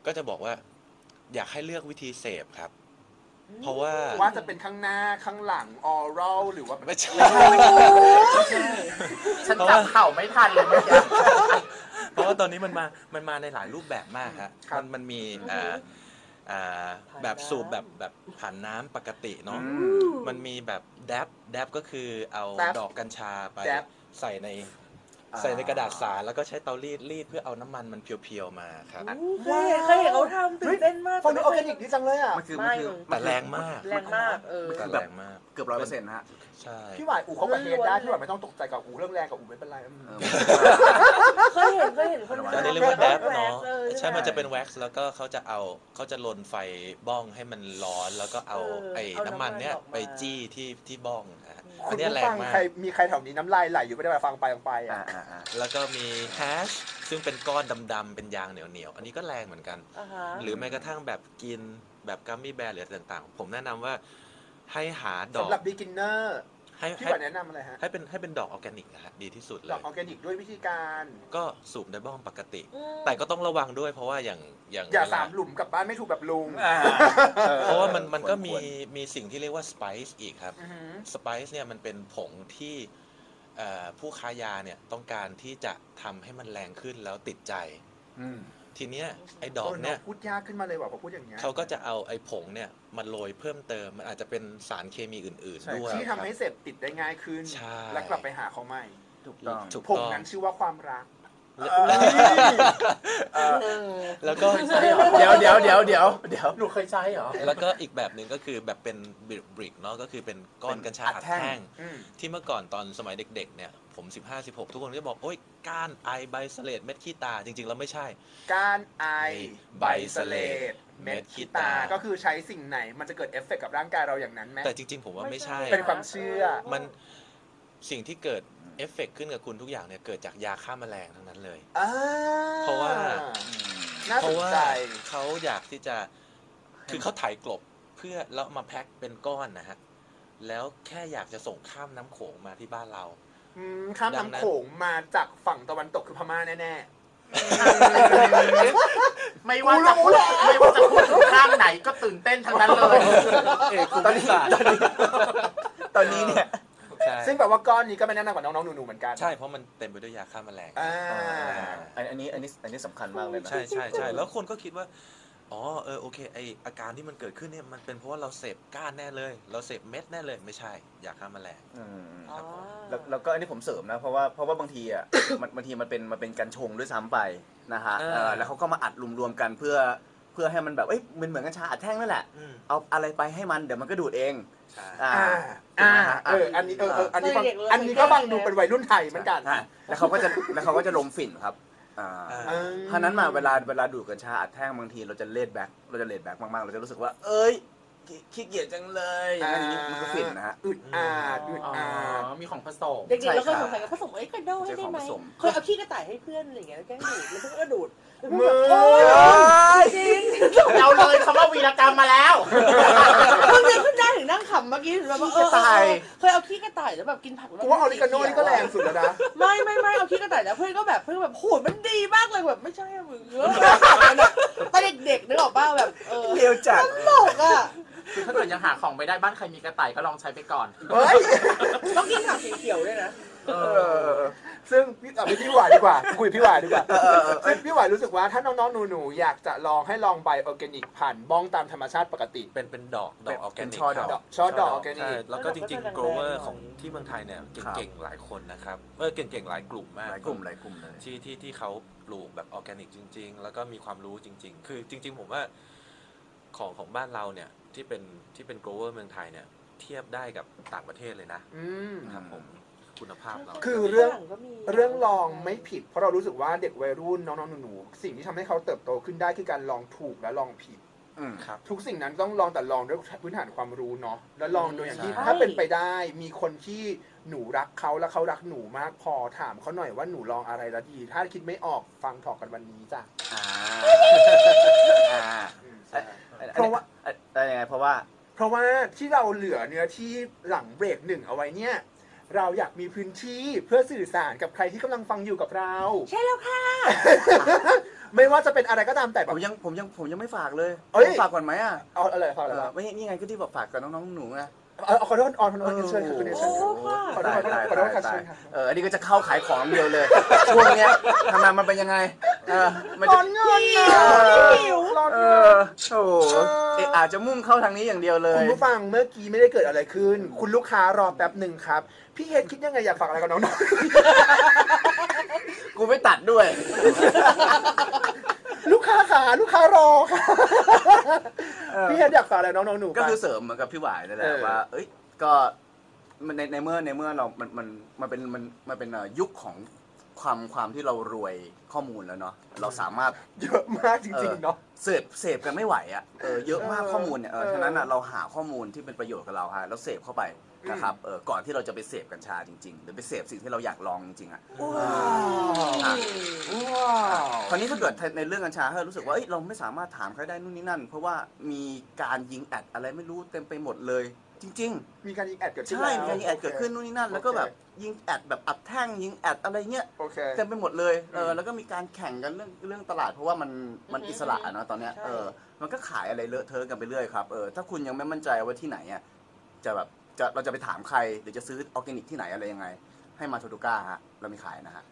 Speaker 5: ก็จะบอกว่าอยากให้เลือกวิธีเสพครับ เพราะว่า
Speaker 1: ว่าจะเป็นข้างหน้าข้างหลังออรัลหรือว่า
Speaker 5: ไม่ใช่
Speaker 2: ฉันจับเข่าไม่ทันเลยเมื่อกี้
Speaker 5: เพราะว่าตอนนี้มันมา มันมาในหลายรูปแบบมากฮะ
Speaker 1: ครับ
Speaker 5: มันมันมีเอ่อเอ่อ
Speaker 3: ผ่าน
Speaker 5: แบบสูบ
Speaker 3: น้ำ
Speaker 5: แบบแบบผ่านน้ำปกติเนาะ
Speaker 1: อื
Speaker 5: มันมีแบบแดบแดบก็คือเอา
Speaker 1: แดบ
Speaker 5: ดอกกัญชาไป
Speaker 1: แดบ
Speaker 5: ใส่ใน
Speaker 4: อ่า
Speaker 5: ใส่ในกระดาษสารแล้วก็ใช้เตารีดรีดเพื่อเอาน้ำมันมันเพียวๆมาครับ
Speaker 3: เคยเห็นเคยเห็นเขาทำตื่นเต้นมาก
Speaker 1: ฟังดูออร์แกนิกดีจังเลยอ่ะ
Speaker 4: มันคือมัน
Speaker 3: ไม่
Speaker 4: คือ
Speaker 5: แต่แรงมาก
Speaker 3: แรงมากเออ
Speaker 5: แต่แรงมาก
Speaker 4: เกือบร้อยเปอร์เซ็นต์นะฮะ
Speaker 5: ใช่
Speaker 1: พี่หวานอู๋เขากับเฮดได้พี่หวานไม่ต้องตกใจกับอู๋เรื่องแรงกับอู๋ไม่เป็นไรอืม
Speaker 4: เออ
Speaker 3: เคยเห็นเคยเห็นคน
Speaker 5: อันนี้
Speaker 3: ทำ
Speaker 5: เรียกว่าแดบ
Speaker 3: แล้
Speaker 5: เนาะ
Speaker 3: วออ
Speaker 5: ใช่มันจะเป็นแว็กซ์แล้วก็เขาจะเอาเขาจะลนไฟบ้องให้มันร้อนแล้วก็เอา
Speaker 3: เออ
Speaker 5: ไอ้
Speaker 3: เอาน้ำ
Speaker 5: น้ำมันเนี้ย
Speaker 3: มันออกมา
Speaker 5: ไปจี้ที่ที่บ้องนะฮะ
Speaker 1: คุ
Speaker 5: อั
Speaker 1: ณ
Speaker 5: นเนี้ย
Speaker 1: ผู้
Speaker 5: แร
Speaker 1: ฟั
Speaker 5: ง
Speaker 1: ง
Speaker 5: มาก
Speaker 1: ใครมีใครแถวนี้น้ำลายไหลอยู่ไม่ได้มาฟังไปฟังไปอ่ะ
Speaker 4: อ่าอ่าอ่า
Speaker 5: แล้วก็มีแฮชซึ่งเป็นก้อนดำๆ เป็นยางเหนียวๆ อันนี้ก็แรงเหมือนกัน
Speaker 3: อ่าฮะ
Speaker 5: หรือแม้กระทั่งแบบกินแบบกัมมี่แบร์หรืออะไรต่างๆ ผมแนะนำว่าให้หาดอก
Speaker 1: สำหรับ beginner
Speaker 5: ให้
Speaker 1: พี่
Speaker 5: ให้
Speaker 1: หวานแนะนำอะไรฮะ
Speaker 5: ให้เป็นให้เป็นดอกออร์แกนิกนะฮะดีที่สุด
Speaker 1: ด
Speaker 5: เล
Speaker 1: อก
Speaker 5: ย
Speaker 1: ออร์แกนิกด้วยวิธีการ
Speaker 5: ก็สูบในบ้องปกติ
Speaker 3: อืม
Speaker 5: แต่ก็ต้องระวังด้วยเพราะว่าอย่างอย่าง
Speaker 1: อย่า
Speaker 5: เวล
Speaker 1: สามหลุมกลับบ้านไม่ถูกแบบลุง
Speaker 5: เพราะว่ามันมันก็มี
Speaker 4: ควร
Speaker 5: มีสิ่งที่เรียกว่าสไปซ์อีกครับ
Speaker 1: อือหือ
Speaker 5: สไปซ์เนี่ยมันเป็นผงที่เอ่อผู้ค้ายาเนี่ยต้องการที่จะทำให้มันแรงขึ้นแล้วติดใจ
Speaker 4: อืม
Speaker 5: ทีเนี้ยไอ้ดอก
Speaker 1: โ
Speaker 5: เนี่ย
Speaker 1: พูดยากขึ้นมาเลยว่ะพอพูดอย่างเงี้ย
Speaker 5: เขาก็จะเอาไอ้ผงเนี่ยมาโรยเพิ่มเติม มันอาจจะเป็นสารเคมีอื่น
Speaker 1: ใช่
Speaker 5: ๆ ด้วย
Speaker 1: ที่
Speaker 5: ค
Speaker 1: ทำ
Speaker 5: รับ
Speaker 1: ให้เสพติดได้ง่ายขึ้น
Speaker 5: ใช่
Speaker 1: และกลับไปหาเขาใหม่
Speaker 4: ถูกต้อง
Speaker 5: ถูก
Speaker 1: ผม
Speaker 5: ต้อง
Speaker 1: นั้นชื่อว่าความรัก
Speaker 5: แล้วก็ [LAUGHS]
Speaker 6: เดี๋ยวเดี๋ยวเดี๋ยวเดี๋ยวเดี๋ยว
Speaker 2: หนูเคยใช้เหรอ
Speaker 5: แล้วก็อีกแบบหนึ่งก็คือแบบเป็นบริกเนาะก็คือเป็นก้อนกัญชา
Speaker 4: อั
Speaker 5: อั
Speaker 4: ด
Speaker 5: ด
Speaker 4: แท่ง
Speaker 5: แท่ง
Speaker 1: อืม
Speaker 5: ที่เมื่อก่อนตอนสมัยเด็ก ๆ เนี่ย ผม 15 16 ทุกคนก็จะบอก โอ๊ยก้านไอใบเสลดเม็ดขี้ตา จริง ๆ แล้วไม่ใช่
Speaker 1: การไอ
Speaker 5: ใบเสลด
Speaker 1: เม็ดขี้ตา
Speaker 5: เม็ดขี้ตา
Speaker 1: ก็คือใช้สิ่งไหน มันจะเกิดเอฟเฟกต์กับร่างกายเราอย่างนั้นไหม
Speaker 5: แต่จริง ๆ ผมว่าไม่ใช่
Speaker 1: เป็นความเชื่อ
Speaker 5: มันสิ่งที่เกิดเอฟเฟกต์ขึ้นกับคุณทุกอย่างเนี่ยเกิดจากยาฆ่าแมลงทั้งนั้นเลย
Speaker 1: อ่า
Speaker 5: เพราะว่า
Speaker 1: น่าส
Speaker 5: เพราะ
Speaker 1: น
Speaker 5: ว่า
Speaker 1: ใจ
Speaker 5: เขาอยากที่จะ คือเขาถ่ายกลบเพื่อแล้วมาแพ็คเป็นก้อนนะฮะ แล้วแค่อยากจะส่งข้ามน้ำโขงมาที่บ้านเรา
Speaker 1: อืมข้าม
Speaker 5: ดังนั้
Speaker 1: น้ำ
Speaker 5: น
Speaker 1: โขงมาจากฝั่งตะวันตกคือพม่าแน่
Speaker 2: ไม่ว่าจะพูดไม่ว่าจะพูดถึงข้างไหนก็ตื่นเต้นทั้งนั้นเลย
Speaker 4: ตอนนี้ตอนนี้ตอนนี้เนี่ย
Speaker 5: ใช่
Speaker 1: ๆ ซึ่งแบบว่าก้อนนี้ก็ไม่แนะนำกับน้องๆหนูๆเหมือนกัน
Speaker 5: ใช่เพราะมันเต็มไปด้วยยาฆ่าแมลง
Speaker 1: อ่า
Speaker 4: อันอันนี้อันนี้อันนี้สำคัญมากเลยนะ
Speaker 5: ใช่ใช่ใช่แล้วคนก็คิดว่า อ๋อเออโอเคไออาการที่มันเกิดขึ้นเนี่ยมันเป็นเพราะว่าเราเสพก้านแน่เลย เราเสพเม็ดแน่เลยไม่ใช่ยาฆ่าแมลง
Speaker 4: อืม
Speaker 3: อ๋อ
Speaker 4: แล้วแล้วก็อันนี้ผมเสริมนะ เพราะว่าเพราะว่าบางทีอ่ะ [COUGHS] มันบางทีมันเป็นมันเป็นการชงด้วยซ้ำไปนะฮะ
Speaker 5: เออ
Speaker 4: เออแล้วเขาก็มาอัดรวมๆกันเพื่อเพื่อให้มันแบบเอ้ยมันเหมือนกัญชาอัดแท่งนั่นแหละ
Speaker 5: อืม
Speaker 4: เอาอะไรไปให้มันเดี๋ยวมันก็ดูดเอง
Speaker 5: ใช่
Speaker 4: อ่า
Speaker 1: อ่าอ่าเออ อันนี้เออเอออันนี้ฟัง
Speaker 3: เคยเด็กเลย
Speaker 1: อันนี้ก็ฟังดูเป็นวัยรุ่นไทยเหมือนกัน
Speaker 4: ใช่แล้วเขาก็จะ แล้วเขาก็จะลมฝิ่นครับอ่า
Speaker 5: อ่
Speaker 1: เออ
Speaker 4: เพราะฉะนั้นมาเวลา เวลาดูดกัญชาอัดแท่งบางทีเราจะเลดแบ็คเราจะเลดแบ็คมากๆ เราจะรู้สึกว่า เอ้ย ขี้ขี้เกียจจังเลยอย่างนั้นอย่างนี้มันก็ฝิ่นนะฮะ
Speaker 1: อึดอาดอึด
Speaker 2: อ๋อ
Speaker 1: อาด
Speaker 2: มีของผสม
Speaker 3: เด็กๆเราเคย
Speaker 4: ใช่
Speaker 3: สง
Speaker 4: ครับ
Speaker 3: สัยกันผสมไอ้ยกระโดดให้ได้ไหม
Speaker 4: เจอของผสม
Speaker 3: เคยเอาขี้กระต่ายให้เพื่อนอะไรอย่างเงี้ยแล้วแกล้งดูดแล้วเพื่อนก็ดูดแล้วเพื่
Speaker 1: มื
Speaker 3: อ
Speaker 1: อ
Speaker 3: นแบบโอ๊ยจริง
Speaker 2: เราเลยคำว่าวีรกรรมมาแล้ว
Speaker 3: มึงนึกขึ้นได้ถึงนั่งขำเมื่อกี้ถึงแบบว่าเออเออเออเคยเอาขี้กระต่ายแล้วแบบกินผักแล้ว
Speaker 1: กูว่าออริกาโนนี่ก็แรงสุดแล้วนะ
Speaker 3: ไม่ไม่ไม่เอาขี้กระต่ายแล้วเพื่อนก็แบบเพื่อนแบบโหดมันดีมากเลยแบบไม่ใช่อะมึงเออตอนเด็กๆนึกออกป่าวแบบเออ
Speaker 4: เร็วจัด
Speaker 3: ตลกอ่ะ
Speaker 2: คือถ้าเกิดยังหาของไม่ได้บ้านใครมีกระต่ายก็ลองใช้ไปก่อน
Speaker 1: เฮ้ย
Speaker 3: ต้องกินผักเขียวๆด้วยนะ
Speaker 1: ซึ่งพี่เอาไปพี่หวายดีกว่า คุยพี่หวายดีกว่าซึ่งพี่หวายรู้สึกว่าถ้าน้องๆหนูๆอยากจะลองให้ลองใบออร์แกนิกผ่านบ้องตามธรรมชาติปกติ
Speaker 5: เป็นเป็นดอกดอกออร์แกนิก
Speaker 4: ช่อดอก
Speaker 5: ค
Speaker 1: ด
Speaker 5: รั
Speaker 1: อบ กช่อดอกออร์แกนิ
Speaker 5: ใช่
Speaker 1: ก
Speaker 5: แล้วก็จริง
Speaker 3: แล้
Speaker 5: ๆ
Speaker 3: ว
Speaker 5: โก
Speaker 3: ก็
Speaker 5: ลเวอ
Speaker 3: แรง
Speaker 5: ร์
Speaker 3: ๆ
Speaker 5: ของที่เมืองไทยเนี่ยเก่งๆหลายคนนะครับเออเก่งๆหลายกลุ่มมาก
Speaker 4: หลายกลุ่มหลายกลุ่มเลย
Speaker 5: ที่ที่ที่เขาปลูกแบบออร์แกนิกจริง ๆ แล้วก็มีความรู้จริง ๆ คือจริง ๆ ผมว่า
Speaker 7: ของของบ้านเราเนี่ยที่เป็นที่เป็น grower เมืองไทยเนี่ยเทียบได้กับต่างประเทศเลยนะ
Speaker 1: อืม
Speaker 7: ครับผมคุณภาพเรา
Speaker 1: คือเรื่อง
Speaker 3: ฝก็มี
Speaker 1: เรื่องลองไม่ผิด เพราะเรารู้สึกว่าเด็กวัยรุ่นน้องๆหนูๆสิ่งที่ทำให้เขาเติบโตขึ้นได้คือการลองถูกและลองผิด
Speaker 4: อืม
Speaker 1: ทุกสิ่งนั้นต้องลองแต่ลองด้วยพื้นฐานความรู้เนาะแล้วลองโดยอย่างที่
Speaker 3: ใช่
Speaker 1: ถ้าเป็นไปได้มีคนที่หนูรักเขาแล้วเขารักหนูมากพอถามเขาหน่อยว่าหนูลองอะไรแล้วดี ถ้าคิดไม่ออกฟังถอกกันวันนี้จ้ะ
Speaker 4: อ่าอ่า
Speaker 1: อืมใช่
Speaker 4: เพราะว่าได้ยังไงเพราะว่า
Speaker 1: เพราะว่าที่เราเหลือเนื้อที่หลังเบรกหนึ่งเอาไว้เนี่ย เราอยากมีพื้นที่เพื่อสื่อสารกับใครที่กำลังฟังอยู่กับเรา
Speaker 3: ใช่แล้วค่ะ
Speaker 1: ไม่ว่าจะเป็นอะไรก็ตามแต่แบ
Speaker 4: ผ
Speaker 1: บ
Speaker 4: มยังผมยังผมยังไม่ฝากเลย
Speaker 1: เอ้ย
Speaker 4: ผมฝากก่อนไหมอ่ะ
Speaker 1: เอาอะไรเขาอะไร
Speaker 4: เออ
Speaker 1: วะ
Speaker 4: ไม่นี่ไงก็ที่บอกฝากกับน้องๆหนูไง
Speaker 1: เอาเอาขอโทษออนขอโทษเชิญค่ะคุณเด
Speaker 4: โอ้
Speaker 1: ชะ
Speaker 4: โห
Speaker 3: ค่ะ
Speaker 1: ขอโทษ
Speaker 4: ตาย
Speaker 1: ขอโทษขอโทษ
Speaker 4: ตาย
Speaker 1: ค่ะ
Speaker 4: เอออันนี้ก็จะเข้าขายของเดียวเลย ช่วงเนี้ยทำงานมันเป็นยังไงเออมันจะ
Speaker 1: นะ
Speaker 4: หิว
Speaker 1: ร้อน
Speaker 4: เอ
Speaker 1: เงิน
Speaker 4: อโอ้โห
Speaker 1: เออ
Speaker 4: เอ๊ะอาจจะมุ่งเข้าทางนี้อย่างเดียวเลย
Speaker 1: คุณผู้ฟังเมื่อกี้ไม่ได้เกิดอะไรขึ้น คุณลูกค้ารอแป๊บหนึ่งครับ พี่เฮดคิดยังไงอยากฝากอะไรกับน้อง
Speaker 4: กูไม่ตัดด้วย
Speaker 1: ๆ [LAUGHS] ลูกค้าขาลูกค้ารอค่ะ
Speaker 4: เออ
Speaker 1: พี่เฮดอยากฝากอะไรน้องๆหนูๆ
Speaker 4: ก็คือ
Speaker 1: ปะ
Speaker 4: เสริมเหมือนกับพี่หวายนั่นแห
Speaker 1: เอ
Speaker 4: ละ
Speaker 1: อ
Speaker 4: ว่า เอ้ย ก็มันในในเมื่อในเมื่อเรา มัน มัน มันเป็น มัน มันเป็นเอ่อยุคของความความที่เรารวยข้อมูลแล้วเนาะ เราสามารถ
Speaker 1: เยอะมากจริงๆเนาะ
Speaker 4: เสพเสพกันไม่ไหวอ่ะ เออ เยอะมาก
Speaker 1: เออ
Speaker 4: ข้อมูลเนี่ย เออ
Speaker 1: เออ
Speaker 4: ฉะนั้นอ่ะเราหาข้อมูลที่เป็นประโยชน์กับเราฮะ แล้วเสพเข้าไปนะครับ เออ ก่อนที่เราจะไปเสพกัญชาจริงๆ หรือไปเสพสิ่งที่เราอยากลองจริงๆอ่ะอ่ะ
Speaker 1: ว้าว
Speaker 4: คราวนี้ถ้าเกิดในเรื่องกัญชาเฮ้ยรู้สึกว่าเอ้ยเราไม่สามารถถามใครได้นู่นนี่นั่น เพราะว่ามีการยิงแอดอะไรไม่รู้เต็มไปหมดเลย จริง ๆ
Speaker 1: มีการยิงแอดเกิดขึ้น
Speaker 4: ใช่มี
Speaker 1: ล้ว
Speaker 4: การยิงแอดเกิดขึ้นนู่นนี่นั่น แล้วก็แบบยิงแอดแบบอัดแท่งยิงแอดอะไรเงี้ย
Speaker 1: โอเค
Speaker 4: เต็มไปหมดเลยเออแล้วก็มีการแข่งกันเรื่องเรื่องตลาด เพราะว่ามันมัน
Speaker 3: อือฮึ
Speaker 4: อิสระอะเนาะตอนเนี้ย
Speaker 3: ใช่
Speaker 4: เออมันก็ขายอะไรเลอะเทอะกันไปเรื่อยครับเออถ้าคุณยังไม่มั่นใจว่าที่ไหนอ่ะจะแบบจะเราจะไปถามใครหรือจะซื้อออร์แกนิกที่ไหนอะไรยังไง ให้มาโทโดก้าฮะเรามีขายนะฮะ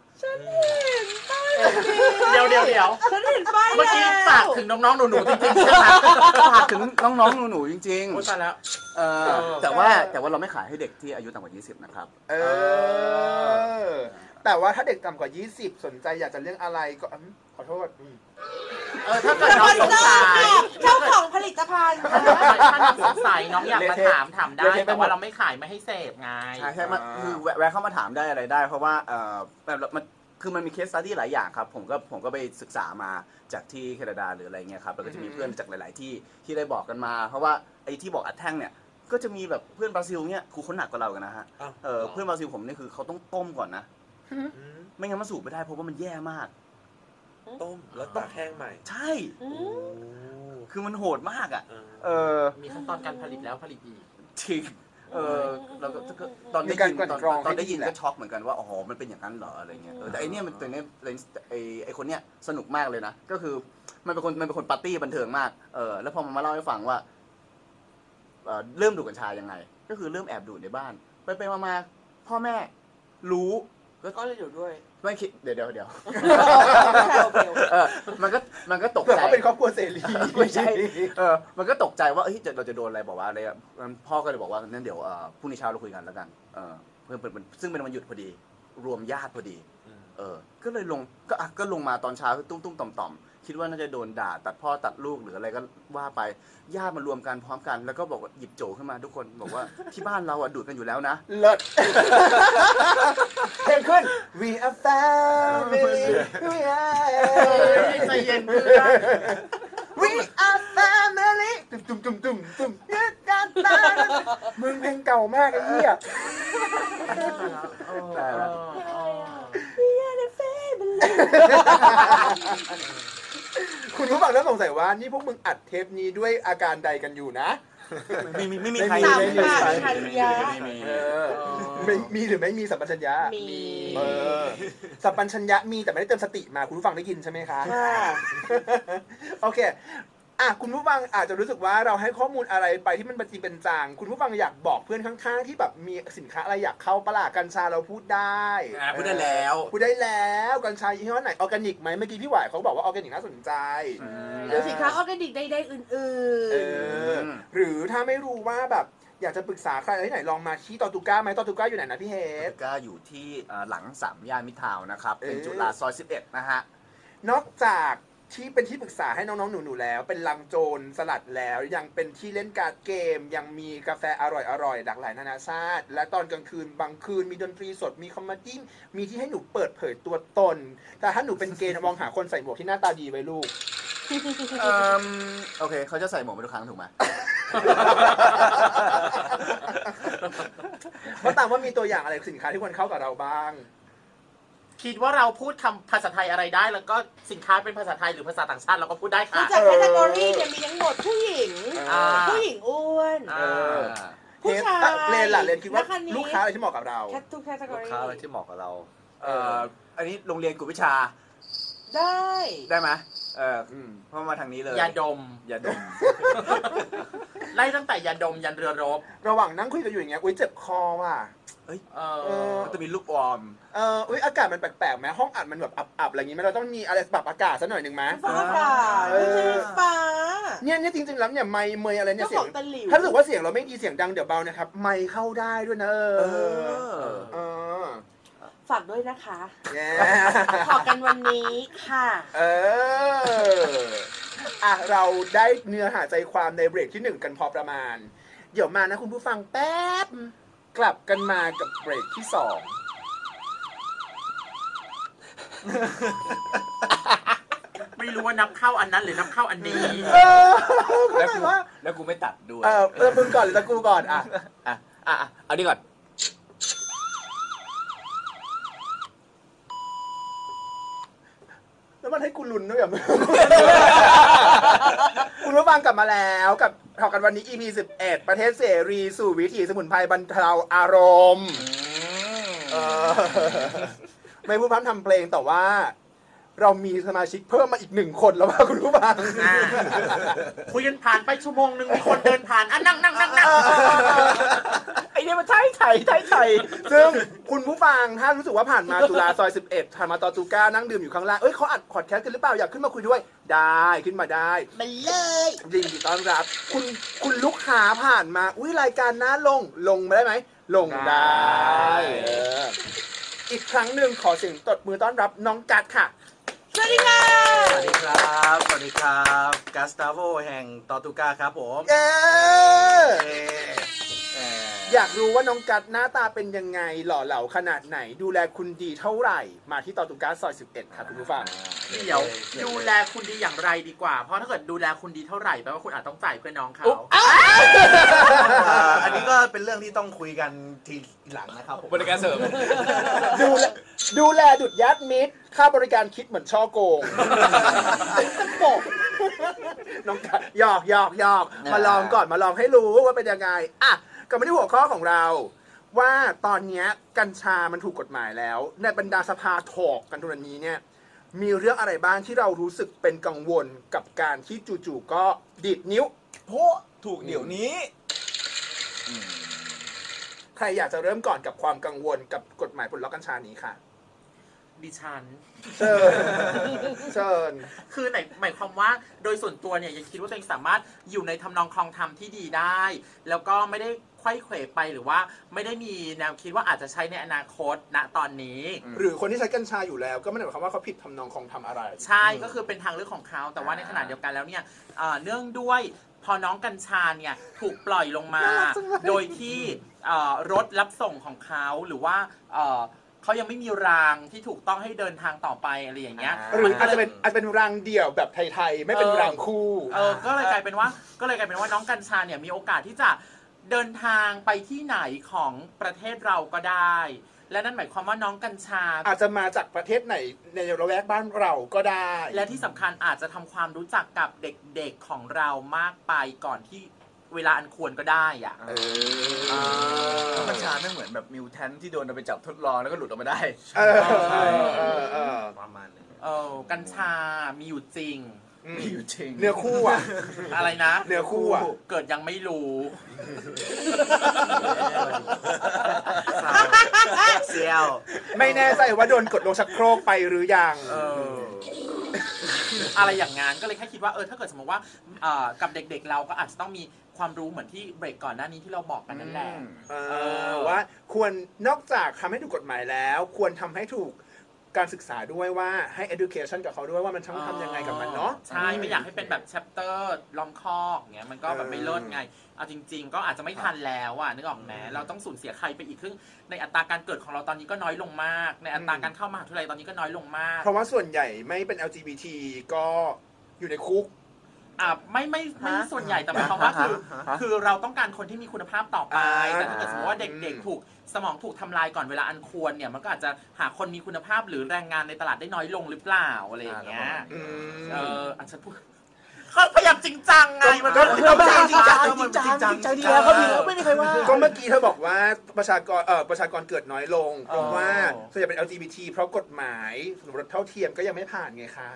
Speaker 2: เดี๋ยวเดี๋ยวเดี๋ยว
Speaker 3: ฉันเห็นป้ายแล้ว
Speaker 2: เมื่อกี้ฝากถึงน้องๆหนูๆจริงๆใช่ไหม
Speaker 4: ฝากถึงน้องๆหนูๆจริง
Speaker 2: โอ้ยตายแล้ว
Speaker 4: ๆเออแต่ว่าแต่ว่าเราไม่ขายให้เด็กที่อายุต่ำกว่า 20 นะครับ
Speaker 1: เออ แต่ว่าถ้าเด็กต่ำกว่า 20 สนใจอยากจะเรื่องอะไรก็อืมขอโทษอืม
Speaker 2: เออถ้าเกิดน้องสงสัย
Speaker 3: เจ้าของผลิตภัณฑ์นะ
Speaker 2: ถ้าเกิดท่านสงสัยน้องอยากมาถามถามได้
Speaker 4: เละเทะไปหมด
Speaker 2: แต่ว่าเราไม่ขายไม่ให้เสพไง
Speaker 4: ใช่ใช่มาคือแวะแวะเข้ามาถามได้อะไรได้ เพราะว่าเออแบบมันคือมันมีเคส e ตัด d y หลายอย่างครับ ผมก็ผมก็ไปศึกษามาจากที่แคนาดาหรืออะไรเงี้ยครับแล้วก็จะมีเพื่อนจากหลาย ๆ ที่ที่ได้บอกกันมา เพราะว่าไอ้ที่บอกอัดแท่งเนี่ยก็จะมีแบบเพื่อนบราซิลเนี่ยครูเขาหนักกว่าเรากันนะฮะ
Speaker 7: อ้าว
Speaker 4: เออ
Speaker 7: หรอ
Speaker 4: เพื่อนบราซิลผมเนี่ยคือเขาต้องต้มก่อนนะ
Speaker 7: อืม
Speaker 4: ไม่งั้นมันสูบไม่ได้เพราะว่ามันแย่มาก
Speaker 7: ต้มแล้วตากแห้งใหม่
Speaker 4: ใช่
Speaker 3: อื
Speaker 7: โอ้
Speaker 3: ม
Speaker 4: คือมันโหดมากอ่ะ
Speaker 7: เออ
Speaker 4: เออ
Speaker 2: มีขั้นตอนการผลิตแล้วผลิตอีก
Speaker 4: จริงเออเราก็ถ้าเกิดตอน
Speaker 1: มี
Speaker 4: ได้
Speaker 1: การ
Speaker 4: ยิน
Speaker 1: กลั่น
Speaker 4: ตอน
Speaker 1: กรอง
Speaker 4: ตอนได้
Speaker 1: ให้
Speaker 4: ยิน
Speaker 1: แหละ
Speaker 4: ก็ช็อกเหมือนกันว่าอ๋อมันเป็นอย่างนั้นเหรออะไรเงี้ยเออแต่ไอเนี้ยมันตัวเนี้ยเลนส์ไอไอคนเนี้ยสนุกมากเลยนะ ก็คือมันเป็นคนมันเป็นคนปาร์ตี้บันเทิงมากเออแล้วพอมันมาเล่าให้ฟังว่าเอ่อเริ่มดูดกัญชายังไง ก็คือเริ่มแอบดูดในบ้าน ไปไปมามาพ่อแม่รู้
Speaker 3: ก็เลยอยู่ด้วย
Speaker 4: ไม่คิดเดี๋ยวเดี๋ยวเดี๋ยว
Speaker 3: แซวเบล
Speaker 4: เออมันก็มันก็ตก
Speaker 1: เผื่อ
Speaker 4: ใจ
Speaker 1: เขาเป็นครอบครัวเสรี
Speaker 4: ไม่ใช่ เออมันก็ตกใจว่าเอ้ยจะเราจะโดนอะไรบอกว่าอะไรอะมันพ่อก็เลยบอกว่านั่นเดี๋ยวเอ่อพรุ่งนี้เช้าเราคุยกันแล้วกัน เออเพื่อนเป็นซึ่งเป็นวันหยุดพอดี รวมญาติพอดี
Speaker 7: อืม
Speaker 4: เออ ก็เลยลง ก็อ่ะก็ลงมาตอนเช้าตุ้มตุ้มต่อมต่อมคิดว่าน่าจะโดนด่า ตัดพ่อตัดลูกหรืออะไรก็ว่าไป ญาติมารวมกันพร้อมกัน แล้วก็บอกว่าหยิบโจขึ้นมาทุกคนบอกว่า ที่บ้านเราอ่ะดูดกันอยู่แล้วนะ
Speaker 1: เลิศเพลงขึ้น we are family we are
Speaker 2: ใจเย็นเพื่อน
Speaker 1: we are family ตุ่มตุ่มตุ่มตุ่มตุ่มตาตามึงเพลงเก่ามากไอ้เหี้ย
Speaker 4: ได้แล้ว
Speaker 1: คุณผู้ฟังเริ่มสงสัยว่า นี่พวกมึงอัดเทปนี้ด้วยอาการใดกันอยู่นะ
Speaker 4: ไม่มีไม่
Speaker 1: ไม่
Speaker 4: มี
Speaker 1: มี
Speaker 4: ใคร
Speaker 3: สาม
Speaker 4: ไม่มี
Speaker 3: บาท
Speaker 4: ใคร
Speaker 3: ทันยา
Speaker 4: ไม่มี
Speaker 1: ไม่มีหรือไม่มีสัมปชัญญะ
Speaker 3: มี
Speaker 1: เออสัมปชัญญะมีแต่ไม่ได้เติมสติมาคุณผู้ฟังได้ยินใช่ไหมคะ
Speaker 3: ค่ะ
Speaker 1: โอเค อ่ะคุณผู้ฟังอาจจะรู้สึกว่าเราให้ข้อมูลอะไรไปที่มันเป็นจริงเป็นจัง คุณผู้ฟังอยากบอกเพื่อนข้างๆ ที่แบบมีสินค้าอะไรอยากเข้าประหลาดกัญชาเราพูดได้
Speaker 4: อ่ะพูดได้แล้ว
Speaker 1: พูดได้แล้วกัญชายี่ห้อไหนออร์แกนิกไหมเมื่อกี้พี่หวายเขาบอกว่าออร์แกนิกน่าสนใจ
Speaker 3: หรือสินค้าออร์แกนิกใดๆอื่
Speaker 1: เอน อหรือถ้าไม่รู้ว่าแบบอยากจะปรึกษาใครที่ไหนลองมาที่ตอตูก้าไหมตอตูก้าอยู่ไหนนะพี่เฮ
Speaker 4: เอ
Speaker 1: ด
Speaker 4: ฟก็อยู่ที่เอ่อหลังสามย่านมิตรทาวน์นะครับ เป็น
Speaker 1: เอ๊ะ
Speaker 4: จุฬาซอย 11 นะฮะ
Speaker 1: นอกจาก ที่เป็นที่ปรึกษาให้น้องๆหนูๆแล้ว เป็นลังโจรสลัดแล้ว ยังเป็นที่เล่นการ์ดเกม ยังมีกาแฟอร่อยๆหลากหลายนานาชาติ และตอนกลางคืนบางคืนมีดนตรีสดมีคอมเมดี้มีที่ให้หนูเปิดเผยตัวตน แต่ถ้าหนูเป็นเกย์นะมองหาคนใส่หมวกที่หน้าตาดีไว้ลูก
Speaker 4: เอิ่ม [LAUGHS] โอเคเขาจะใส่หมวกไปทุกครั้งถูกไหม
Speaker 1: ก็ตามว่ามีตัวอย่างอะไรสินค้าที่ควรเข้ากับเราบ้าง
Speaker 2: คิดว่าเราพูดคำภาษาไทยอะไรได้ แล้วก็สินค้าเป็นภาษาไทยหรือภาษาต่างชาติเราก็พูดได้
Speaker 3: คือ
Speaker 2: ค่ะ
Speaker 3: จากแคตตาล็อกเนี่ยมีทั้งหมดผู้หญิง
Speaker 2: อ่า
Speaker 3: ผู้หญิงอ้วน
Speaker 2: อ่า
Speaker 3: ผู้ชาย
Speaker 1: เลนล่ะเลนคิดว่า
Speaker 3: ะะนี้
Speaker 1: ลูกค้าอะไรที่เหมาะกับเรา
Speaker 3: แคททุกแคตตา
Speaker 6: ลูกค้าอะไร
Speaker 3: ล็อก
Speaker 6: ที่เหมาะกับเรา
Speaker 4: เอ่ออันนี้โรงเรียนกุวิชา
Speaker 3: ได้
Speaker 4: ได้ไหมเอออืมเพราะมาทางนี้เลย
Speaker 2: ยาดม
Speaker 4: ยาดม
Speaker 2: ไล่ตั้งแต่ยาดมยันเรือรบ
Speaker 1: ระหว่างนั่งคุยกันอยู่อย่างเงี้ย อุ้ยเจ็บคอว่ะ
Speaker 2: เอ
Speaker 1: เอ
Speaker 2: อ
Speaker 1: อ
Speaker 4: มันจะมีลูกออม
Speaker 1: เอออุ้ยอากาศมันแปลกๆไหมห้องอัดมันแบบอับๆอะไรอย่างงี้ไหมเราต้องมีอะไรปรับอากาศสักหน่อยหนึ่งไหม
Speaker 3: ฟ้าผ่า
Speaker 1: เออ
Speaker 3: ไม่ใช่ฟ้า
Speaker 1: เนี่ยเนี่ยจริงๆแล้วเนี่ยไมค์เมย์อะไรเนี่
Speaker 3: เจ้าย
Speaker 1: เสี
Speaker 3: ข
Speaker 1: ย
Speaker 3: อง
Speaker 1: ง
Speaker 3: ตะหลิว
Speaker 1: ถ้ารู้สึกว่าเสียงเราไม่ดีเสียงดังเดี๋ยวเบานะครับ ไมค์เข้าได้ด้วยนะ เออ
Speaker 4: เออ
Speaker 1: เออ
Speaker 3: ฝากด้วยนะคะ
Speaker 1: แย่
Speaker 3: ขอกันวันนี้ค่ะ
Speaker 1: เอออ่ะเราได้เนื้อหาใจความในเบรกที่หนึ่งกันพอประมาณ เดี๋ยวมานะคุณผู้ฟังแป๊บ กลับกันมากับเบรกที่สอง
Speaker 2: ไม่รู้ว่านับเข้าอันนั้นหรือนับเข้าอัน
Speaker 1: [LAUGHS]
Speaker 2: นี้
Speaker 1: เออเข้า
Speaker 4: แล้ว
Speaker 1: ใจ
Speaker 4: กู
Speaker 1: ว่า
Speaker 4: แล้วกูไม่ตัดด้วย
Speaker 1: เออเออมึงก่อนหรือตะกูก่อนอ่ะ
Speaker 4: อ่ะอ่ะอ่ะเอานี่ก่อน
Speaker 1: แล้วมันให้กูลุ้นด้วยอ่ะมึง คุณผู้ฟังกลับมาแล้วกับข่าวกันวันนี้ EP 11 ประเทศเสรีสู่วิถีสมุนไพรบรรเทาอารมณ์เออ [LAUGHS] ไม่พูดพร่ำทำเพลงแต่ว่า เรามีสมาชิกเพิ่มมาอีกหนึ่งคนแล้วว่าคุณผู้ฟัง
Speaker 2: อ่าคุยกันผ่านไปชั่วโมงหนึ่งมีคนเดินผ่านอ่ะนั่งนั่งนั่งนั่ง
Speaker 1: [LAUGHS] ไอเนี่ยมันใช่ไถ่ไถ่ไถ่ซึ่งคุณผู้ฟังถ้ารู้สึกว่าผ่านมาจุฬาซอย 11ผ่านมาตอจูก้านั่งดื่มอยู่ข้างล่างเอ้ยเขาอัดพอดแคสต์กันหรือเปล่าอยากขึ้นมาคุยด้วย ได้ขึ้นมาได้
Speaker 3: มันเลย
Speaker 1: ยินดีต้อนรับ คุณคุณลูกค้าผ่านมาอุ้ยรายการน้าลงลงมาได้ไหม ลงได้เอออีกครั้งหนึ่งขอเสียงตบมือต้อนรับน้องกัดค่ะ
Speaker 3: สวัสดีค่ะ
Speaker 6: สวัสดีครับ สวัสดีครับกาสตาโวแห่งตอตูกาครับผม
Speaker 1: เย้
Speaker 6: เอ่อเอ่อ
Speaker 1: อยากรู้ว่าน้องกัดหน้าตาเป็นยังไง หล่อเหลาขนาดไหน ดูแลคุณดีเท่าไหร่ มาที่ตอตุกาซอย 11 ค่ะคุณผู้ฟัง
Speaker 2: เดี๋ยวดูแลคุณดีอย่างไรดีกว่า เพราะถ้าเกิดดูแลคุณดีเท่าไหร่แปลว่าคุณอาจต้องจ่ายเพื่อน้องเขา
Speaker 8: อ่าอันนี้ก็เป็นเรื่องที่ต้องคุยกันทีหลังนะครับผม
Speaker 4: บริการเสริม
Speaker 1: [LAUGHS] ดูแลดูแลดุดยัดมิดค่าบริการคิดเหมือนช่อโกง [LAUGHS] ตกน้องกัดหยอกหยอกหยอกมาลองก่อนมาลองให้รู้ว่าเป็นยังไง อ่ะกลับมาที่หัวข้อของเรา ว่าตอนเนี้ยกัญชามันถูกกฎหมายแล้ว ในบรรดาสภาถกกันทุนนี้เนี่ย มีเรื่องอะไรบ้างที่เรารู้สึกเป็นกังวลกับการที่จู่ๆก็ดีดนิ้ว
Speaker 4: โพถูกเดี๋ยวนี้
Speaker 1: ใครอยากจะเริ่มก่อนกับความกังวลกับกฎหมายปลดล็อกกัญชานี้ค่ะ
Speaker 2: ดิฉัน
Speaker 1: เชิญเชิญ
Speaker 2: คือไหนหมายความว่าโดยส่วนตัวเนี่ยยังคิดว่าตัวเองสามารถอยู่ในทำนองคลองธรรมที่ดีได้ แล้วก็ไม่ได้ไขว้เขวไปหรือว่าไม่ได้มีแนวคิดว่าอาจจะใช้ในอนาคตณตอนนี้
Speaker 1: หรือคนที่ใช้กัญชาอยู่แล้วก็ไม่ได้หมายความว่าเขาผิดทำนองคลองทำอะไร
Speaker 2: ใช่ก็คือเป็นทางเลือกของเขา แต่ว่าในขณะเดียวกันแล้วเนี่ยเอ่อเนื่องด้วยพอน้องกัญชาเนี่ยถูกปล่อยลงมา โดยที่เอ่อรถรับส่งของเขาหรือว่าเอ่อเขายังไม่มีรางที่ถูกต้องให้เดินทางต่อไปอะไรอย่างเงี้ย
Speaker 1: หรืออาจ
Speaker 2: มันก็ล
Speaker 1: จะ
Speaker 2: ย
Speaker 1: เป็นอาจจะเป็นรังเดี่ยวแบบไทยๆ ไม่เป็น
Speaker 2: เออ
Speaker 1: รังคู่
Speaker 2: เออ ก็เลยกลายเป็นว่า ก็เลยกลายเป็นว่าน้องกัญชาเนี่ยมีโอกาสที่จะเดินทางไปที่ไหนของประเทศเราก็ได้ และนั่นหมายความว่าน้องกัญชา
Speaker 1: อาจจะมาจากประเทศไหนในระแวกบ้านเราก็ได้
Speaker 2: และที่สำคัญอาจจะทำความรู้จักกับเด็กๆของเรามากไปก่อนที่เวลาอันควรก็ได้อะ
Speaker 1: เออ
Speaker 4: กัญชาไม่งเหมือนแบบมิวแทนที่โดนเอาไปจับทดลองแล้วก็หลุดออกมาได้
Speaker 1: เออเออเออเออ
Speaker 8: ประมาณนึง
Speaker 2: เออกัญชามีอยู่จริง
Speaker 1: อืม
Speaker 4: มีอยู่จริง
Speaker 1: เนื้อคู่อ่ะ
Speaker 2: อะไรนะ
Speaker 1: เนื้อคู่อะ
Speaker 2: เกิดยังไม่รู้
Speaker 8: เซียว
Speaker 1: ไม่แน่ใจว่าโดนกดลงชักโครกไปหรือยัง
Speaker 2: เอออะไรอย่างงั้นก็เลยแค่คิดว่าเออถ้าเกิดสมมติว่าเอ่อกับเด็กๆ เราก็อาจจะต้องมีความรู้เหมือนที่เบรกก่อนหน้านี้ที่เราบอกกันนั่นแหละ
Speaker 1: เอ
Speaker 2: เอ
Speaker 1: อ
Speaker 2: อ
Speaker 1: ว่าควรนอกจากทำให้ถูกกฎหมายแล้ว ควรทำให้ถูก การศึกษาด้วยว่าให้ education กับเขาด้วยว่ามันต้องทำยังไงกับมันเนาะ
Speaker 2: ใช่ไม่อยากให้เป็นแบบแชปเตอร์ลองคอกอย่างเงี้ยมันก็แบบไม่เลิศไงเอาจริง ๆ ก็อาจจะไม่ทันแล้วอ่ะนึกออกไหมเราต้องสูญเสียใครไปอีกครึ่งในอัตราการเกิดของเราตอนนี้ก็น้อยลงมาก ในอัตราการเข้ามหาวิทยาลัยตอนนี้ก็น้อยลงมาก
Speaker 1: เพราะว่าส่วนใหญ่ไม่เป็น LGBT ก็อยู่ในคุก
Speaker 2: อ่ะไม่ไม่ไม่ส่วนใหญ่แต่หมายความว่าคือ คือเราต้องการคนที่มีคุณภาพต่อไป
Speaker 1: อ่า
Speaker 2: แต่ถ้าเกิดสมมติว่าเด็ก
Speaker 1: อืม
Speaker 2: ๆ ถูกสมองถูกทำลายก่อนเวลาอันควรเนี่ยมันก็อาจจะหาคนมีคุณภาพหรือแรงงานในตลาดได้น้อยลงหรือเปล่าอะไรอย่างเงี้ย
Speaker 1: อืม
Speaker 2: เอออาจจะพูด [LAUGHS] เขาพยายามจริงจังไง
Speaker 1: ก็มันก็
Speaker 9: จริงจังจริงจังจริงจังดีแล้วก็ดีแล้วไม่มีใครว่า
Speaker 1: ก็เมื่อกี้เธอบอกว่าประชากรเออประชากรเกิดน้อยลง เพราะว่าส่วนใหญ่เป็น LGBT เพราะกฎหมายสมรสเท่าเทียมก็ยังไม่ผ่านไงคะ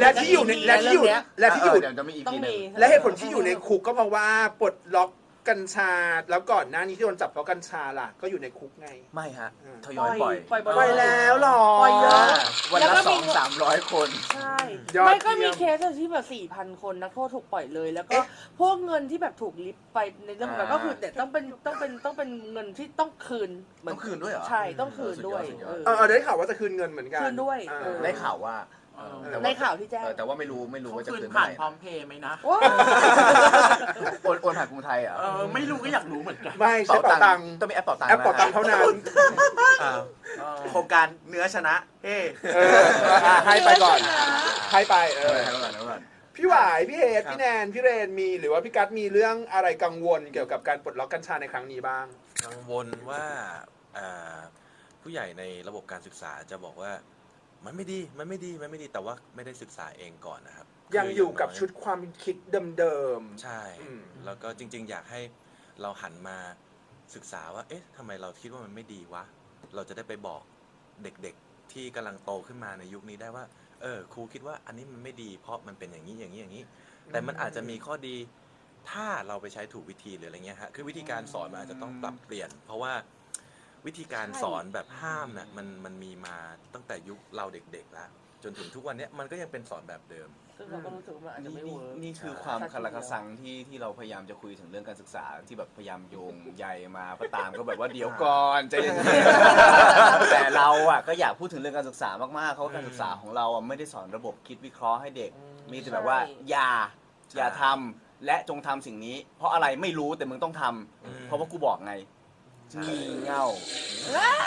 Speaker 1: และที่อยู่ในและที่อยู่และที่อยู่
Speaker 4: เดี๋ยวจะมีอีก
Speaker 3: ต้อง
Speaker 4: ทีหนึ
Speaker 3: มี
Speaker 4: ง
Speaker 1: และเหตุผลที่อยู่ในคุกก็เพราะว่าปลดล็อกกัญชา แล้วก่อนหน้านี้ที่โดนจับเพราะกัญชาล่ะก็อยู่ในคุกไง
Speaker 4: ไม่ฮะ
Speaker 1: อืม
Speaker 4: ทยอยปล่อย
Speaker 3: ปล่อยบ่อย
Speaker 1: ไปแล้วหรอ
Speaker 3: ปล่อยเยอะ
Speaker 4: วัน
Speaker 3: แล้ว
Speaker 4: ละ
Speaker 3: ก็
Speaker 4: ส
Speaker 3: มี
Speaker 4: องสามร้อยคน
Speaker 3: ใช่
Speaker 1: ยอด
Speaker 3: ไม่ก็มี
Speaker 1: เยี่
Speaker 3: เค
Speaker 1: ยม
Speaker 3: สที่แบบสี่พันคนนักโทษถูกปล่อยเลย แล้วก็
Speaker 1: เอ๊ะ
Speaker 3: พวกเงินที่แบบถูกลิฟไปในเรื่องของการ
Speaker 4: อ่า
Speaker 3: ก็คือแต่ต้องเป็นต้องเป็นต้องเป็นเงินที่ต้องคืนเหมื
Speaker 4: ต้
Speaker 3: อ
Speaker 4: อน งคืนด้วยเหรอ
Speaker 3: ใช่ต้องคืนด้วย
Speaker 4: สุดย
Speaker 3: เอ
Speaker 4: อด
Speaker 3: อ
Speaker 1: เออเออได้ข่าวว่าจะคืนเงินเหมือนกัน
Speaker 3: คืนด้วย
Speaker 1: อ่า
Speaker 3: เออ
Speaker 4: ได้ข่าวว่า
Speaker 2: เออ
Speaker 4: แต่
Speaker 3: ในข่าวที่แจ้ง
Speaker 4: เออแต่ว่าไม่รู้ไม่รู้
Speaker 2: เขา
Speaker 4: ว่าจะ
Speaker 2: คืน
Speaker 4: คืนเมื่
Speaker 2: ผ่า
Speaker 4: อน ไหร่
Speaker 2: พร้อมเพย์ไหมนะ
Speaker 4: [LAUGHS]
Speaker 3: ว้าว
Speaker 4: โอนโอนผ่านกรุงไทยเหรอ่ะ
Speaker 2: เออ ไม่รู้ก็อยากรู้เหมือนกัน
Speaker 1: ไม่ใช่เป่าตังค์
Speaker 4: ต้องมีแอปเป่าตังค์
Speaker 1: แอปเป่าตังค์
Speaker 4: นะ
Speaker 1: เท่านั้น
Speaker 9: โครงการเนื้อชนะ เฮ้
Speaker 1: เอออ่ะให้ไปก่อนให้ไปเอ
Speaker 4: เออ
Speaker 1: อ
Speaker 4: ให้เป่าตังค์ก่อน
Speaker 1: พี่หวาย พี่เฮดพี่แนน พี่เรนมี หรือว่าพี่กัสมีเรื่องอะไรกังวลเกี่ยวกับการปลดล็อกกัญชาในครั้งนี้บ้าง
Speaker 5: กังวลว่าอ่าผู้ใหญ่ในระบบการศึกษาจะบอกว่า มันไม่ดี มันไม่ดี มันไม่ดี แต่ว่าไม่ได้ศึกษาเองก่อนนะครับ
Speaker 1: ยัง
Speaker 5: คื
Speaker 1: อยู่กับ
Speaker 5: างน้
Speaker 1: ชุดความคิดเดิม
Speaker 5: ใช่
Speaker 1: อืม
Speaker 5: แล้วก็จริง ๆ อยากให้เราหันมาศึกษาว่า เอ๊ะทำไมเราคิดว่ามันไม่ดีวะ เราจะได้ไปบอกเด็กๆที่กำลังโตขึ้นมาในยุคนี้ได้ว่า เออ ครูคิดว่าอันนี้มันไม่ดี เพราะมันเป็นอย่างนี้ อย่างนี้ อย่างนี้ แต่มันอาจจะมีข้อดี ถ้าเราไปใช้ถูกวิธีหรืออะไรเงี้ยฮะ คือวิธีการสอนมันอาจจะต้องปรับเปลี่ยน เพราะว่าวิธีการสอนแบบห้ามน่ะมันมันมีมาตั้งแต่ยุคเราเด็กๆแล้วจนถึงทุกวันเนี้ยมันก็ยังเป็นสอนแบบเดิม
Speaker 3: ซึ่งเราก็รู้สึกว่ามันอาจจะ
Speaker 4: นี่
Speaker 3: ไม่
Speaker 4: นี่
Speaker 3: เวิร์ก
Speaker 4: นี่คือความ
Speaker 3: ใช่
Speaker 4: คาราคาซังที่ที่เราพยายามจะคุยถึงเรื่องการศึกษาที่แบบพยายามโยงใยมาพระตามก็แบบว่าเดี๋ยวก่อนใจเย็นๆแต่เราอ่ะก็อยากพูดถึงเรื่องการศึกษามากๆเขาะการศึกษาของเราอ่ะไม่ได้สอนระบบคิดวิเคราะห์ให้เด็ก มีแต่แบบว่าอย่า
Speaker 5: ใช่
Speaker 4: อย่าทำและจงทำสิ่งนี้ เพราะอะไรไม่รู้แต่มึงต้องทำ
Speaker 5: อืม
Speaker 4: เพราะว่ากูบอกไงงี่เง่า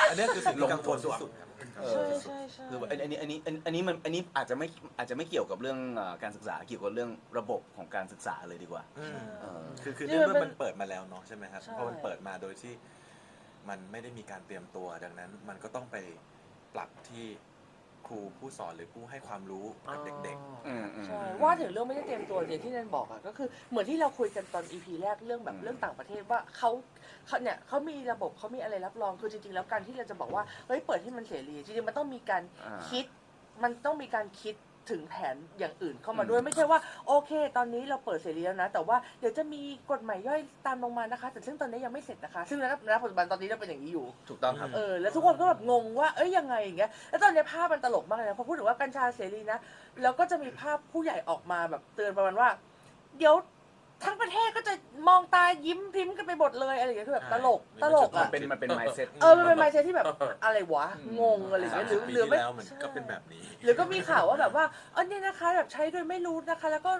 Speaker 5: อันเนี้ยคือสิ่งที่กังวลที่สุด
Speaker 4: เออ
Speaker 3: ใช่ใช่ใช่
Speaker 4: คืออันอันนี้อันนี้อันอันนี้มันอันนี้อาจจะไม่อาจจะไม่เกี่ยวกับเรื่องเอ่อการศึกษาเกี่ยวกับเรื่องระบบของการศึกษาเลยดีกว่า
Speaker 5: อืม
Speaker 4: เออ
Speaker 5: คือคือ
Speaker 3: นี่
Speaker 5: ในเมื่
Speaker 3: มั
Speaker 5: อน มันเปิดมาแล้วเนาะใช่ไหมครับ
Speaker 3: ใช่
Speaker 5: พอมันเปิดมาโดยที่มันไม่ได้มีการเตรียมตัวดังนั้น มันก็ต้องไปปรับที่ครูผู้สอนหรือผู้ให้ความรู้กับเด็ก
Speaker 4: อืมอืม
Speaker 3: ใช่
Speaker 4: อืม
Speaker 3: ว่าถึงเรื่องไม่ได้เตรียมตัวอย่างที่นันบอกอะก็คือเหมือนที่เราคุยกันตอนอีพีแรกเรื่องแบบ
Speaker 4: อืม
Speaker 3: เรื่องต่างประเทศว่าเขาเขาเนี่ยเขามีระบบเขามีอะไรรับรองคือจริงๆ แล้วการที่เราจะบอกว่าเฮ้ยเปิดให้มันเสรีจริงๆมันต้องมีการ
Speaker 4: อ่า
Speaker 3: คิด มันต้องมีการคิดถึงแผนอย่างอื่นเข้ามา
Speaker 4: อืม
Speaker 3: ด้วยไม่ใช่ว่าโอเค ตอนนี้เราเปิดเสรีแล้วนะ แต่ว่าเดี๋ยวจะมีกฎหมายย่อยตามลงมานะคะ แต่ซึ่งตอนนี้ยังไม่เสร็จนะคะ ซึ่งณณปัจจุบันตอนนี้เราเป็นอย่างนี้อยู่
Speaker 4: ถูกต้องครับ
Speaker 3: เออแล้วทุกคนก็แบบงงว่าเอ้ยยังไงอย่างเงี้ยแล้วตอนเนี้ยภาพมันตลกมากเลยนะพอพูดถึงว่ากัญชาเสรีนะแล้วก็จะมีภาพผู้ใหญ่ออกมาแบบเตือนประมาณว่า เดี๋ยวทั้งประเทศก็จะมองตายิ้มพริ้มกันไปหมดเลยอะไรอย่างเงี้ยคือแบบตลกตลก
Speaker 4: มัน
Speaker 3: อ่ะ
Speaker 4: เป็นมันเป็น mindset
Speaker 3: เออมันเป็นไมเซที่แบบอะไรวะงงอะไรอย่าง
Speaker 5: สา
Speaker 3: เงี้ย
Speaker 5: ม
Speaker 3: ห
Speaker 5: สิ
Speaker 3: รื
Speaker 5: บ
Speaker 3: อหรือ
Speaker 5: ปีที่
Speaker 3: ไม่
Speaker 5: แล้วมันก็เป็นแบบนี้
Speaker 3: หรือก็มีข่าวว่าแบบว่าเออเนี่ยนะคะแบบใช้โดยไม่รู้นะคะ แล้วก็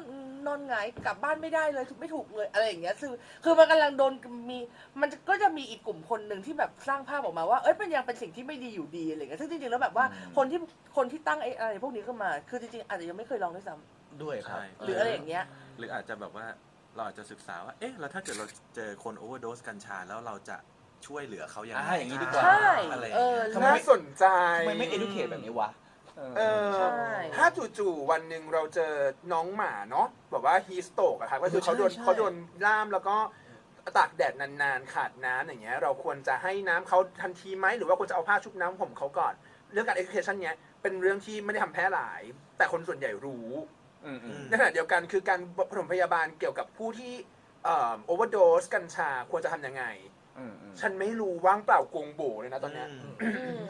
Speaker 3: นอนหงายกลับบ้านไม่ได้เลยถูกไม่ถูกเลยอะไรอย่างเงี้ยคือคือมันกำลังโดนมีมันก็จะมีอีกกลุ่มคนหนึ่งที่แบบสร้างภาพออกมาว่าเอ้ยมันยังเป็นสิ่งที่ไม่ดีอยู่ดีอะไรเงี้ยซึ่งจริงๆแล้วแบบว่า
Speaker 4: อืม
Speaker 3: คนที่คนที่ตั้งไอ้อะไรพวกนี้ขึ้นมา คือจริงๆอาจจะยังไม่เคยลองด้วยซ้
Speaker 4: ด้วยครับ
Speaker 5: ใช่
Speaker 3: ำหรืออะไรอย่างเงี้ย
Speaker 5: หรืออาจจะแบบว่าเราอาจจะศึกษาว่า เอ๊ะ แล้วถ้าเกิดเราเจอคนโอเวอร์โดสกัญชาแล้วเราจะช่วยเหลือเขาอย่าง
Speaker 4: อ่า
Speaker 5: ไร
Speaker 4: อย่างนี้ดีกว่า
Speaker 3: ใช่
Speaker 5: อะไรอย่าง
Speaker 3: เออ
Speaker 5: เงี้ย
Speaker 3: แล้ว
Speaker 1: ๆน่าสนใจ
Speaker 4: ทำไมไม่ educate แบบนี้วะเออ
Speaker 1: เออ
Speaker 3: ใช่
Speaker 1: ถ้าจู่ๆวันหนึ่งเราเจอน้องหมาเนาะแบบว่าฮีสโตกอะครับก็คือเขาโดน
Speaker 4: ใช่ใช่
Speaker 1: เขาโดนล่ามแล้วก็ตากแดดนานๆ ขาดน้ำอย่างเงี้ย เราควรจะให้น้ำเขาทันทีไหมหรือว่าควรจะเอาผ้าชุบน้ำผมเขาก่อน เรื่องการ education เนี้ยเป็นเรื่องที่ไม่ได้ทำแพร่หลาย แต่คนส่วนใหญ่รู้
Speaker 4: อืมอืม
Speaker 1: ในขณะเดียวกันคือการผสมพยาบาลเกี่ยวกับผู้ที่โอเวอร์โดสกัญชาควรจะทำยังไง
Speaker 4: อืมอืม
Speaker 1: ฉันไม่รู้ว่างเปล่ากวงโบเลยนะตอนเนี้ย
Speaker 3: อืม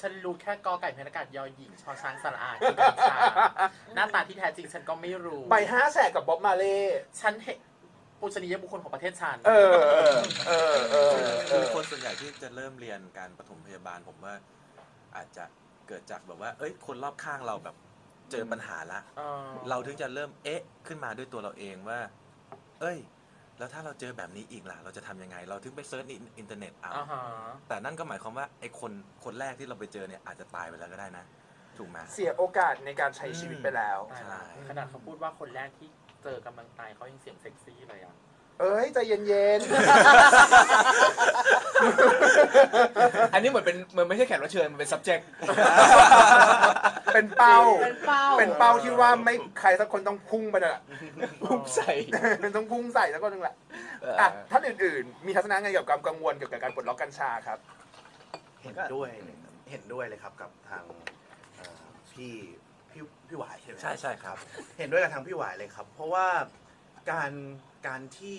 Speaker 2: ฉันรู้แค่กอไก่พนักงานยอหญิงชอช้างสระอาที่กัญชาหน้าตาที่แท้จริงฉันก็ไม่รู้
Speaker 1: ไปห้าแสกกับบ๊อบมาเล่
Speaker 2: ฉันเห็น ปูชนียบุคคลของประเทศชาติ
Speaker 1: เออเออเออเออเอ
Speaker 7: คือ
Speaker 1: อ
Speaker 7: คนส่วนใหญ่ที่จะเริ่มเรียนการปฐมพยาบาลผมว่า อาจจะเกิดจากแบบว่า เอ้ย คนรอบข้างเราแบบเจอปัญหาละ เราถึงจะเริ่มเอ๊ะขึ้นมาด้วยตัวเราเองว่า เอ้ย แล้วถ้าเราเจอแบบนี้อีกล่ะ เราจะทำยังไง เราถึงไปเซิร์ชในอินเทอร์เน็ตเอา
Speaker 2: อ่าฮะ
Speaker 7: แต่นั่นก็หมายความว่าไอ้คนคนแรกที่เราไปเจอเนี่ยอาจจะตายไปแล้วก็ได้นะ ถูกไหม
Speaker 1: เสียโอกาสในการใช้ชีวิตไปแล้ว
Speaker 2: ตาย
Speaker 7: ใช่
Speaker 2: ละขนาดเขาพูดว่าคนแรกที่เจอกำลังตายเขายังเสียงเซ็กซี่เลยอ่ะ
Speaker 1: เอ้ยใจเย็น
Speaker 10: อันนี้เหมือนเป็นมันไม่ใช่แขกรับเชิญมันเป็น subject
Speaker 1: [LAUGHS] ๆ เป็นเป้า
Speaker 3: เป็นเป้า
Speaker 1: เป็นเป้าที่ว่าไม่ใครสักคนต้องพุ่งไปน่นแหละ
Speaker 10: ปุ๊บใส่
Speaker 1: ต้องพุ่งใส่สักคนหนึงแหละ
Speaker 10: เอ่ออ
Speaker 1: อ่ะท่านอื่นๆ มีทัศนะไงเกี่ยวกับความกังวลเกี่ยวกับการปลดล็อกกัญชาครับ
Speaker 8: เห็นด้วยเห็นด้วยเลยครับกับทางเอ่อพี่พี่พี่หวายใช่ไหม
Speaker 7: ใช่ใช่ครับ
Speaker 8: เห็นด้วยกับทางพี่หวายเลยครับ เพราะว่าการการที่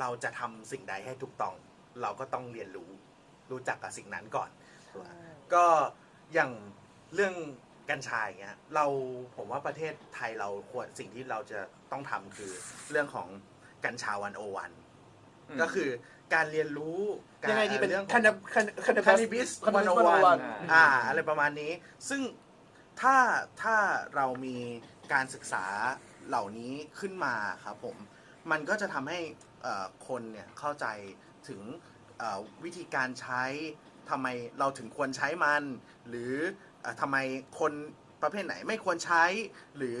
Speaker 8: เราจะทำสิ่งใดให้ถูกต้อง เราก็ต้องเรียนรู้รู้จักกับสิ่งนั้นก่อน ก็อย่างเรื่องกัญชาอย่างเงี้ยเราผมว่าประเทศไทยเราควรสิ่งที่เราจะต้องทำคือเรื่องของกัญชาวันโอวัน ก็คือการเรียนรู้การ
Speaker 1: ยังไงดีเป็น
Speaker 8: เรื่องของ
Speaker 1: คานาคานา
Speaker 8: คานิบิสวันโอวันอ่าอะไรประมาณนี้ ซึ่งถ้าถ้าเรามีการศึกษาเหล่านี้ขึ้นมาครับผม มันก็จะทำให้เอ่อคนเนี่ยเข้าใจถึงเอ่อวิธีการใช้ทำไมเราถึงควรใช้มัน หรือเอ่อทำไมคนประเภทไหนไม่ควรใช้ หรือ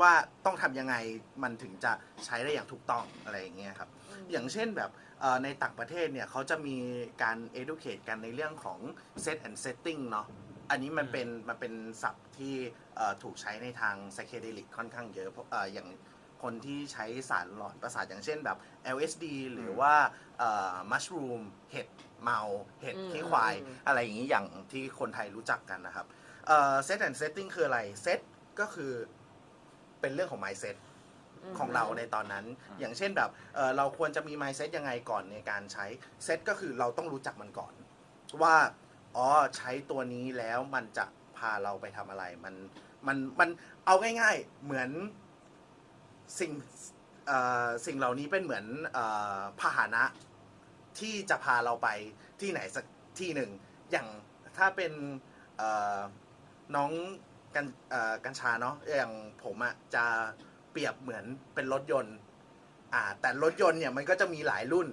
Speaker 8: ว่าต้องทำยังไงมันถึงจะใช้ได้อย่างถูกต้องอะไรอย่างเงี้ยครับ อย่างเช่นแบบเอ่อในต่างประเทศเนี่ยเขาจะมีการ educate กันในเรื่องของ set and setting เนาะอันนี้มันเป็นมันเป็นศัพท์ที่เอ่อถูกใช้ในทาง psychedelic ค่อนข้างเยอะเพราะเอ่ออย่างคนที่ใช้สารหลอนประสาทอย่างเช่นแบบ LSD หรือว่าเอ่อ mushroom เห็ดเมาเห็ด
Speaker 3: อืม
Speaker 8: ขี้ควาย
Speaker 3: อืม
Speaker 8: อะไรอย่างนี้อย่างที่คนไทยรู้จักกันนะครับเอ่อ set and setting คืออะไร set ก็คือเป็นเรื่องของ mindset ของเราในตอนนั้น อย่างเช่นแบบเอ่อเราควรจะมี mindset ยังไงก่อนในการใช้ เซตก็คือเราต้องรู้จักมันก่อน ว่า อ๋อ ใช้ตัวนี้แล้วมันจะพาเราไปทำอะไร มัน มัน มัน เอาง่ายๆ เหมือนสิ่งเอ่อสิ่งเหล่านี้เป็นเหมือนเออพาหนะที่จะพาเราไปที่ไหนสักที่หนึ่ง อย่างถ้าเป็นเอ่อน้องกันเอ่อกัญชาเนาะ อย่างผมอะจะเปรียบเหมือนเป็นรถยนต์ อ่า แต่รถยนต์เนี่ยมันก็จะมีหลายรุ่น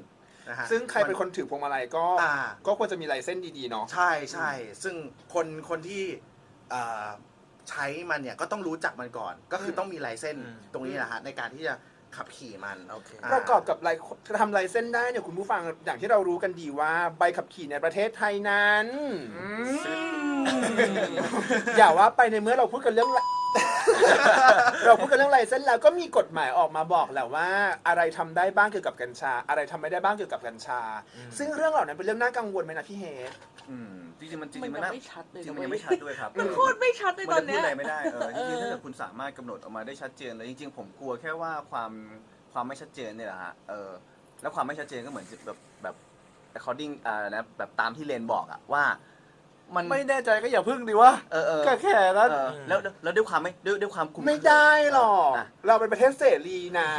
Speaker 8: นะฮะ
Speaker 1: ซึ่งใครเป็นคนถือพวงมาลัยก็
Speaker 8: อ่า
Speaker 1: ก็ควรจะมีลายเส้นดีๆเนาะ
Speaker 8: ใช่ใช่ซึ่งคนคนที่เอ่อใช้มันเนี่ยก็ต้องรู้จักมันก่อน ก็คือต้องมีลายเส้น
Speaker 7: อืม
Speaker 8: ตรงนี้แหละฮะในการที่จะขับขี่มัน
Speaker 7: โอเค
Speaker 8: อ่า
Speaker 1: ประกอบกับลายทำลายเส้นได้เนี่ยคุณผู้ฟังอย่างที่เรารู้กันดีว่าใบขับขี่ในประเทศไทยนั้น [LAUGHS] อย่าว่าไปในเมื่อเราพูดกันเรื่อง [LAUGHS] ละ เราพูดกันเรื่องลายเส้นแล้วก็มีกฎหมายออกมาบอกแหละว่า อะไรทำได้บ้างเกี่ยวกับกัญชา อะไรทำไม่ได้บ้างเกี่ยวกับกัญชา ซึ่งเรื่องเหล่านั้นเป็นเรื่องน่ากังวลไหมนะพี่เฮด
Speaker 4: อืมจริงๆมันจริง
Speaker 3: มัน
Speaker 4: ๆมัน
Speaker 3: ยัง
Speaker 4: น่า
Speaker 3: ไม่ชัด
Speaker 4: จ
Speaker 3: เลย
Speaker 4: ริง
Speaker 3: นะ
Speaker 4: ๆมัน
Speaker 3: เว้ย
Speaker 4: ยังไม่ชัดด้วยครับ
Speaker 3: มันโคตรไม่ชัดเลยตอนเนี้ย
Speaker 4: มันจะพูดอะไรไม่ได้เออจริง
Speaker 3: เออ
Speaker 4: ๆถ้าเกิดคุณสามารถกำหนดออกมาได้ชัดเจนเลยจริงๆ ผมกลัวแค่ว่าความความไม่ชัดเจนเนี่ยแหละฮะเออแล้วความไม่ชัดเจนก็เหมือนแบบแบบ according อ่านะแบบตามที่เลนบอกอะว่า มัน
Speaker 10: ไม่แน่ใจก็อย่าพึ่งดีวะ
Speaker 4: เออเออ
Speaker 10: ก็แค่นั้น
Speaker 4: เออแล้วแล้วแล้วด้วยความไม่ด้วยด้วยความคุม
Speaker 1: ไม่ได้หรอก
Speaker 4: อ่ะ
Speaker 1: เราเป็นประเทศเสรีนะ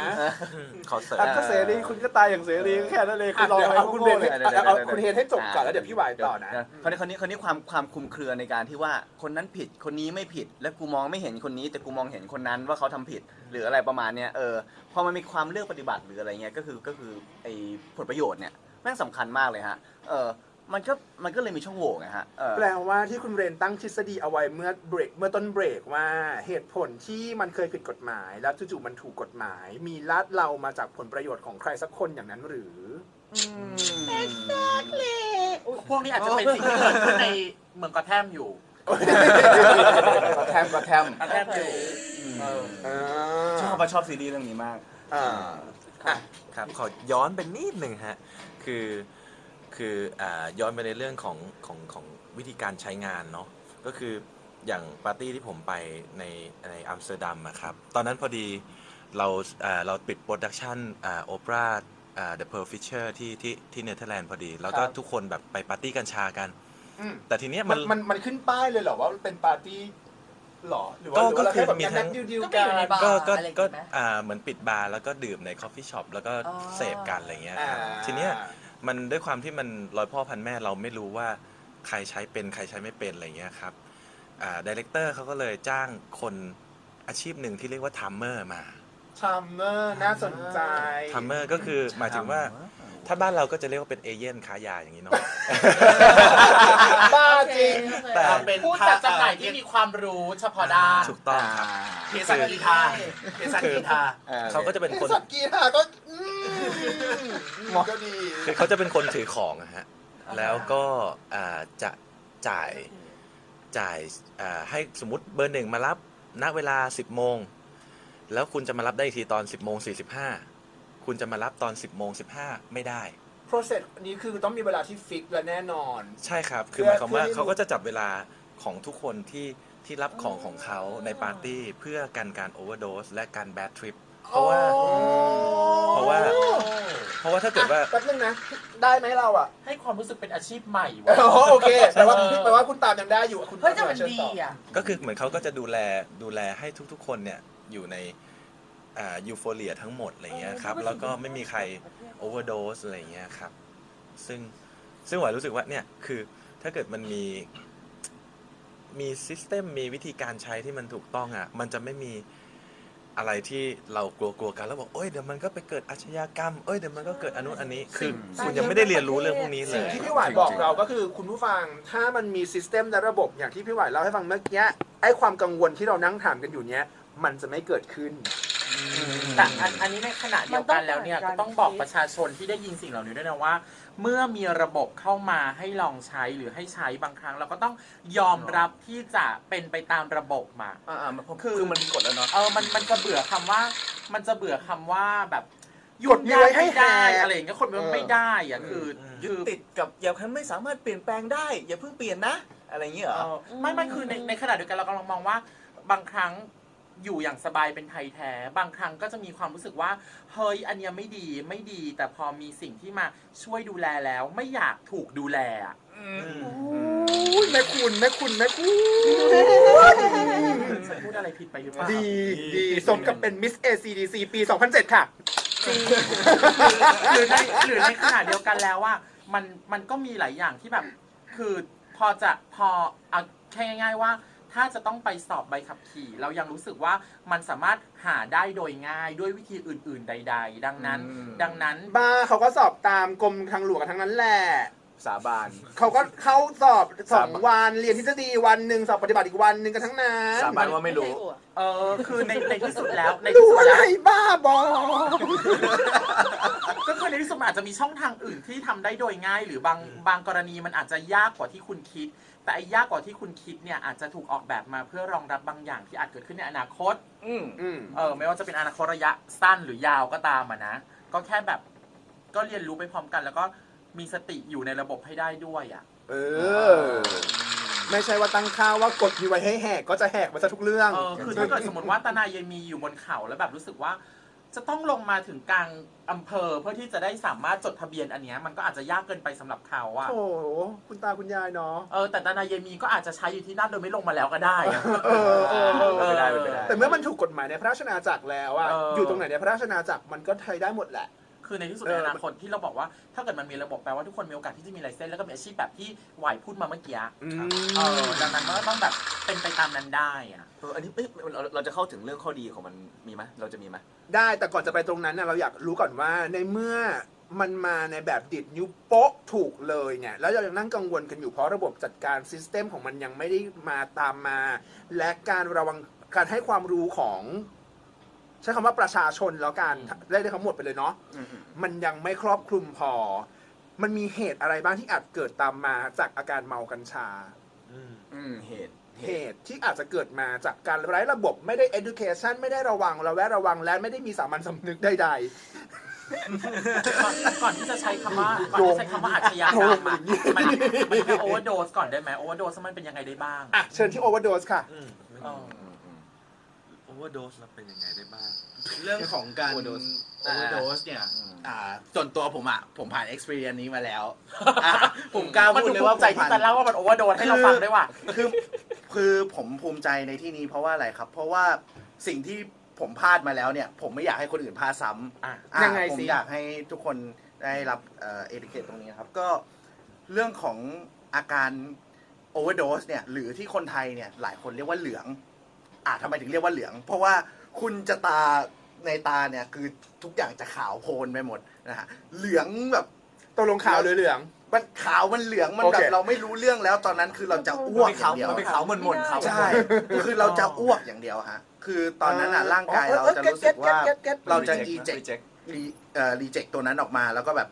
Speaker 7: ขอเสริม
Speaker 10: อันก็เสรีคุณก็ตายอย่างเสรีก็แค่นั้นเองคุณลอง
Speaker 1: เดี๋ยว
Speaker 10: อะไร
Speaker 1: เอา
Speaker 10: คุ
Speaker 1: คุณ ณ
Speaker 10: เบน
Speaker 1: เบนให้
Speaker 10: เนี่ย
Speaker 1: เอาเอาคุณเฮดให้จบก่อนแล้วเดี๋ยวพี่หวายต่อนะ
Speaker 4: คราวนี้คราวนี้คราวนี้ความความคลุมเครือในการที่ว่าคนนั้นผิดคนนี้ไม่ผิด และกูมองไม่เห็นคนนี้ แต่กูมองเห็นคนนั้นว่าเขาทำผิดหรืออะไรประมาณเนี้ยเออพอมันมีความเลือกปฏิบัติหรืออะไรเงี้ยก็คือก็คือไอ้ผลประโยชน์เนี่ยแม่งสำคัญมากเลยฮะเออมันก็มันก็เลยมีช่องโหว่ไงฮะเออ
Speaker 1: แปลว่าที่คุณเรนตั้งทฤษฎีเอาไว้เมื่อเบรกเมื่อต้นเบรกว่าเหตุผลที่มันเคยผิดกฎหมาย แล้วจู่ๆมันถูกกฎหมาย มีลัดเรามาจากผลประโยชน์ของใครสักคนอย่างนั้นหรือ
Speaker 2: พวกนี้อาจจะเป็นสิ่งที่เกิดขึ้นในเมืองกระแทมอยู่
Speaker 4: กระแทมกระแทม
Speaker 2: กระแทมอยู่
Speaker 4: เออชอบว่าชอบซีรีส์เรื่องนี้มาก
Speaker 7: ครับขอย้อนไปนิดหนึ่งฮะคือคืออ่าย้อนไปในเรื่องของของของวิธีการใช้งานเนาะก็คืออย่างปาร์ตี้ที่ผมไปในในอัมสเตอร์ดัมอะครับตอนนั้นพอดีเราอ่าเราปิดโปรดักชันอ่าโอเปร่าอ่าเดอะเพอร์ฟิชเชอร์ที่ที่ที่เนเธอร์แลนด์พอดี แล้วก็
Speaker 1: ครับ
Speaker 7: ทุกคนแบบไปปาร์ตี้กัญชากัน
Speaker 1: อืม
Speaker 7: แต่ทีเนี้ย
Speaker 1: มั
Speaker 7: มัน น
Speaker 1: มันมันขึ้นป้ายเลยเหรอว่าเป็นปาร์ตี้
Speaker 8: หรอหรือว่า
Speaker 5: ก็
Speaker 8: หรือว่าเรา
Speaker 5: ก็คือ
Speaker 8: แค่แบบ
Speaker 5: มี
Speaker 8: นัด
Speaker 5: ทั้
Speaker 8: นัด
Speaker 5: ง
Speaker 8: ดิวดิว
Speaker 3: ก็
Speaker 8: กั
Speaker 3: มีอยู่ใน
Speaker 8: น
Speaker 3: บาร์
Speaker 5: ก็ก็
Speaker 3: อะไรอย่างงี้
Speaker 5: ก็
Speaker 3: ไหม
Speaker 5: อ่าเหมือนปิดบาร์แล้วก็ดื่มในคอฟฟี่ช็อปแล้วก็
Speaker 3: อ๋อ
Speaker 5: เสพกันอะไรเงี้ย
Speaker 8: อ่า
Speaker 5: ครับทีเนี้ยมันด้วยความที่มันร้อยพ่อพันแม่เราไม่รู้ว่าใครใช้เป็นใครใช้ไม่เป็นอะไรเงี้ยครับอ่าดีเลกเตอร์เขาก็เลยจ้างคนอาชีพหนึ่งที่เรียกว่าทัมเมอร์มา
Speaker 1: ทัมเมอร์น่าสนใจ
Speaker 5: ทัมเมอร์ก็คือหมายถึงว่า ถ้าบ้านเราก็จะเรียกว่าเป็นเอเย่นค้ายาอย่างนี้เนาะ
Speaker 1: บ้าจริง
Speaker 5: แต่
Speaker 11: เป็น
Speaker 2: ผู้จัดจำหน่ายที่มีความรู้เฉพาะด้าน
Speaker 5: ถูกต้องครับ
Speaker 11: เภสัชกีทาเภสัชกีทา
Speaker 5: เขาก็จะเป็นคน
Speaker 1: สัตว์กีฬาก็อืมก็ดี
Speaker 5: คือเขาจะเป็นคนถือของอะฮะ แล้วก็อ่าจะจ่ายจ่ายอ่าให้สมมติเบอร์หนึ่งมารับณเวลา 10 โมง แล้วคุณจะมารับได้อีกทีตอน 10 โมง 45 คุณจะมารับตอน 10 โมง 15 ไม่ได้
Speaker 1: process นี้คือต้องมีเวลาที่ฟิกและแน่นอน
Speaker 5: ใช่ครับ คือ
Speaker 1: เพื่
Speaker 5: ห
Speaker 1: อ
Speaker 5: มายความ
Speaker 1: เพื่
Speaker 5: ว่า
Speaker 1: อให้
Speaker 5: เขาก็จะจับเวลาของทุกคนที่ที่รับของของเขาในปาร์ตี้เพื่อกันการโอเวอร์โดสและการแบดทริป เพราะว่า เพราะว่า เพราะว่าถ้าเกิดว่า
Speaker 1: แป๊บนึงนะ ได้ไหมเราอ่ะ
Speaker 2: ให้ความรู้สึกเป็นอาชีพใหม่
Speaker 1: อ๋
Speaker 2: วะ
Speaker 1: อโอเคแปลว่า
Speaker 2: เออ
Speaker 1: แปลว่าคุณตามยังได้อยู่คุณ
Speaker 3: เฮ้ย
Speaker 1: ตา
Speaker 3: แต่มัน
Speaker 1: เชิญ
Speaker 3: ดี
Speaker 1: ต่อ
Speaker 3: อ่ะ
Speaker 5: ก็คือเหมือนเขาก็จะดูแลดูแลให้ทุกๆ คนเนี่ยอยู่ในอ่ายูโฟเรียทั้งหมดอะไรเงี้ยครับ
Speaker 3: เออ
Speaker 5: แล้วก็ไม่มีใครโอเวอร์โดสอะไรเงี้ยครับซึ่งซึ่งหวายรู้สึกว่าเนี่ยคือถ้าเกิดมันมีมีซิสเต็มมีวิธีการใช้ที่มันถูกต้องอ่ะมันจะไม่มีอะไรที่เรากลัวกลัวๆกันแล้วบอกเอ้ยเดี๋ยวมันก็ไปเกิดอาชญากรรมเอ้ยเดี๋ยวมันก็เกิดอันนู้นอันนี้คือคุณยังไม่ได้เรียนรู้เรื่องพวกนี้เล
Speaker 1: สิ่ง
Speaker 5: ย
Speaker 1: ที่พี่หวายบอกเราก็คือคุณผู้ฟังถ้ามันมีซิสเต็มและระบบอย่างที่พี่หวายเล่าให้ฟังเมื่อกี้ไอ้ความกังวลที่เรานั่งถามกันอยู่เนี้ยมันจะไม่เกิดขึ้น
Speaker 2: แต่อันอันนี้ในขณะเดียวกันแล้วเนี่ย
Speaker 3: มันต้อง
Speaker 2: ก็ต้องบอก
Speaker 3: การ
Speaker 2: ประชาชนที่ได้ยินสิ่งเหล่านี้ด้วยนะว่า เมื่อมีระบบเข้ามาให้ลองใช้หรือให้ใช้บางครั้ง เราก็ต้องยอมรับที่จะเป็นไปตามระบบมา
Speaker 4: อ่าๆมัน
Speaker 2: คื
Speaker 4: คือ อมันมีกฎแล้วเนาะ
Speaker 2: เออมันมันจะเบื่อคำว่า มันจะเบื่อคำว่าแบบ
Speaker 1: กดมีไว้ให้
Speaker 2: ยุ่งยากได้
Speaker 1: แหก
Speaker 2: อะไรอย่างเงี้ยคนมัน
Speaker 1: เออ
Speaker 2: ไม่ได้อะคืออ
Speaker 5: ม
Speaker 2: คือ
Speaker 4: ติดกับอย่าพันไม่สามารถเปลี่ยนแปลงได้ อย่าเพิ่งเปลี่ยนนะ อะไรอย่างเงี้ยเหรอ
Speaker 2: เออไม่ไม่คือในในขณะเดียวกันเรากำลังมองว่าบางครั้งอยู่อย่างสบายเป็นไทยแท้ บางครั้งก็จะมีความรู้สึกว่า เฮ้ยอันเนี้ยไม่ดีไม่ดี แต่พอมีสิ่งที่มาช่วยดูแลแล้ว ไม่อยากถูกดูแลอะ
Speaker 1: อุ้ยแม่คุณแม่คุณแม่คุณ
Speaker 2: ฉันพูดอะไรผิดไปหรือเปล่า
Speaker 1: ดีดีสมกับเป็นมิส ACDC ปี 2007 ค่ะ
Speaker 2: หรือในหรือในขณะเดียวกันแล้วว่ามันมันก็มีหลายอย่างที่แบบ คือพอจะพอเอาแค่ง่าย ๆว่า ถ้าจะต้องไปสอบใบขับขี่ เรายังรู้สึกว่ามันสามารถหาได้โดยง่ายด้วยวิธีอื่น ๆ ใด ๆ ดังนั้น
Speaker 4: อืม
Speaker 2: ดังนั้น
Speaker 1: บ้าเขาก็สอบตามกรมทางหลวงกันทั้งนั้นแหละ
Speaker 4: สาบาน
Speaker 1: เขาก็เข้าสอบสองวันเรียนทฤษฎีวันหนึ่งสอบปฏิบัติอีกวันหนึ่งกันทั้งนั้น
Speaker 4: สาบานว่าไม่รู้
Speaker 2: เออคือในในที่สุดแล้วในที่
Speaker 1: รู้
Speaker 2: สุด
Speaker 1: อะไร
Speaker 2: แล้ว
Speaker 1: บ้าบอ
Speaker 2: ก็คือในที่สุดมันอาจจะมีช่องทางอื่นที่ทำได้โดยง่าย หรือบางบางกรณีมันอาจจะยากกว่าที่คุณคิด แต่ไอ้ยากกว่าที่คุณคิดเนี่ยอาจจะถูกออกแบบมาเพื่อรองรับบางอย่างที่อาจเกิดขึ้นในอนาคต
Speaker 4: อืม
Speaker 1: อืม
Speaker 2: เออไม่ว่าจะเป็นอนาคตระยะสั้นหรือยาวก็ตามอ่ะนะ ก็แค่แบบก็เรียนรู้ไปพร้อมกัน แล้วก็มีสติอยู่ในระบบให้ได้ด้วยอ่ะ
Speaker 1: เออ ไม่ใช่ว่าตั้งค่าว่ากดมีไว้ให้แหกก็จะแหกมาซะทุกเรื่อง
Speaker 2: เออคือถ้าเกิดสมมติว่าตานายายมีอยู่บนเขาแล้วแบบรู้สึกว่า จะต้องลงมาถึงกลางอำเภอเพื่อที่จะได้สามารถจดทะเบียนอันเนี้ยมันก็อาจจะยากเกินไปสำหรับเขาอ่ะ
Speaker 1: โอ้โห คุณตาคุณยายเนาะ
Speaker 2: เออแต่ตานายายมีก็อาจจะใช้อยู่ที่นั่นโดยไม่ลงมาแล้วก็ได้อะ
Speaker 1: เออเออเออ
Speaker 2: เป็นไปได้เป็นไปได้
Speaker 1: แต่เมื่อมันถูกกฎหมายในพระราชนาจักรแล้วอะ
Speaker 2: เอออ
Speaker 1: อยู่ตรงไหนในพระราชนาจักรมันก็ใช้ได้หมดแหละ
Speaker 2: คือในที่สุด
Speaker 1: เอ
Speaker 2: ใน
Speaker 1: อ
Speaker 2: อนาคตที่เราบอกว่าถ้าเกิดมันมีระบบแปลว่าทุกคนมีโอกาสที่จะมีไลเซนส์แล้วก็มีอาชีพแบบที่หวายพูดมาเมื่อกี้
Speaker 1: อืม
Speaker 2: เออดังนั้นมันก็ต้องแบบเป็นไปตามนั้นได้อ่ะ
Speaker 4: เอออันนี้เอ้ยเราเราจะเข้าถึงเรื่องข้อดีของมันมีไหมเราจะมีไหม
Speaker 1: ได้แต่ก่อนจะไปตรงนั้นนะเราอยากรู้ก่อนว่าในเมื่อมันมาในแบบดิดนิ้วโป๊ะถูกเลยเนี่ยแล้วเรายังนั่งกังวลกันอยู่เพราะระบบจัดการซิสเต็มของมันยังไม่ได้มาตามมา และการระวังการให้ความรู้ของ ใช้คำว่าประชาชนแล้วกันได้ได้ทั้งหมดไปเลยเนาะมันยังไม่ครอบคลุมพอ มันมีเหตุอะไรบ้างที่อาจเกิดตามมาจากอาการเมากัญชา
Speaker 4: อืม เหตุ
Speaker 1: เหตุที่อาจจะเกิดมาจากการไร้ระบบไม่ได้ education ไม่ได้ระวังระแวดระวังและไม่ได้มีสามัญสำนึกใดๆ
Speaker 2: ก่อนก่อนที่จะใช้คำว่าก่อนที่จะใช้คำว่าอาชญากรรมอะมันมันแค่โอเวอร์โดสก่อนได้ไหมโอเวอร์โดสมันเป็นยังไงได้บ้าง
Speaker 1: อ่ะเชิญที่โอเวอร์โดสค่ะ
Speaker 2: เออ
Speaker 5: โอเวอร์โดสแล้วเป็นยังไงได้บ้าง
Speaker 8: เรื่องของการ
Speaker 4: Overdose
Speaker 8: โอเวอร์โดสเนี่ย
Speaker 4: อืม
Speaker 8: อ่าส่วนตัวผมอ่ะ ผมผ่าน experience [LAUGHS] นี้มาแล้วอ่ะผมกล้า
Speaker 2: มัน
Speaker 8: พูด
Speaker 2: ดู
Speaker 8: เลย
Speaker 2: ภู
Speaker 8: ว่า
Speaker 2: มิใจที่
Speaker 8: ผ
Speaker 2: ตา
Speaker 8: มผ่าน
Speaker 2: เล่าว่ามันโอเวอร์โดสให้เราฟังได้วยว่ะ
Speaker 8: คือ คือผมภูมิใจในที่นี้เพราะว่าอะไรครับ เพราะว่าสิ่งที่ผมพลาดมาแล้วเนี่ย ผมไม่อยากให้คนอื่นพลาดซ้ำ
Speaker 2: อ่ะ
Speaker 8: อ่ะ
Speaker 1: ยังไง
Speaker 8: ผม
Speaker 1: สิ
Speaker 8: อยากให้ทุกคนได้รับเอ่อเอติเคตตรงนี้นะครับ ก็เรื่องของอาการโอเวอร์ e สเนี่ย หรือที่คนไทยเนี่ย หลายคนเรียกว่าเหลือง อ่ะทำไมถึงเรียกว่าเหลือง เพราะว่าคุณจะตาในตาเนี่ย คือทุกอย่างจะขาวโพลนไปหมดนะฮะเหลืองแบบ
Speaker 1: ตกลงขาวหรือเหลือง
Speaker 8: มันขาวมันเหลืองมัน
Speaker 1: โอ
Speaker 8: แบ
Speaker 1: เค
Speaker 8: บเราไม่รู้เรื่องแล้วตอนนั้นคือเราจะอ้วกอย่างเดียว
Speaker 4: มันเป็นขาวหม่นๆขาว
Speaker 8: ใช่ คือเราจะอ้วกอย่างเดียวฮะคือตอนนั้นอ่ะร่างกายเราจะรู้สึก
Speaker 1: เอ
Speaker 8: ว่า
Speaker 1: อเออเก็ตเก็ตเก็ตเก็ตเก็ต
Speaker 8: เราจะ reject รีเอ่อรีเจ็คตัวนั้นออกมา แล้วก็แบบ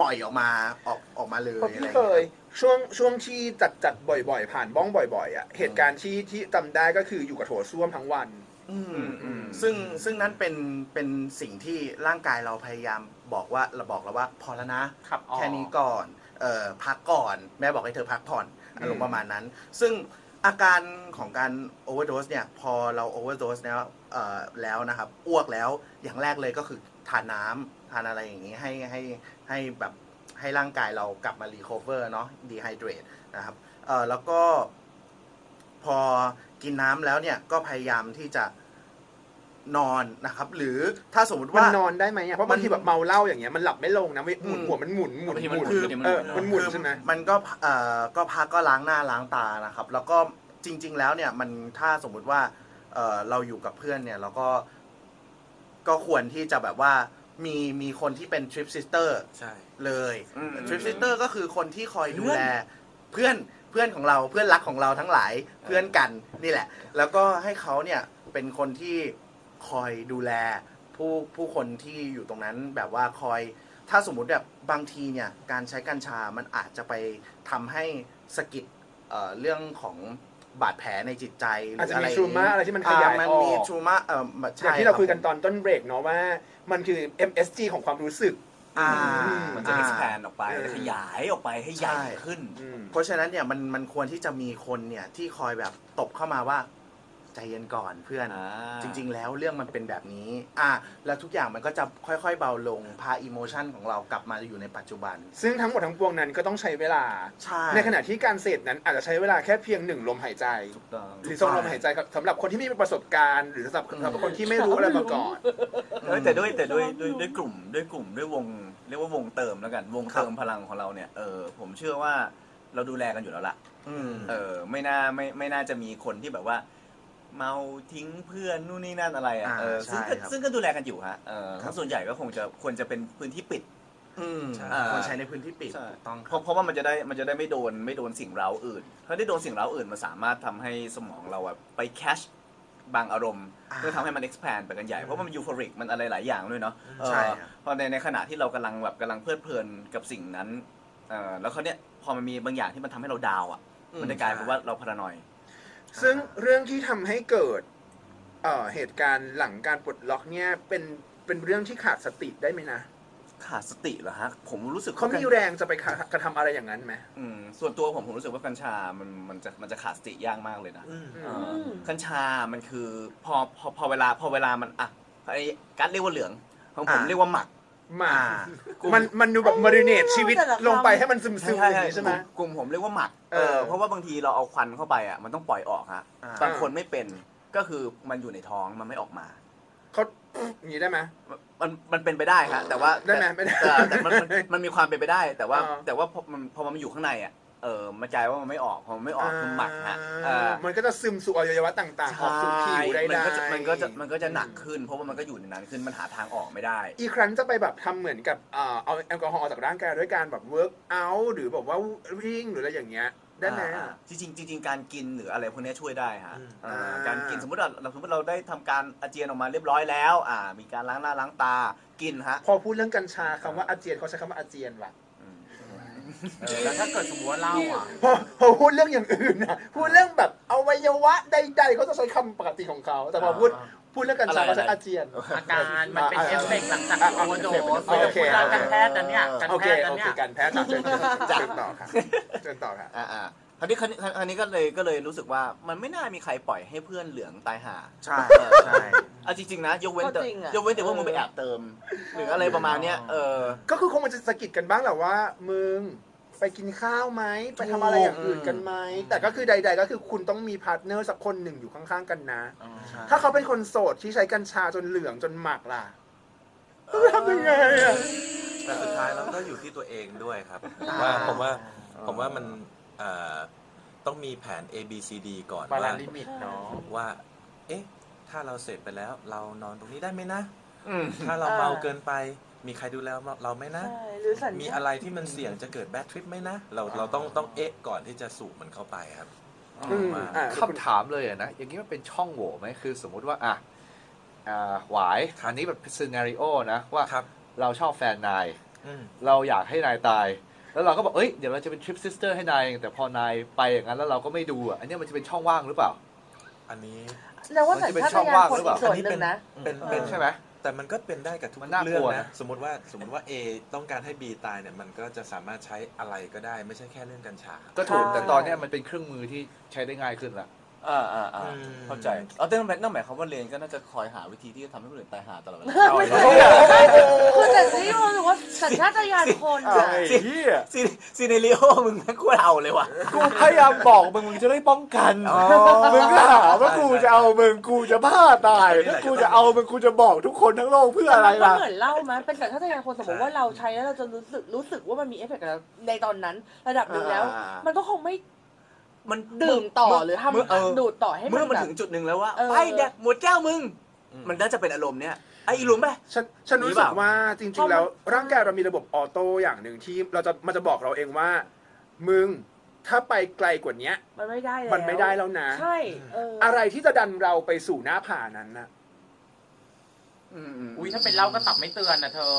Speaker 8: ปล่อยออกมาออกออกมาเลย
Speaker 1: เพราะ
Speaker 8: อะ
Speaker 1: พี่
Speaker 8: ไรอย่าง
Speaker 1: เค
Speaker 8: เงี้
Speaker 1: ย
Speaker 8: ย
Speaker 1: ช่วงช่วงที่จัดจัดบ่อยๆ ผ่านบ้องบ่อยๆอ่ะเหตุการณ์ที่ที่จำได้ก็คืออยู่กับโถส้วมทั้งวัน
Speaker 8: อืมซึ่งซึ่งนั้นเป็นเป็นสิ่งที่ร่างกายเราพยายามบอกว่าเราบอกแล้วว่าพอแล้วนะ
Speaker 2: ขับออก
Speaker 8: แค่นี้ก่อนเอ่อพักก่อน แม่บอกให้เธอพักผ่อนอารมณ์ประมาณนั้น ซึ่งอาการของการโอเวอร์ e เนี่ย พอเราโอเวอร์ e แล้วเอ่อแล้วนะครับ อ้วกแล้วอย่างแรกเลยก็คือทานน้ำทานอะไรอย่างนี้ให้ให้ให้แบบให้ร่างกายเรากลับมารีคอเวอร์เนาะดีไฮเดรตนะครับเอ่อแล้วก็ พอกินน้ำแล้วเนี่ยก็พยายามที่จะนอนนะครับ หรือถ้าสมมติ
Speaker 1: มัน
Speaker 8: ว่า
Speaker 1: นอนได้ไหมอ่ะเพราะบางทีแบบเมาเหล้าอย่างเงี้ยมันหลับไม่ลงนะเว้ยหมุน
Speaker 8: อืม
Speaker 1: หัวมันหมุนหมุน
Speaker 4: บางที
Speaker 1: ห
Speaker 4: มัน
Speaker 1: มุน
Speaker 4: หมุนบางทีมัน
Speaker 1: เอ
Speaker 4: ห
Speaker 1: อน
Speaker 4: มุ
Speaker 1: มันหมุน
Speaker 8: คือ
Speaker 1: ใช่ไหม
Speaker 8: มันก็เอ่อก็พักก็ล้างหน้าล้างตานะครับ แล้วก็จริง ๆ แล้วเนี่ยมันถ้าสมมุติว่าเอ่อเราอยู่กับเพื่อนเนี่ยเราก็ก็ควรที่จะแบบว่ามีมีคนที่เป็นทริปซิสเตอร์
Speaker 7: ใช่
Speaker 8: เลย
Speaker 4: อืม
Speaker 8: ทริปซิสเตอร์ก็คือคนที่คอยดูแลเพื่อนเพื่อนของเราเพื่อนรักของเราทั้งหลายเพื่อนกันนี่แหละ แล้วก็ให้เขาเนี่ยเป็นคนที่คอยดูแล ผู้ผู้คนที่อยู่ตรงนั้นแบบว่าคอย ถ้าสมมุติแบบบางทีเนี่ยการใช้กัญชา มันอาจจะไปทำให้สะกิดเอ่อเรื่องของบาดแผลในจิตใจหรือ
Speaker 1: อาจจะ
Speaker 8: อะไร
Speaker 1: มี trauma อะไรที่มันขยาย
Speaker 8: อ่ะมัน
Speaker 1: ออก
Speaker 8: มีทรูมาเอ่อ
Speaker 1: อ
Speaker 8: ใช่
Speaker 1: ย่างที่เรา
Speaker 8: บ
Speaker 1: คุยกันตอนต้นเบรกเนาะว่า มันคือ MSG ของความรู้สึก
Speaker 8: อ่า
Speaker 4: มันจะ
Speaker 8: อ่า
Speaker 4: expand ออกไปขยายออกไปให้ใหญ่
Speaker 8: ใช่
Speaker 4: ขึ้น
Speaker 1: อืม
Speaker 8: เพราะฉะนั้นเนี่ยมันมันควรที่จะมีคนเนี่ยที่คอยแบบตบเข้ามาว่าใจเย็นก่อนเพื่อน จริงๆ แล้วเรื่องมันเป็นแบบนี้ อ่ะแล้วทุกอย่างมันก็จะค่อยๆ เบาลง พาอิโมชันของเรากลับมาอยู่ในปัจจุบัน
Speaker 1: ซึ่งทั้งหมดทั้งปวงนั้นก็ต้องใช้เวลา
Speaker 8: ใช่
Speaker 1: ในขณะที่การเสพนั้นอาจจะใช้เวลาแค่เพียงหนึ่งลมหายใจ หรือสองลมหายใจครับสำหรับคนที่ไมมีประสบการณ์ หรือสำหรับสำหรับคนที่ไม่รู้อะไรมาก่อน
Speaker 4: เออแต่ด้วยแต่ด้วยด้วยด้วยกลุ่มด้วยกลุ่มด้วยวง เรียกว่าวงเติมแล้วกัน วงเติมพลังของเราเนี่ยเออผมเชื่อว่าเราดูแลกันอยู่แล้วล่ะ
Speaker 8: อืม
Speaker 4: เออไม่น่าไม่ไม่น่าจะมีคนที่แบบว่า เมาทิ้งเพื่อนนู่นนี่นั่นอะไรอ่ะ
Speaker 8: อ่า
Speaker 4: เออ
Speaker 8: ใช่
Speaker 4: ซึ่งก็
Speaker 8: ครับ
Speaker 4: ซึ่งก็ดูแลกันอยู่ฮะเออทั้งส่วนใหญ่ก็คงจะควรจะเป็นพื้นที่ปิด
Speaker 8: อืม
Speaker 4: ใช่
Speaker 8: ควรใช้ในพื้นที่ปิด
Speaker 4: ใช่
Speaker 8: ถูกต้องค
Speaker 4: เพ
Speaker 8: รับ
Speaker 4: ราะเพราะว่ามันจะได้มันจะได้ไม่โดนไม่โดนสิ่งเร้าอื่น ถ้าได้โดนสิ่งเร้าอื่นมันสามารถทำให้สมองเราอะไปแคชบางอารมณ์
Speaker 8: อ่า
Speaker 4: เพื่อทำให้มัน expand ไปกันใหญ่ เพราะว่ามันยูโฟริกมันอะไรหลายอย่างด้วยเนาะเออ
Speaker 8: ใช่ครับ
Speaker 4: พอในในขณะที่เรากำลังแบบกำลังเพลิดเพลินกับสิ่งนั้นเออแล้วเขาวเนี้ยพอมันมีบางอย่างที่มันทำให้เราดาวอ่ะมันจะกลายเป็นว่าเราพารานอย
Speaker 1: ซึ่งเรื่องที่ทำให้เกิดเอ่อเหตุการณ์หลังการปลดล็อกเนี่ยเป็นเป็นเรื่องที่ขาดสติได้ไหมนะ
Speaker 4: ขาดสติเหรอฮะ ผมรู้สึก
Speaker 1: เขามีแรงจะไปกระทำอะไรอย่างนั้นไหม
Speaker 4: อืมส่วนตัวผมผมรู้สึกว่ากัญชา มันมันจะมันจะขาดสติยากมากเลยนะเอออ
Speaker 3: ม
Speaker 4: กัญชา มันคือพอพอพอเวลาพอเวลามันอ่ะไอ้กัดเรียกว่าเหลืองของผม
Speaker 8: อ่า
Speaker 4: เรียกว่าหมัก
Speaker 1: หมา
Speaker 8: อ่า
Speaker 1: มันมันดูแบบมาริเนตชีวิต
Speaker 3: แต่ละคำ
Speaker 1: ลงไปให้มันซึมซึมอย่างนี้ใช่ไหม
Speaker 4: กลุ่กลุ่มผมเรียกว่าหมัก
Speaker 1: เออ
Speaker 4: เพราะว่าบางทีเราเอาควันเข้าไปอ่ะมันต้องปล่อยออกฮะ
Speaker 8: อ่า
Speaker 4: บางคนไม่เป็นก็คือมันอยู่ในท้องมันไม่ออกมา
Speaker 1: เขาอย่างนี้ได้ไหม
Speaker 4: มันมันเป็นไปได้ฮะแต่ว่า
Speaker 1: ได้ไหมไม่ได้
Speaker 4: แต่แต่
Speaker 1: [LAUGHS]
Speaker 4: มันมันมันมีความเป็นไปได้ แต่ว่า
Speaker 1: อ่า
Speaker 4: แต่ว่าพอมันพอมันอยู่ข้างในอ่ะเออมันกลายว่ามันไม่ออกพอมันไม่ออกคือหมักฮะเอ
Speaker 1: อ่า
Speaker 4: อ
Speaker 1: มันก็จะซึมสู่อวัยวะต่างๆออกสู่ผิวได้
Speaker 4: มันก็จะ
Speaker 1: ได้
Speaker 4: มันก็จะมันก็จะหนักขึ้น เพราะว่ามันก็อยู่ในนั้นขึ้นมันหาทางออกไม่ได้
Speaker 1: อีกครั้งจะไปแบบทำเหมือนกับเอ่อเอาแอลกอฮอล์ออกจากร่างกายด้วยการแบบเวิร์กเอาหรือแบบว่าวิ่งหรืออะไรอย่างเงี้ยได้ไหม
Speaker 4: อ่าๆจริงๆจริงๆการกินหรืออะไรพวกเนี้ยช่วยได้ฮะ
Speaker 7: อืม
Speaker 4: อ่า
Speaker 1: อ่า
Speaker 4: การกินสมมติเราเราสมมติเราได้ทำการอาเจียนออกมาเรียบร้อยแล้วอ่ามีการล้างหน้าล้างตากินฮะ
Speaker 1: พอพูดเรื่องกัญชาคำว่าอาเจียนเขาใช้คำว่าอาเจียนว่ะ
Speaker 4: อืม
Speaker 2: แล้วถ้าเกิดสมมติว่าเล่าอ่ะ
Speaker 1: พอพอพูดเรื่องอย่างอื่นนะพูดเรื่องแบบอวัยวะใดๆเขาจะใช้คำปกติของเขาแต่พอพูดพูดเรื่องกัญชาเขาใช้อาเจียน
Speaker 2: อาการมันเป็น
Speaker 1: อ่า
Speaker 2: เอฟเฟกต์หลังจาก
Speaker 1: อ่า
Speaker 2: โอเวอร์โดส
Speaker 1: โอเค
Speaker 2: การแพทย์นั้นเนี่ยการ
Speaker 1: โอ
Speaker 2: แพ
Speaker 1: เค
Speaker 2: ทย์นั้
Speaker 1: โอน เค
Speaker 2: เนี่ย
Speaker 1: การแพ้ตัดเชิญเชิญต่อค่ะเชิญต่อค่ะ
Speaker 4: อ่าอ่าคราวนี้คราวนี้คราวนี้ก็เลยก็เลยรู้สึกว่ามันไม่น่ามีใครปล่อยให้เพื่อนเหลืองตายห่า
Speaker 8: ใช่
Speaker 4: เออ
Speaker 8: ใช่
Speaker 4: เอาจริงๆนะยกเว้นแต่
Speaker 3: ก็จริงอะ
Speaker 4: ยกเว้นแต่ว่ามึงไปแอบเติม หรืออะไรประมาณเนี้ยเออ
Speaker 1: ก็คือคงมันจะสะกิดกันบ้างแหละว่า มึง ไปกินข้าวไหมไปทำอะไรอย่างอื่นกันไหมแต่ก็คือใด ๆ ก็คือคุณต้องมีพาร์ทเนอร์สักคนหนึ่งอยู่ข้างๆกันนะ
Speaker 8: ใช่
Speaker 1: ถ้าเขาเป็นคนโสดที่ใช้กัญชาจนเหลืองจนหมักล่ะต้องทำยังไงอ่ะ
Speaker 5: แต่สุดท้ายแล้วก็อยู่ที่ตัวเองด้วยครับผมว่าผมว่าผมว่ามันเอ่อต้องมีแผน A B C D ก่อน
Speaker 2: บาลา
Speaker 5: ว่า
Speaker 2: นลิมิตเนาะ
Speaker 5: ว่า เอ๊ะ ถ้าเราเสพไปแล้ว เรานอนตรงนี้ได้ไหมนะ
Speaker 4: อืม
Speaker 5: ถ้าเรา
Speaker 3: อ่า
Speaker 5: เมาเกินไป มีใครดูแลเราไหมนะ
Speaker 3: ใช่หรือสัญ
Speaker 5: มี
Speaker 3: ชาติ
Speaker 5: อะไรที่มันเสี่ยงจะเกิดแบดทริปไหมนะ เราเราต้องต้องเอ๊ะก่อนที่จะสูบมันเข้าไปครับ
Speaker 1: อืมอ่ะ
Speaker 6: คำถามเลยอะนะ อย่างนี้มันเป็นช่องโหว่ไหมคือสมมุติว่าอ่ะอ่าหวายอันนี้แบบซีนารีโอนะ ว่า
Speaker 5: ครับ
Speaker 6: เราชอบแฟนนาย
Speaker 5: อืม
Speaker 6: เราอยากให้นายตาย แล้วเราก็บอกเอ้ย เดี๋ยวเราจะเป็นทริปซิสเตอร์ให้นาย แต่พอนายไปอย่างนั้นแล้วเราก็ไม่ดูอ่ะ อันเนี้ยมันจะเป็นช่องว่างหรือเปล่า
Speaker 5: อันนี้
Speaker 3: แล้วว่าสัญชาตญาณคนอีกส่วน
Speaker 5: นี้
Speaker 3: หนึ่งนะ
Speaker 5: เป็น
Speaker 3: เออ
Speaker 5: เป็น
Speaker 6: ใช่ไหม
Speaker 5: แต่มันก็เป็นได้กับทุก
Speaker 6: มันน่าก
Speaker 5: เรื่อง
Speaker 6: ลัวนะ
Speaker 5: นะ สมมติว่าสมมติว่า A ต้องการให้ B ตายเนี่ย มันก็จะสามารถใช้อะไรก็ได้ ไม่ใช่แค่เรื่องกัญชา
Speaker 6: ก็ถูก
Speaker 3: ใช่
Speaker 6: แต่ตอนเนี้ยมันเป็นเครื่องมือที่ใช้ได้ง่ายขึ้นละ
Speaker 4: อ่าอ่าอ่า
Speaker 5: อืม
Speaker 4: เข้าใจ เอาแต่นั่นหมายนั่นหมายความว่าเรียนก็น่าจะคอยหาวิธีที่จะทำให้คนอื่นตายหาตลอดเวลา
Speaker 3: ไม่ [LAUGHS] ใช่คือแต่ที่รู้สึกว่าสัญชาตญาณคนอะ
Speaker 4: เฮียซีซีเนริโอมึงแม่งโคตรเอาเลยว่ะ
Speaker 6: กูพยายามบอกมึงมึงจะได้ป้องกัน มึงก็หาว่ากูจะเอามึงกูจะพลาดตายถ้ากูจะเอามึงกูจะบอกทุกคนทั้งโลกเพื่ออะไร
Speaker 3: มัน
Speaker 6: ล่ะ
Speaker 3: เหมือนเหล่าไหมเป็นสัญชาตญาณคนสมมติว่าเราใช้แล้วเราจะรู้สึกรู้สึกว่ามันมีเอฟเฟกต์กับเราในตอนนั้น ระดับหนึ่งแล้ว
Speaker 6: อ่าอ่าอ่ามั
Speaker 3: มันก็คงไม่
Speaker 4: มัน
Speaker 3: ดื่มต่อ
Speaker 4: เ
Speaker 3: หรือ
Speaker 4: เมื่เออ
Speaker 3: ทำดูดต่อให้มั
Speaker 4: เมื่อน มัน
Speaker 3: แบบ
Speaker 4: ถึงจุดหนึ่งแล้วว่า
Speaker 3: เออ
Speaker 4: ไปเด็กหมดแก้วมึง มันน่าจะเป็นอารมณ์เนี้ยไอ้อีหลุมไป
Speaker 1: ฉันฉันรู้สึกว่าจริง ๆ แล้ว ร่างกายเรามีระบบออโต้อย่างหนึ่งที่เราจะมันจะบอกเราเองว่า มึงถ้าไปไกลกว่าเนี้ย
Speaker 3: มันไม่ได้แล้ว
Speaker 1: มันไม่ได้แล้วนะ
Speaker 3: ใช่เอออ
Speaker 1: อะไรที่จะดันเราไปสู่หน้าผานั้นนะ
Speaker 2: อุ้ยถ้าเป็นเหล้าก็ตับไม่เตือนนะเธอ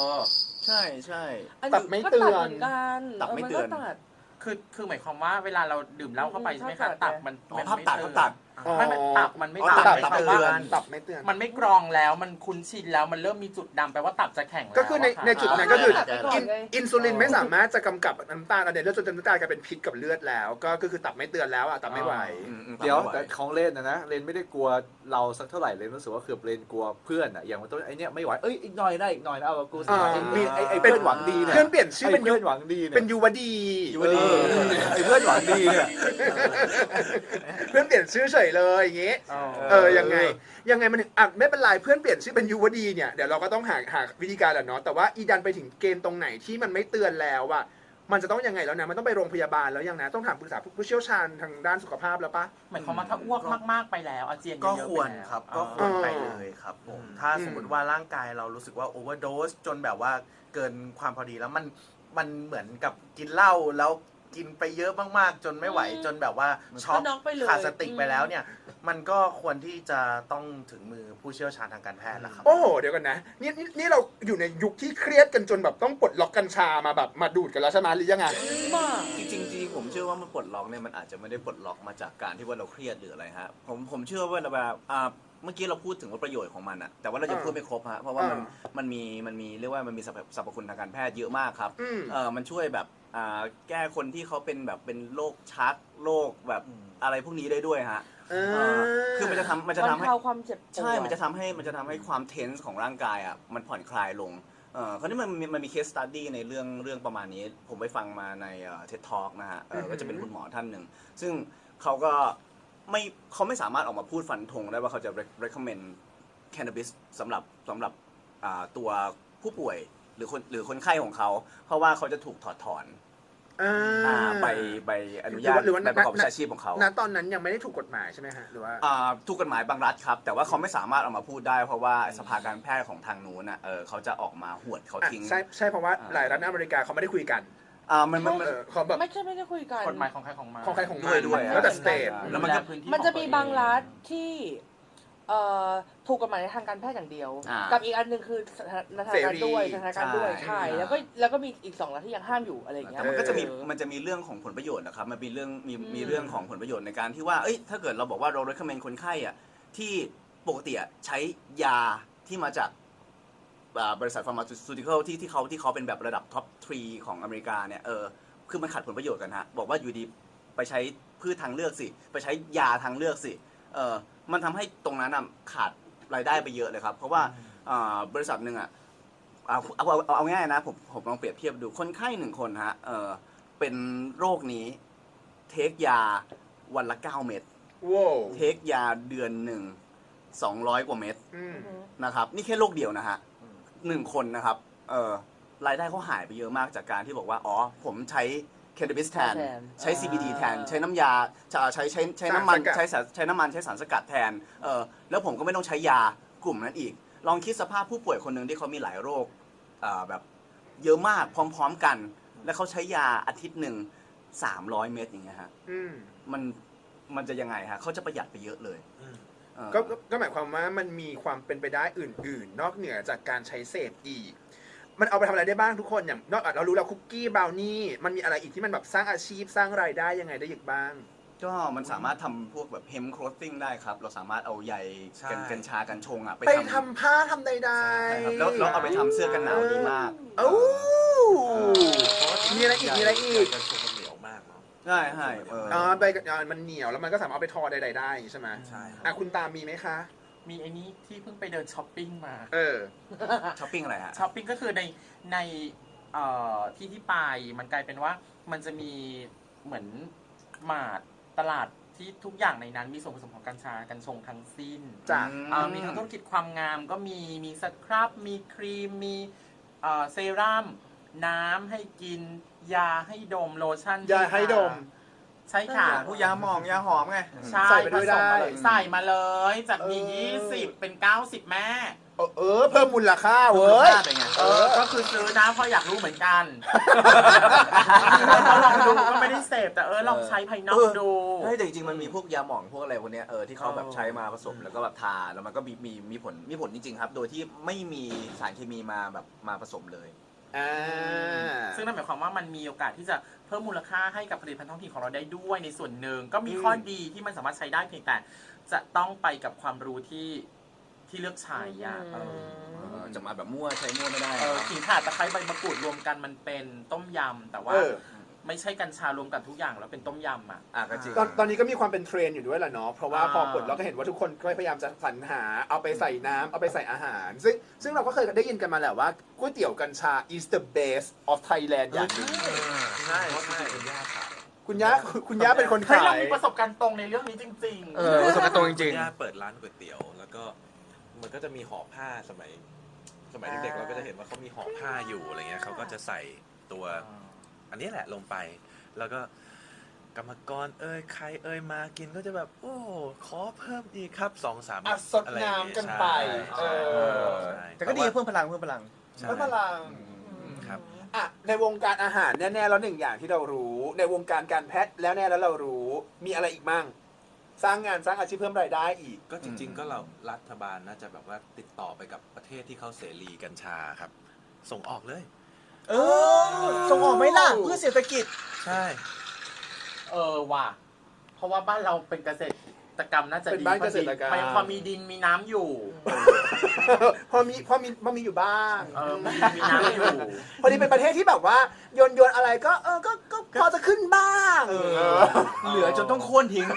Speaker 4: ใช่ใช่
Speaker 3: อันนี้
Speaker 1: ตัดไม่เตือ
Speaker 3: ก็
Speaker 1: น
Speaker 3: ตัดเหมือนกัน
Speaker 4: ตัดไม่เตือน
Speaker 3: ก็ตัด
Speaker 2: คือคือหมายความว่าเวลาเราดื่มเหล้าเข้าไปใช่ไหม
Speaker 3: ภา
Speaker 2: คะ
Speaker 3: พตัด
Speaker 2: ตับมัน
Speaker 4: อ๋อ
Speaker 2: มัน
Speaker 4: ภาพตัด
Speaker 2: ไม่
Speaker 4: ภาพตัด
Speaker 2: เตือนไม่ไม่ตับมันไม่
Speaker 4: อ๋อ
Speaker 2: ตับ
Speaker 1: ตับ
Speaker 2: หมาย
Speaker 1: ตับไม่
Speaker 2: ความว่า
Speaker 1: เตือนตับไม่เตือน
Speaker 2: มันไม่กรองแล้วมันคุ้นชินแล้วมันเริ่มมีจุดดำแปลว่าตับจะแข็งแล้ว
Speaker 1: ก็คือในะ
Speaker 2: ะ
Speaker 1: ในจุดนั้นก็คือ
Speaker 3: ตัดไปก่อ
Speaker 1: อิ
Speaker 3: น
Speaker 1: น
Speaker 3: เลย
Speaker 1: อินซูลินไม่สามารถจะกำกับน้ำตาลอะไรเลือดจนน้ำตาลกลายเป็นพิษกับเลือดแล้ว ก็ก็คือตับไม่เตือนแล้วอ่ะตับไม่ไหว
Speaker 4: อืมอืม
Speaker 6: เดี๋ยว
Speaker 4: ตาม
Speaker 6: แต่
Speaker 4: ไม่ไห
Speaker 6: ของเลนนะนะเลนไม่ได้กลัวเราสักเท่าไหร่เลนรู้สึกว่าคือเลนกลัวเพื่อนอะอย่างวันต้นไอเนี้ยไม่ไหวเอ้ยอีกหน่อยได้อีกหน่อยนะเอากูสมัคร
Speaker 1: อ่า
Speaker 6: มีไอไอเพื่อนหวังดีเนี่ย
Speaker 1: เพื่อนเปลี่ยนชื่อ
Speaker 6: ชื่อ
Speaker 1: เป็
Speaker 6: เป็น น
Speaker 1: ยุ
Speaker 6: เพื่อนหวังดีเนี่ย
Speaker 1: เป็นยุวดี
Speaker 4: วดี
Speaker 6: เออไอเพื่อนหวังดีเนี่ย
Speaker 1: เพื่อนเปลี่ยนชื่อเฉยเลยอย่างงี้ เออยังไงยังไงมันถึงอ่ะไม่เป็นไรเพื่อนเปลี่ยนชื่อเป็นยุวดีเนี่ยเดี๋ยวเราก็ต้องหาหาวิธีการแหละเนาะแต่ว่าอีดันไปถึงเกณฑ์ตรงไหนที่มันไม่เตือนแล้วอะมันจะต้องยังไงแล้วนะมันต้องไปโรงพยาบาลแล้วยังนะต้องถามปรึกษาผู้เชี่ยวชาญทางด้านสุขภาพแล้วปะ
Speaker 2: หมายความว่าถ้าอ้วกมากๆไปแล้วอาเจียนเย
Speaker 8: ก็
Speaker 2: อะๆไปแล้ว
Speaker 8: ควรครับ ก็
Speaker 2: อ่า
Speaker 8: ควร
Speaker 1: อ่า
Speaker 8: ไปเลยครับผม ถ้าสมมติว่าร่างกายเรารู้สึกว่าโอเวอร์โดสจนแบบว่าเกินความพอดีแล้วมันมันเหมือนกับกินเหล้าแล้วกินไปเยอะมากๆ จนไม่ไหว
Speaker 3: อืม
Speaker 8: จนแบบว่าช็
Speaker 3: ก็น็อกไปเลย
Speaker 8: ขาดสติไปแล้ว
Speaker 3: อืม
Speaker 8: เนี่ย มันก็ควรที่จะต้องถึงมือผู้เชี่ยวชาญทางการแพทย์แล้วครับ
Speaker 1: โอ้โหเดี๋ยวกันนะนี่นี่นี่เราอยู่ในยุคที่เครียดกันจนแบบต้องปลดล็อกกัญชามาแบบมาดูดกันแล้วใช่ไหมหรือยังไง
Speaker 3: มาก
Speaker 4: จริงๆจริงๆผมเชื่อว่ามันปลดล็อกเนี่ยมันอาจจะไม่ได้ปลดล็อกมาจากการที่ว่าเราเครียดหรืออะไรฮะผมผมเชื่อว่าเวลาอ่าเมื่อกี้เราพูดถึงว่าประโยชน์ของมันอะแต่ว่าเราจะ
Speaker 1: อ่า
Speaker 4: พูดไม่ครบฮะเพราะว่ามัน
Speaker 1: อ่า
Speaker 4: มันมีมันมีเรียกว่ามันมีสรรพสรรพคุณทางการแพทย์เยอะมากครับ
Speaker 1: อืม
Speaker 4: เออมันช่วยแบบอ่าแก้คนที่เขาเป็นแบบเป็นโรคชักโรคแบบอะไรพวกนี้ได้ด้วยฮะ
Speaker 1: เออ
Speaker 4: เออคือมันจะทำมันจะ
Speaker 3: มั
Speaker 4: ทำ
Speaker 3: น
Speaker 4: ให้
Speaker 3: เทาความเจ็บปวด
Speaker 4: ใช่ มันจะทำให้ มันจะทำให้ความเทนส์ของร่างกายอ่ะ มันผ่อนคลายลง เออคราวนี้มันมีมันมีเคสตัดดี้ในเรื่องเรื่องประมาณนี้ ผมไปฟังมาในเท็ดทอกนะฮะเอ่อ
Speaker 1: อือหือ
Speaker 4: ก็จะเป็นคุณหมอท่านหนึ่ง ซึ่งเขาก็ไม่เขาไม่สามารถออกมาพูดฟันธงได้ว่าเขาจะ rec- recommend cannabis สำหรับสำหรับอ่าตัวผู้ป่วยหรือคนหรือคนไข้ของเขา เพราะว่าเขาจะถูกถอดถอน
Speaker 1: อ่า
Speaker 4: อ่าใบใบอนุญาต
Speaker 1: หรือว่า
Speaker 4: ใบประกอบวิชาชีพของเขา
Speaker 1: ณตอนนั้นยังไม่ได้ถูกกฎหมายใช่ไหมฮะหรือว่า
Speaker 4: อ่าถูกกฎหมายบางรัฐครับ แต่ว่าเขาไม่สามารถออกมาพูดได้ เพราะว่าสภาการแพทย์ของทางนู้นน่ะเออเขาจะออกมาหวดเขา
Speaker 1: อ่ะ
Speaker 4: ทิ้ง
Speaker 1: ใช่ใช่เพราะว่า
Speaker 4: อ่า
Speaker 1: หลายรัฐในอเมริกาเขาไม่ได้คุยกัน
Speaker 4: อ่ามันมันมัน
Speaker 1: เออเขาแบบ
Speaker 3: ไม่ใช่ไม่ได้คุยกัน
Speaker 2: กฎหมายของใครของมัน
Speaker 1: ของใครของมั
Speaker 4: ด้วย
Speaker 1: น
Speaker 4: ด้วยอ่ะ
Speaker 1: แล้วแต่สเตท
Speaker 4: แล้วมันก็
Speaker 2: พื้ที่
Speaker 3: มันจะมี
Speaker 2: ของตัวเอง
Speaker 3: บางรัฐที่เอ่อถูกกฎหมายในทางการแพทย์อย่างเดียว
Speaker 4: อ่ากั
Speaker 3: กับอีกอันหนึ่งคือสถานการณ์ด้วย
Speaker 1: เสรี
Speaker 3: สถานการณ์ด้วย
Speaker 4: ใช่
Speaker 3: ใช่
Speaker 4: อ่า
Speaker 3: แล้วก็แล้วก็มีอีกสองรัฐที่ยังห้ามอยู่อะไรอย่างเงี้ย
Speaker 4: แต่มันก็จะมี
Speaker 1: เออ
Speaker 4: มันจะมีเรื่องของผลประโยชน์นะครับ มันมีเรื่องมี
Speaker 3: อืม
Speaker 4: มีเรื่องของผลประโยชน์ในการที่ว่าเอ้ยถ้าเกิดเราบอกว่าเรา recommend คนไข้อ่ะที่ปกติอ่ะใช้ยาที่มาจากอ่าบริษัท pharmaceutical ที่ที่เขาที่เขาเป็นแบบระดับ top 3 ของอเมริกาเนี่ยเออคือมันขัดผลประโยชน์กันฮะบอกว่าอยู่ดีไปใช้พืชทางเลือกสิ ไปใช้ยาทางเลือกสิ เออมันทำให้ตรงนั้นอะขาดรายได้ไปเยอะเลยครับ เพราะว่าอ่าบริษัทหนึ่งอ่ะเอาเอาเอาเอาง่ายนะผมผมลองเปรียบเทียบดูคนไข้หนึ่งคนฮะเออ เป็นโรคนี้ เทคยาวันละ 9 เม็ด
Speaker 1: ว้าว
Speaker 4: เทคยาเดือนหนึ่ง200 กว่าเม็ด
Speaker 1: อืม
Speaker 4: นะครับนี่แค่โรคเดียวนะฮะหนึ่งคนนะครับเออรายได้เขาหายไปเยอะมากจากการที่บอกว่า อ๋อ ผมใช้ cannabis แทน
Speaker 3: แทน
Speaker 4: ใช้ CBD
Speaker 3: อ่า
Speaker 4: แทน ใช้น้ำยาจะใช้ใช้ใช้น้ำมัน
Speaker 1: สารสกัด
Speaker 4: ใช้สารใช้น้ำมันใช้สารสกัดแทนเออแล้วผมก็ไม่ต้องใช้ยากลุ่มนั้นอีก ลองคิดสภาพผู้ป่วยคนหนึ่งที่เขามีหลายโรคเอ่อแบบเยอะมากพร้อม ๆกัน แล้วเขาใช้ยาอาทิตย์หนึ่ง300 เม็ดอย่างเงี้ยฮะ
Speaker 1: อืม
Speaker 4: มันมันจะยังไงฮะเขาจะประหยัดไปเยอะเลย
Speaker 5: อืม
Speaker 4: เอ่อ
Speaker 1: ก็ก็ก็หมายความว่ามันมีความเป็นไปได้อื่น ๆ นอกเหนือจากการใช้เสพอีก มันเอาไปทำอะไรได้บ้างทุกคนอย่างนอกจากเรารู้แล้วคุกกี้บราวนี่มันมีอะไรอีกที่มันแบบสร้างอาชีพสร้างรายได้ยังไงได้อีกบ้าง
Speaker 4: ก็มันสามารถทำพวกแบบเฮมโคร t ติ้งได้ครับ เราสามารถเอาใย
Speaker 5: ใช่
Speaker 4: กันกัญชากันชงอ่ะ ไป
Speaker 1: ไป
Speaker 4: ท
Speaker 1: ทำผ้าทำใด
Speaker 4: ำใช่ครับ
Speaker 1: ๆ
Speaker 4: แล้วแล้วเอาไปทำเสื้อกันหนาวดีมาก
Speaker 1: เอ้า มีอะไรอีกมีอะไรอีก
Speaker 5: ยากันสูบมันเหนียวมากเนาะ
Speaker 4: ใช่ใช่เออ
Speaker 1: อ๋อใบอ่ามันเหนียวแล้วมันก็สามารถเอาไปทอใดๆได้ใช่ไหม
Speaker 5: ใช่ครับ
Speaker 1: อ่ะคุณตามมีไหมคะ
Speaker 2: มีไอ้นี้ที่เพิ่งไปเดินช้อปปิ้งมา
Speaker 1: เออ
Speaker 4: ช้อปปิ้งอะไรฮะ
Speaker 2: ช้อปปิ้งก็คือในในเอ่อที่ที่ไปมันกลายเป็นว่ามันจะมีเหมือนหมาดตลาดที่ทุกอย่างในนั้นมีส่วนผสมของกัญชากัญชงทั้งสิ้น
Speaker 1: จ้ะ
Speaker 2: เอ่อมีทั้งธุรกิจความงามก็มีมีสครับ มีครีม มีเอ่อเซรั่มน้ำให้กิน ยาให้ดมโลชั่น
Speaker 1: ยาให้ดม
Speaker 2: ใช่ค่ะ
Speaker 4: ผู้ยาหมองยาหอมไง
Speaker 2: ใช่
Speaker 1: ใส่ไปด้วยได้
Speaker 2: ผสมมาเลยใส่มาเลยจากมี
Speaker 1: เออ
Speaker 2: ยี่สิบเป็นเก้าสิบแม่
Speaker 1: เออเออเพิ่มมูลค่าเว้ย
Speaker 4: เป็นไง
Speaker 2: เออ ก็คือซื้อนะเพราะอยากรู้เหมือน
Speaker 1: [LAUGHS]
Speaker 2: กันเราลองดูก็ไม่ได้เสพแต่เออลองใช้ภายนอกดู
Speaker 12: เฮ้ยแต่จริงๆมันมีพวกยาหม่องพวกอะไรพวกเนี้ยเออที่เขาแบบใช้มาผสมแล้วก็แบบทาแล้วมันก็มีมีมีผลมีผลจริงๆครับ โดยที่ไม่มีสารเคมีมาแบบมาผสมเลย
Speaker 1: อ่า
Speaker 2: ซึ่งนั่นหมายความว่ามันมีโอกาสที่จะเพิ่มมูลค่าให้กับผลิตภัณฑ์ท้องถิ่นของเราได้ด้วยในส่วนหนึ่งก็มีข้อดีที่มันสามารถใช้ได้เพียงแต่ จะต้องไปกับความรู้ที่ที่เลือกใช้อ่ะเออ
Speaker 12: เออจะมาแบบมั่วใช้มั่วไม่ได้
Speaker 2: เอ
Speaker 12: นะ
Speaker 2: อขิงข่าตะไคร้ใบมะกรูดรวมกันมันเป็นต้มยำแต่ว่า
Speaker 1: เออ
Speaker 2: ไม่ใช่กัญชารวมกันทุกอย่างแล้วเป็นต้มยำอ่ะ
Speaker 12: อ่ะก็จริง
Speaker 1: ตอนตอนนี้ก็มีความเป็นเทรนด์อยู่ด้วยแหละเนาะ เพราะว่า
Speaker 2: อ่า
Speaker 1: พอปลดล็อกก็เห็นว่าทุกคนก็พยายามจะสรรหา เอาไปใส่น้ำ เอาไปใส่อาหาร ซึ่งซึ่งเราก็เคยได้ยินกันมาแหละว่าก๋วยเตี๋ยวกัญชา is the best of Thailand อย่างหนึ่ง
Speaker 5: ใช่ใช่เป็นยาขาย
Speaker 1: คุณย่าคุณย่าเป็นคน
Speaker 2: เฮ้ย
Speaker 1: ขาย
Speaker 2: เรามีประสบการณ์ตรงในเรื่องนี้จริง ๆ
Speaker 12: เออ
Speaker 4: [LAUGHS]
Speaker 12: ประสบการณ์ตรงจริง
Speaker 5: ย่าเปิดร้านก๋วยเตี๋ยว แล้วก็มันก็จะมีห่อผ้าสมัย สมัยเด็กๆเราก็จะเห็นว่าเขามีห่อผ้าอยู่อะไรเงี้ยเขาก็จะใส่ตัว อันนี้แหละลงไป แล้วก็กรรมกรเอ้ยใครเอ้ยมากินก็จะแบบ โอ้ขอเพิ่มอีกครับสองสาม
Speaker 1: อ่ะสดน้ำกันไป
Speaker 5: ใช่
Speaker 1: เออ
Speaker 5: ใช่
Speaker 12: แต่ก็ดีเพิ่มพลังเพิ่มพลัง
Speaker 5: ใช่
Speaker 1: แล้วพลัง
Speaker 5: ครับ
Speaker 1: อ่ะ ในวงการอาหารแน่ๆ แล้วหนึ่งอย่างที่เรารู้ ในวงการการแพทย์แล้วแน่แล้วเรารู้ มีอะไรอีกมั่ง สร้างงานสร้างอาชีพเพิ่มรายได้อีก
Speaker 5: ก็จริง ๆ ก็เรารัฐบาลน่าจะแบบว่าติดต่อไปกับประเทศที่เขาเสรีกัญชาครับ ส่งออกเลย
Speaker 12: เออส่งออกไหมล่ะเพื่อเศรษฐกิจ
Speaker 5: ใช่
Speaker 2: เออว่ะ เพราะว่าบ้านเราเป็นเกษตรกรรมน่าจะ
Speaker 1: เป็น
Speaker 2: ดี
Speaker 1: บ้านเกษตรกรรม
Speaker 2: พอดีพอมีดินมีน้ำอยู่
Speaker 1: พอมีพอมีพอมีอยู่บ้าง
Speaker 2: เออมีดินมีน้ำอยู่
Speaker 1: พอดีเป็นประเทศที่แบบว่าโยนโยนอะไรก็เออก็ก็ก็พอจะขึ้นบ้างเออ
Speaker 12: เหลือจนต้องโค่นทิ้ง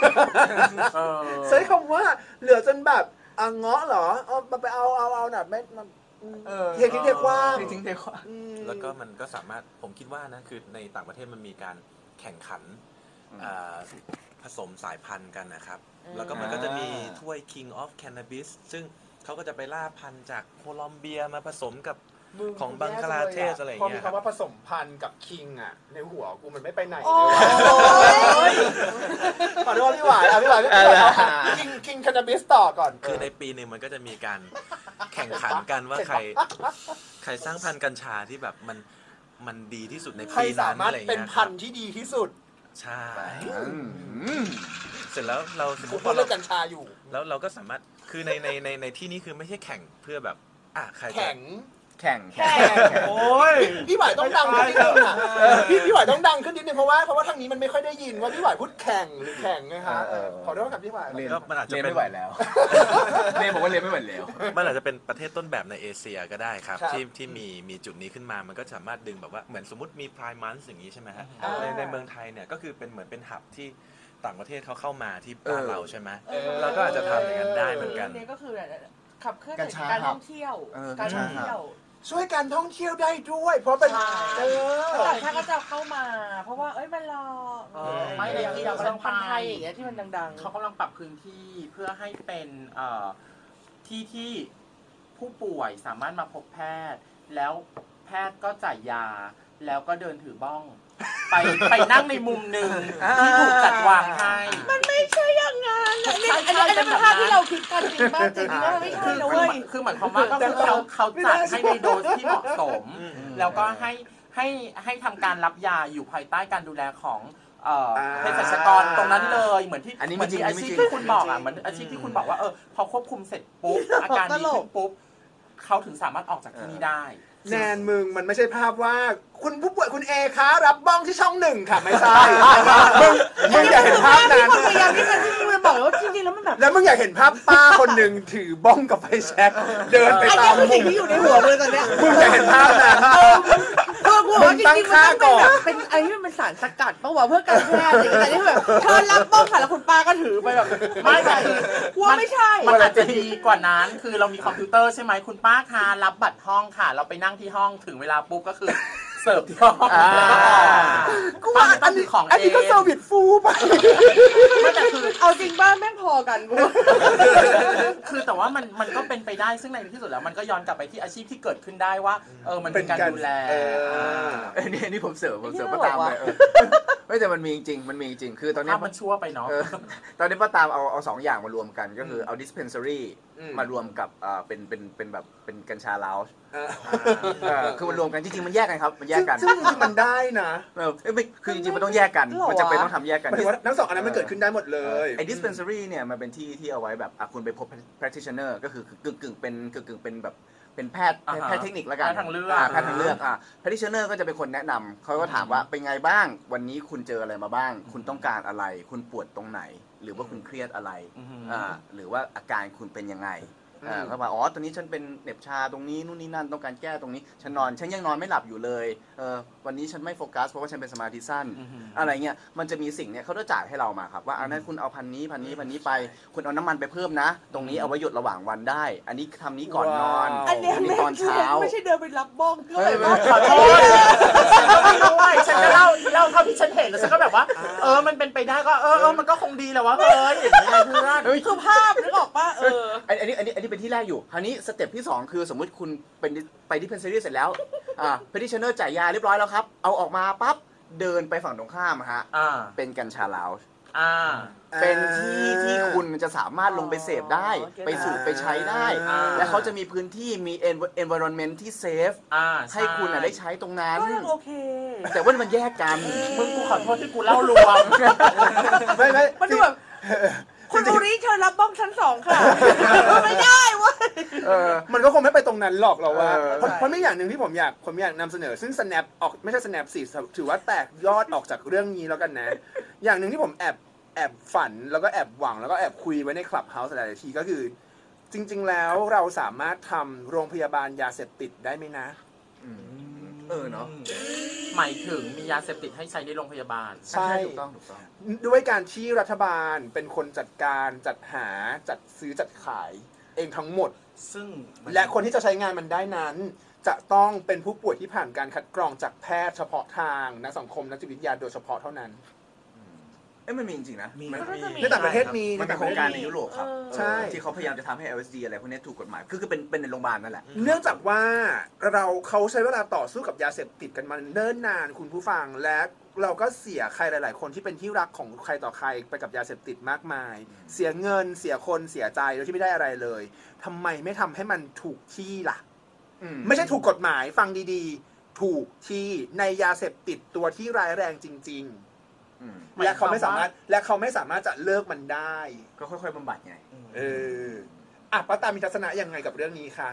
Speaker 2: เออ
Speaker 1: ใช้คำว่าเหลือจนแบบอ่ะเงาะเหรอเอามาไปเอาเอาเอาหน่ะไม่มัน
Speaker 12: เออ
Speaker 1: เทคิดเทกว้าง
Speaker 12: ทิ้งเทควา
Speaker 1: อืม
Speaker 5: แล้วก็มันก็สามารถผมคิดว่านะ คือในต่างประเทศมันมีการแข่งขันอ่าผสมสายพันธุ์กันนะครับ แล้วก็มันก็จะมี
Speaker 12: อ่า
Speaker 5: ถ้วย King of Cannabis ซึ่งเขาก็จะไปล่าพันธุ์จากโคลอมเบียมาผสมกับ ของบังคลาเทศอะไรอย่างเงี้ย
Speaker 1: พอมีคำว่าผสมพันธุ์กับคิงอ่ะ ในหัวกูมันไม่ไปไหนเล
Speaker 3: โอ้
Speaker 1: ย
Speaker 3: ย
Speaker 1: ขอโทษพี่หวานอ่ะพี่หวานพี่หวานคิงคิงคานาบิสต่อก่อน
Speaker 5: คือในปีหนึ่งมันก็จะมีการ [LAUGHS] แข่งขันกันว่าใคร [LAUGHS] ใครสร้างพันธุ์กัญชาที่แบบมันมันดีที่สุดใน
Speaker 1: ใคร
Speaker 5: ปี
Speaker 1: สา
Speaker 5: นั้น
Speaker 1: มารถ
Speaker 5: อะไรอย่าง
Speaker 1: เป็น
Speaker 5: เงี้ยค
Speaker 1: พั
Speaker 5: รับ
Speaker 1: นธุ์ที่ดีที่สุด
Speaker 5: ใช่เสร็จแล้วเราสมม
Speaker 1: กู
Speaker 5: ติ
Speaker 1: พูด
Speaker 5: ว่า
Speaker 1: เรื่
Speaker 5: เรา
Speaker 1: องกัญชาอยู่
Speaker 5: แล้วเราก็สามารถคือในในในในที่นี้คือไม่ใช่แข่งเพื่อแบบอ่ะใครจะ
Speaker 1: แข็ง
Speaker 12: แข่ง
Speaker 1: โอ้ยพี่หวายต้องดังขึ้นนิดนึงอ่ะพี่พี่หวายต้องดังขึ้นนิดนึงเพราะว่าเพราะว่าทางนี้มันไม่ค่อยได้ยินว่าพี่หวายพูดแข่งหรือแข่งนะคะเออขอโทษครับพี่หวาย
Speaker 12: เล่น
Speaker 5: ก็มันอาจจะ
Speaker 12: เล่น
Speaker 5: เป็น
Speaker 12: ไม่ไหวแล้ว เล่นบอกว่าเล่นไม่ไหวแล้ว
Speaker 5: มันอาจจะเป็นประเทศต้นแบบในเอเชียก็ได้ครับ
Speaker 1: ครับ
Speaker 5: ที่ที่มีมีจุดนี้ขึ้นมามันก็สามารถดึงแบบว่าเหมือนสมมติมีพรายมันส์อย่างนี้ใช่ไหมฮะ
Speaker 1: อ่า
Speaker 5: ในในเมืองไทยเนี่ยก็คือเป็นเหมือนเป็นหับที่ต่างประเทศเขาเข้ามาที่บ้าน
Speaker 12: เออ
Speaker 5: เราใช่ไหม
Speaker 1: เออ
Speaker 5: เราก็อาจจะทำอย่างนั้นได้เหมือนกัน
Speaker 3: เรื่องนี้ก็คือแบบขับเคลื่อน
Speaker 12: กัญชา
Speaker 3: การท่องเที่ยว
Speaker 12: เออ
Speaker 3: การ
Speaker 12: กัญชา
Speaker 3: ท่องเที่ยว
Speaker 1: ช่วยการท่องเที่ยวได้ด้วย เพราะเป็น
Speaker 3: ใช่
Speaker 1: เออ
Speaker 3: ต่างชาติก็จะเข้ามา เพราะว่าเอ้ยมันรอ
Speaker 2: เออไม่เลยที่เรา
Speaker 3: สองพัน
Speaker 2: ไป
Speaker 3: ไทยอย่างเงี้ยที่มันดังๆ
Speaker 2: เขากำลังปรับพื้นที่เพื่อให้เป็นเอ่อที่ที่ผู้ป่วยสามารถมาพบแพทย์ แล้วแพทย์ก็จ่ายยา แล้วก็เดินถือบ้อง ไป [LAUGHS] ไปนั่งในมุมหนึ่งที่ถูกจัดวางให้
Speaker 3: มันไม่ใช่อย่างนั้นอันนี้อันนี้อันนี้เป็น
Speaker 2: ใช่ใช่
Speaker 3: ภาพที่เราคิดกันจริงมากจริงว่าไม่ใช่
Speaker 2: คื
Speaker 3: นะ
Speaker 2: อคือ
Speaker 3: เว้ย
Speaker 2: คือหมายความว่าก็คือเขาเขาจัดให้ในโดสที่เหมาะสม แล้วก็ให้ให้ให้ทำการรับยาอยู่ภายใต้การดูแลของเอ่อ
Speaker 1: อ่า
Speaker 2: เภสัชกรตรงนั้นเลยเหมือนที่
Speaker 4: อันนี้
Speaker 2: เหมือน
Speaker 4: ไม่จริง
Speaker 2: ที่อา
Speaker 4: ไม่
Speaker 2: ชี
Speaker 4: จริง
Speaker 2: พที่คุณบอกอ่ะเหมือนอาชีพที่คุณบอกว่าเออพอควบคุมเสร็จปุ๊บอาการดีขึ้นปุ๊บเขาถึงสามารถออกจากที่นี่ได้
Speaker 1: แนนมึงมันไม่ใช่ภาพว่าคุณผู้ป่วยคุณเอคะรับบ้องที่ช่องหนึ่งค่ะไม่ใช่ มึงมึงอย่าเห็นภาพนั้น
Speaker 3: พยายามที่จะที่มันบอกเลยว่าจริงๆแล้วมันแบบ
Speaker 1: แล้วมึงอยากเห็นภาพป้าคนหนึ่งถือบ้องกับไฟแช็กเดินไป
Speaker 3: ไอ้
Speaker 1: ตา
Speaker 3: เนี่
Speaker 1: มมุ
Speaker 3: ยคือสิ่ง
Speaker 1: ม
Speaker 3: ที่อยู่ในหัวเลยตอนเนี้ย
Speaker 1: มึงอยากเห็นภาพนั้น
Speaker 3: เออกูบอกว่าจริง
Speaker 1: มึ
Speaker 3: ๆ
Speaker 1: ง
Speaker 3: มัน
Speaker 1: ตั้งค่าก่อน
Speaker 3: แบบเป็นไอ้ที่มันเป็นสารสกัดปะวะเพื่อการแพทย์อย่างเงี้ยแต่นี่คือแบบเธอรับบ้องค่ะแล้วคุณป้าก็ถือไปแบบ
Speaker 2: ไม่แต่คือ
Speaker 3: กลัวไม่ใช่
Speaker 2: มันอาจจะดีกว่านั้น คือเรามีคอมพิวเตอร์ใช่ไหมคุณป้าคะรับบัตรห้องค่ะ เราไปนั่งที่ห้องถึงเวลาปุ๊บก็คือ [LAUGHS] เสิร์ฟที่ห้อง
Speaker 1: กูว่าอั
Speaker 2: ป้ไม่ต้
Speaker 1: น
Speaker 2: งถื
Speaker 1: นี้
Speaker 2: อของ
Speaker 1: อัน
Speaker 2: เอ
Speaker 1: นี้
Speaker 2: ง
Speaker 1: ก็เซอร์วิสฟูไป
Speaker 2: ไม่แต่คือ
Speaker 3: เอาจริงบ้านแม่งพอกันกู
Speaker 2: คือแต่ว่ามันมันก็เป็นไปได้ซึ่งในที่สุดแล้วมันก็ย้อนกลับไปที่อาชีพที่เกิดขึ้นได้ว่า เออมันเป็นการดูแล
Speaker 1: เออ
Speaker 4: เอ้ยนี่นี่ผมเสริมผมเสริม
Speaker 3: ไม่
Speaker 4: ป้า
Speaker 3: ได้
Speaker 4: ตาม
Speaker 3: หรอ
Speaker 4: ไป
Speaker 3: วะ
Speaker 4: เออไม่แต่มันมีจริงมันมีจริงคือตอนเนี้ย
Speaker 2: ภาพมันชั่วไปเนาะ
Speaker 4: เออตอนนี้ป้าตามเอาเอาสองอย่างมารวมกันก็คือเอา dispensary มารวมกับอ่าเป็นเป็นเป็นแบบเป็นกัญชาลาวคือมันรวมกันจริงๆมันแยกกันครับมันแยกกัน
Speaker 1: ซึ่งซึ่งจริงๆมันได้นะ
Speaker 4: เออเอ้ยไม่คือจริงๆมันต้องแยกกันมันจะเป็นต้องทำแยก
Speaker 1: ห
Speaker 4: กัน
Speaker 1: มายถึงว่าทั้งสองอันนั้นมันเกิดขึ้นได้หมดเลย
Speaker 4: ไอ้ dispensary เนี่ยมันเป็นที่ที่เอาไว้แบบอ่ะคุณไปพบ practitioner ก็คือกึ่งกึ่งๆเป็นกึ่งกึ่งๆเป็นแบบเป็นแพทย์
Speaker 2: อ่าฮะ
Speaker 4: แพทย์เทคนิคละกัน
Speaker 2: แพทย์ทางเลือก
Speaker 4: แพทย์ทางเลือกอ่ะ practitioner ก็จะเป็นคนแนะนำเขาก็ถามว่าเป็นไงบ้าง วันนี้คุณเจออะไรมาบ้าง คุณต้องการอะไร คุณปวดตรงไหน หรือว่าคุณเครียดอะไรอ่าหรือว่าอาการคุณเป็นยังไงอ่าเขาบอกอ๋อตอนนี้ฉันเป็นเหน็บชาตรงนี้นู่นนี่นั่นต้องการแก้ตรงนี้ฉันนอนฉันยังนอนไม่หลับอยู่เลยเออวันนี้ฉันไม่โฟกัสเพราะว่าฉันเป็นสมาธิสั้น อะไรเงี้ย มันจะมีสิ่งเนี้ยเขาจะจ่ายให้เรามาครับ ว่าอันนั้นคุณเอาพันนี้พันนี้พันนี้ไป คุณเอาน้ำมันไปเพิ่มนะ ตรงนี้เอาไว้หยดระหว่างวันได้ อันนี้ทำนี้ก่อนนอน
Speaker 1: ว้าว
Speaker 3: อันเนี้ย
Speaker 4: อันนี้
Speaker 3: แม่ง
Speaker 4: ตอน
Speaker 3: คือ
Speaker 4: เช้า
Speaker 3: ไม่ใช่เดินไปรับบ้องก็แบบว่า
Speaker 2: ขอโทษฉันก็ไม่รู้ไอ้ฉันก็เล่าเล่าเท่าที่ฉันเห็นแล้วฉันก็แบบว่า เออมันเป็นไปได้ก็เออเออมันก็คงดีแหละวะเฮ้ยอย่างเงี้ยเพื่อน
Speaker 3: คือภาพนึกออกป่ะเออ
Speaker 4: อันอันนี้อันนี้อันนี้เป็นที่แรกอยู่คราวนี้สเต็ปที่ 2 คือสมมุติคุณเป็นไปที่เพนซิลีเสร็จแล้ว อ่าเพนดิชเนอร์จ่ายยาเรียบร้อยแล้วครับ เอาออกมาปั๊บ เดินไปฝั่งตรงข้ามฮะ
Speaker 2: อ่า
Speaker 4: เป็นกัญชาลาว
Speaker 2: อ่า
Speaker 4: เป็นที่ที่คุณจะสามารถลงไปเสพได้
Speaker 3: อ๋อเก็ต
Speaker 4: ไปสูบไปใช้ได้
Speaker 2: อ่า
Speaker 4: และเขาจะมีพื้นที่มี environment ที่ safe
Speaker 2: อ่า
Speaker 4: ให้คุณน่ะได้ใช้ตรงนั้น
Speaker 3: ก็ยังโอเค
Speaker 4: แต่ว่ามันแยกกัน
Speaker 2: มึงกูขอโทษที่กูเล่ารวม
Speaker 1: ไม่ไม่
Speaker 3: มันดูแบบ คุณอูริเชิญรับบ้องชั้นสองค่ะ ไม่ได้เว้ย
Speaker 4: เออ
Speaker 1: มันก็คงไม่ไปตรงนั้นหรอกเราว่า
Speaker 4: เออ
Speaker 1: เพราะเพราะไม่อย่างหนึ่งที่ผมอยากผมอยากนำเสนอ ซึ่ง snap ออกไม่ใช่ snap สิถือว่าแตกยอดออกจากเรื่องนี้แล้วกันนะ อย่างหนึ่งที่ผมแอบแอบฝันแล้วก็แอบหวังแล้วก็แอบคุยไว้ในคลับเฮาส์หลายๆทีก็คือ จริง ๆ แล้วเราสามารถทำโรงพยาบาลยาเสพติดได้ไหมนะ
Speaker 4: เออเนาะ
Speaker 2: หมายถึงมียาเสพติดให้ใช้ในโรงพยาบาล
Speaker 1: ใช่
Speaker 4: ถูกต้องถูกต้อง
Speaker 1: ด้วยการที่รัฐบาลเป็นคนจัดการจัดหาจัดซื้อจัดขาย เองทั้งหมด
Speaker 8: ซึ่งมัน
Speaker 1: และคนที่จะใช้งานมันได้นั้น จะต้องเป็นผู้ป่วยที่ผ่านการคัดกรองจากแพทย์เฉพาะทางนักสังคมนักจิตวิทยาโดยเฉพาะเท่านั้น
Speaker 4: เอ้ยมันมีจริงๆนะ
Speaker 8: มี
Speaker 4: มัน
Speaker 3: ก็น่าจะมี
Speaker 1: ในต่างประเทศมี
Speaker 4: มันเป็นโครงการในยุโรปครับ
Speaker 1: ใช่
Speaker 4: ที่เขาพยายามจะทำให้ LSD อะไรพวกนี้ถูกกฎหมาย คือคือเป็นเป็นในโรงพยาบาลนั่นแหละ
Speaker 1: เนื่องจากว่าเราเขาใช้เวลาต่อสู้กับยาเสพติดกันมาเนิ่นนานคุณผู้ฟังและเราก็เสียใครหลาย ๆ คนที่เป็นที่รักของใครต่อใครไปกับยาเสพติดมากมาย เสียเงินเสียคนเสียใจโดยที่ไม่ได้อะไรเลยทำไมไม่ทำให้มันถูกที่ล่ะ ไม่ใช่ถูกกฎหมายฟังดี ๆ ถูกที่ในยาเสพติดตัวที่ร้ายแรงจริง
Speaker 4: อืม
Speaker 1: ๆ และเขาไม่สามารถและเขาไม่สามารถจะเลิกมันได้
Speaker 4: ก็ค่อยๆบำบัดไง
Speaker 1: เอออ่ะป้าตามีทัศนะยังไงกับเรื่องนี้คะ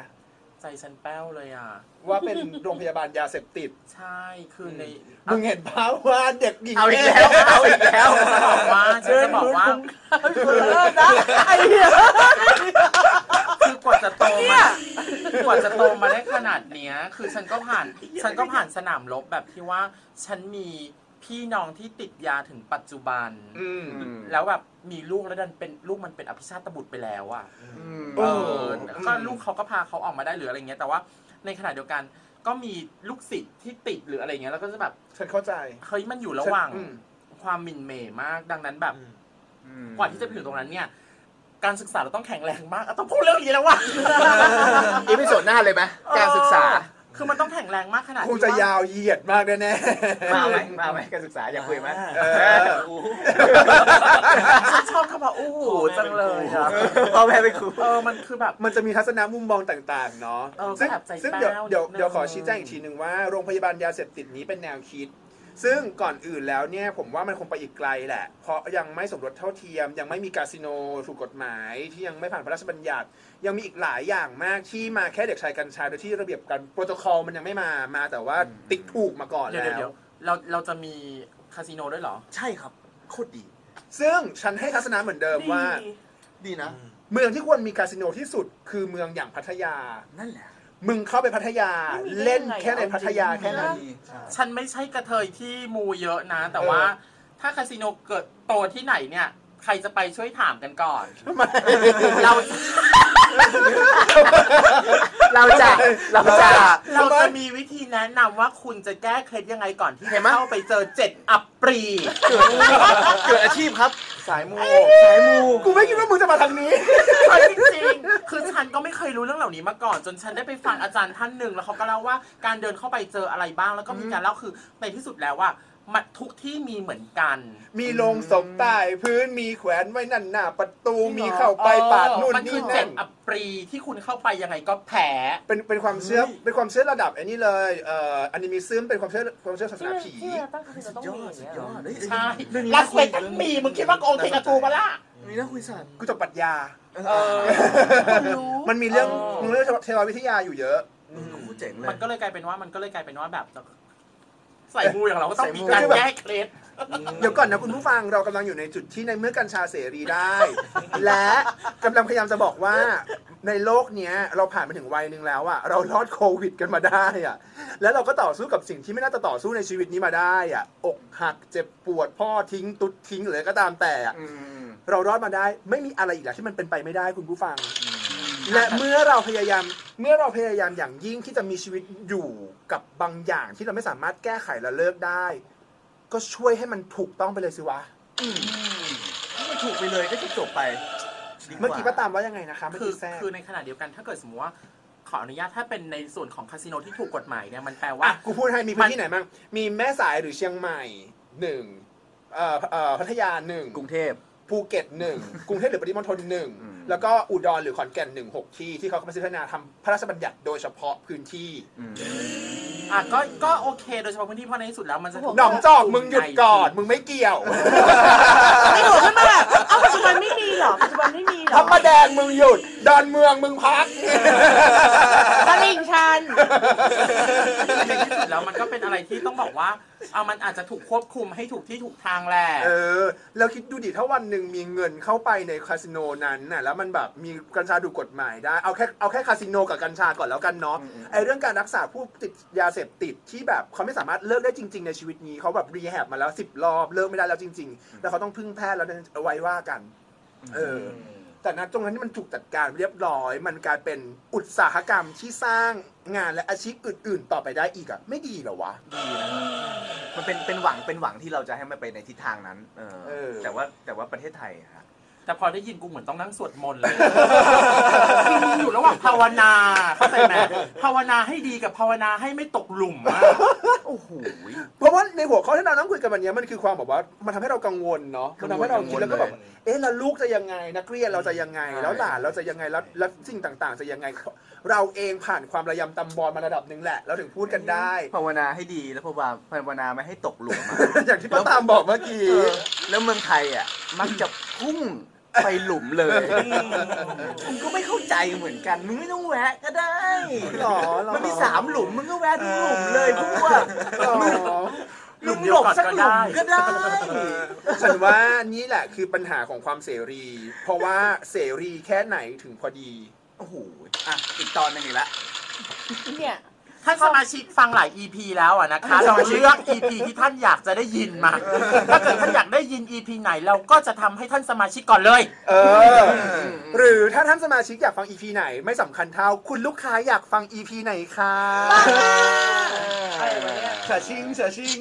Speaker 2: ใจฉันแป้วเลยอ่ะ
Speaker 1: ว่าเป็นโรงพยาบาลยาเสพติด
Speaker 2: ใช่คือใน
Speaker 1: มึงเห็นภาพว่าเด็กหญิง
Speaker 4: เอาอีกแล้ว เอาอีกแล้ว
Speaker 2: จะบอกว่าฉันจะบอกว่า
Speaker 3: เออนะไอ้เหี้ย
Speaker 2: คือกว่าจะโตมากว่าจะโตมาได้ขนาดเนี้ย คือฉันก็ผ่านฉันก็ผ่านสนามรบแบบที่ว่าฉันมีพี่น้องที่ติดยาถึงปัจจุบัน
Speaker 1: อืม
Speaker 2: แล้วแบบมีลูกแล้วดันเป็นลูกมันเป็นอภิชาตบุตรไปแล้วอ่ะ
Speaker 4: อืม
Speaker 2: เออก็ลูกเขาก็พาเขาออกมาได้หรืออะไรเงี้ยแต่ว่า ในขณะเดียวกัน ก็มีลูกศิษย์ที่ติดหรืออะไรเงี้ยแล้วก็จะแบบ
Speaker 1: ฉันเข้าใจ
Speaker 2: เฮ้ยมันอยู่ระหว่าง
Speaker 1: อืม
Speaker 2: ความหมิ่นเหมมากดังนั้นแบบ
Speaker 4: อืม
Speaker 2: กว่าที่จะไปถึงตรงนั้นเนี่ย การศึกษาเราต้องแข็งแรงมากอ่ะต้องพูดเรื่องนี้แล้วว่ะ
Speaker 1: อีพิโซดหน้าเลยไหมการศึกษา
Speaker 2: คือมันต้องแข็งแรงมากขนาด
Speaker 1: คง
Speaker 2: ที่
Speaker 1: จะ
Speaker 2: ว่าย
Speaker 1: าวเหยียดมากแน่ๆ
Speaker 10: มาไหม
Speaker 1: มาไหมการศึกษาอยากคุยไหม
Speaker 10: เอ
Speaker 1: เออ
Speaker 10: ออู้
Speaker 2: ฉันชอบคำว่าอู้หูจังเลยอะ
Speaker 4: พ่อแม่เป็นครู
Speaker 2: เออมันคือแบบ
Speaker 1: มันจะมีทัศนะมุมมองต่างๆ เนาะ
Speaker 2: เออ
Speaker 1: ซึ่ง
Speaker 2: ประทับใจ
Speaker 1: ซึ่งเดี๋ยว
Speaker 2: บ้าง
Speaker 1: เดี๋ยว
Speaker 2: นิดนึง
Speaker 1: เดี๋ยวขอชี้แจงอีกทีหนึ่งว่าโรงพยาบาลยาเสพติดนี้เป็นแนวคิด ซึ่งก่อนอื่นแล้วเนี่ยผมว่ามันคงไปอีกไกลแหละ เพราะยังไม่สมรสเท่าเทียม ยังไม่มีคาสิโนถูกกฎหมาย ที่ยังไม่ผ่านพระราชบัญญัติ ยังมีอีกหลายอย่างมากที่มาแค่เด็กชายกัญชาโดยที่ระเบียบการโปรโตคอลมันยังไม่มามาแต่ว่าติ๊กถูกมาก่อน
Speaker 2: เดี๋ยว
Speaker 1: แล้
Speaker 2: เดี๋ยว วเราเราจะมีคาสิโนด้วยเหรอ
Speaker 10: ใช่ครับ โคตรดี
Speaker 1: ซึ่งฉันให้ทัศนะเหมือนเดิมว่า
Speaker 3: ดี
Speaker 10: ดีนะ
Speaker 1: เมืองที่ควรมีคาสิโนที่สุดคือเมืองอย่างพัทยา
Speaker 10: นั่นแหละ
Speaker 1: มึงเข้าไปพัทยา
Speaker 3: ไม่มีได้
Speaker 1: เล่น
Speaker 3: ไง
Speaker 1: แค่ใน
Speaker 3: เอาจริง
Speaker 1: พัทยาแค่นั้น
Speaker 2: ฉันไม่ใช่กระเทยที่มูเยอะนะ แต่ว่า ถ้าคาสิโนเกิดโตที่ไหนเนี่ย ใครจะไปช่วยถามกันก่อน เรา
Speaker 4: เราจะเราจะ
Speaker 2: เราจะมีวิธีแนะนำว่าคุณจะแก้เคล็ดยังไงก่อนที่
Speaker 4: เห็
Speaker 2: จะ
Speaker 4: นไหม
Speaker 2: เข้าไปเจอเจ็ดอัปปรี
Speaker 4: เกิดอาชีพครับ
Speaker 2: สายมู
Speaker 4: สายมู
Speaker 1: กูไม่คิดว่ามึงจะมาทางนี้
Speaker 2: ใช่จริงๆ คือฉันก็ไม่เคยรู้เรื่องเหล่านี้มาก่อน จนฉันได้ไปฟังอาจารย์ท่านหนึ่งแล้วเขาก็เล่าว่าการเดินเข้าไปเจออะไรบ้าง แล้วก็มีการเล่าคือในที่สุดแล้วว่ามันทุกที่มีเหมือนกัน
Speaker 1: มีโลงศพใต้พื้นมีแขวนไว้นั่นหน้าประตู
Speaker 3: จริงเหรอ
Speaker 1: มีเข้าไปปาดนู่น
Speaker 2: มันคื
Speaker 1: นี่
Speaker 2: อเจ็
Speaker 1: นั่
Speaker 2: ด
Speaker 1: น
Speaker 2: อัปรีที่คุณเข้าไปยังไงก็แผล
Speaker 1: เป็นเป็นความเชื่อเป็นความเชื่อระดับไอ้นี่เลยเอ่ออนิมิซึมเป็นความเชื่อความเชื่อศาส
Speaker 3: ที่
Speaker 1: นา
Speaker 3: มัน
Speaker 1: ผี
Speaker 3: ที่เราตั้งคาสิโนต้องมีอย่าง
Speaker 4: สุ
Speaker 3: เงี้ย
Speaker 4: ดย
Speaker 3: เหร
Speaker 4: อ
Speaker 3: อ
Speaker 4: ดเฮ้ย
Speaker 2: ใช่
Speaker 4: เรื่องนี้
Speaker 2: ลั
Speaker 4: น่า
Speaker 2: ส
Speaker 4: คุ
Speaker 2: เวย กัสมี มึงคิดว่าโกงติงกับกูปะล่ะ
Speaker 4: เรื่องนี้น่าคุยสัตว์
Speaker 1: กูจบปรัชญา
Speaker 4: เออ
Speaker 1: มันมีเรื่อง
Speaker 2: อ๋อ
Speaker 1: เรื่องเทววิทยาอยู่เยอะ
Speaker 4: กูเจ๋งเลย
Speaker 2: มันก็เลยกลายเป็นว่ามันก็เลยกลายเป็นว่าแบบใส่มูอย่างเราก็ต้องมี
Speaker 1: ใส่
Speaker 2: การ
Speaker 1: มู
Speaker 2: แก้เคล็ด
Speaker 1: เดี๋ยวก่อนนะคุณผู้ฟังเรากำลังอยู่ในจุดที่ในเมื่อกัญชาเสรีได้ [LAUGHS] และกำลังพยายามจะบอกว่าในโลกเนี้ยเราผ่านมาถึงวัยหนึ่งแล้วอะเรารอดโควิดกันมาได้อะแล้วเราก็ต่อสู้กับสิ่งที่ไม่น่าจะต่อสู้ในชีวิตนี้มาได้อะอกหักเจ็บปวดพ่อทิ้งตุ๊ดทิ้งหรืออะไรก็ตามแต่อะเรารอดมาได้ ไม่มีอะไรอีกแล้วที่มันเป็นไปไม่ได้คุณผู้ฟัง และเมื่อเราพยายามเมื่อเราพยายามอย่างยิ่งที่จะมีชีวิตอยู่กับบางอย่างที่เราไม่สามารถแก้ไขและเลิกได้ ก็ช่วยให้มันถูกต้องไปเลยสิวะ
Speaker 4: ไม่ถูกไปเลยก็จบจบๆไปดีว่า
Speaker 1: เมื่อกี้ป้าตามว่ายังไงนะคะเมื่อ
Speaker 2: คือ
Speaker 1: กี้แซ่บ
Speaker 2: คือในขณะเดียวกันถ้าเกิดสมมติว่าขออนุญาตถ้าเป็นในส่วนของคาสิโนที่ถูกกฎหมายเนี่ยมันแปลว่า
Speaker 1: อ่ะกูพูดให้มีพื้นที่ไหนบ้างมีแม่สายหรือเชียงใหม่หนึ่งเอ่อเอ่อพัทยาหนึ่ง
Speaker 4: กรุงเทพ
Speaker 1: ภูเก็ตหนึ่งกรุงเทพหรือปริมณฑลหนึ่ง
Speaker 4: อืม
Speaker 1: แล้วก็อุดรหรือขอนแก่นหนึ่งหกที่ที่เขากำลังพัฒนาทำพระราชบัญญัติโดยเฉพาะพื้นที่
Speaker 2: อ่ะก็ก็โอเค โดยเฉพาะพื้นที่เพราะในที่สุดแล้วมันจะถูก
Speaker 1: หนองจอกมึงหยุดก่อนมึงไม่เกี่ยว
Speaker 3: ไม่ถูกขึ้นมาแบบเอ้าปัจจุบันไม่มีเหรอปัจจุบันไม่มีเหร
Speaker 1: พ
Speaker 3: อ
Speaker 1: ระประแดงมึงหยุด ดอนเมืองมึงพัก
Speaker 3: ตลิ่งชัน
Speaker 2: ในที่สุดแล้วมันก็เป็นอะไรที่ต้องบอกว่าเอามันอาจจะถูกควบคุมให้ถูกที่ถูกทางแหละ
Speaker 1: เออแล้วคิดดูดิถ้าวันหนึ่งมีเงินเข้าไปในคาสิโนนั้นน่ะแล้วมันแบบมีกัญชาดูกฎหมายได้เอาแค่เอาแค่คาสิโนกับกัญชาก่อนแล้วกันเนาะไอเรื่องการรักษาผู้ติดยาเสพติดที่แบบเขาไม่สามารถเลิกได้จริง ๆ ในชีวิตนี้เขาแบบรีแฮบมาแล้วสิบรอบเลิกไม่ได้แล้วจริง ๆ แล้วเขาต้องพึ่งแพทย์แล้วเนี่ยเอาไว้ว่ากัน เออ แต่ณตรงนั้นที่มันถูกจัดการเรียบร้อย มันกลายเป็นอุตสาหกรรมที่สร้างงานและอาชีพอื่น ๆ ต่อไปได้อีกอะไม่ดีเหรอวะ
Speaker 4: ดีนะมันเป็นเป็นหวังเป็นหวังที่เราจะให้มันไปในทิศทางนั้น เออ
Speaker 1: เออ
Speaker 4: แต่ว่าแต่ว่าประเทศไทยอะฮะ
Speaker 2: แต่พอได้ยินกูเหมือนต้องนั่งสวดมนต์เลย คือมึงอยู่ระหว่างภาวนาเข้าใจไหมภาวนาให้ดีกับภาวนาให้ไม่ตกหลุมอะ
Speaker 4: โอ้โห
Speaker 1: เพราะว่าในหัวข้อที่เรานั่งคุยกันวันเนี้ยมันคือความแบบว่ามันทำให้เรากังวลเนาะมันทำให้เราคิดแล้วก็แบบเอ๊ะแล้วลูกจะยังไง นักเรียนเราจะยังไง แล้วหลานเราจะยังไงแล้วแล้วสิ่งต่างๆ จะยังไง เราเองผ่านความระยำตำบอลมาระดับหนึ่งแหละ เราถึงพูดกันได้ [LAUGHS]
Speaker 4: ภาวนาให้ดีแล้วภาวนาภาวนาไม่ให้ตกหลุมอะ
Speaker 1: อย่างที่ป้าตามบอกเมื่อกี้
Speaker 4: แล้วเมืองไทยอ่ะมักจะพุ่งไปหลุมเลยมึงก็ไม่เข้าใจเหมือนกัน มึงไม่ต้องแวะก็ได้
Speaker 1: หรอหรอ
Speaker 4: มันมีสามหลุมมึงก็แวะทุกหลุมเลยพวก
Speaker 1: อ๋อ
Speaker 2: หลุ
Speaker 4: มึ
Speaker 2: ม
Speaker 4: ง
Speaker 2: เดีย
Speaker 4: ห
Speaker 2: ว
Speaker 4: ล
Speaker 2: ก่
Speaker 4: บ
Speaker 2: อน
Speaker 4: สัก
Speaker 2: ก็
Speaker 4: ห
Speaker 2: ได้
Speaker 4: ลุมก็ได้
Speaker 1: [LAUGHS] ฉันว่านี่แหละคือปัญหาของความเสรี เพราะว่าเสรีแค่ไหนถึงพอดี
Speaker 4: โอ้โห อ่ะ อีกตอนหนึงอีกละ
Speaker 3: เนี่ย
Speaker 2: ท่านสมาชิกฟังหลาย EP แล้วอะนะคะ เราเลือก EP ที่ท่านอยากจะได้ยินมา ถ้าเกิดท่านอยากได้ยิน EP ไหนเราก็จะทำให้ท่านสมาชิกก่อนเลย
Speaker 1: เออ หรือถ้าท่านสมาชิกอยากฟัง EP ไหนไม่สำคัญเท่า คุณลูกค้าอยากฟัง EP ไหนคะ
Speaker 8: เฉาชิงเฉาชิง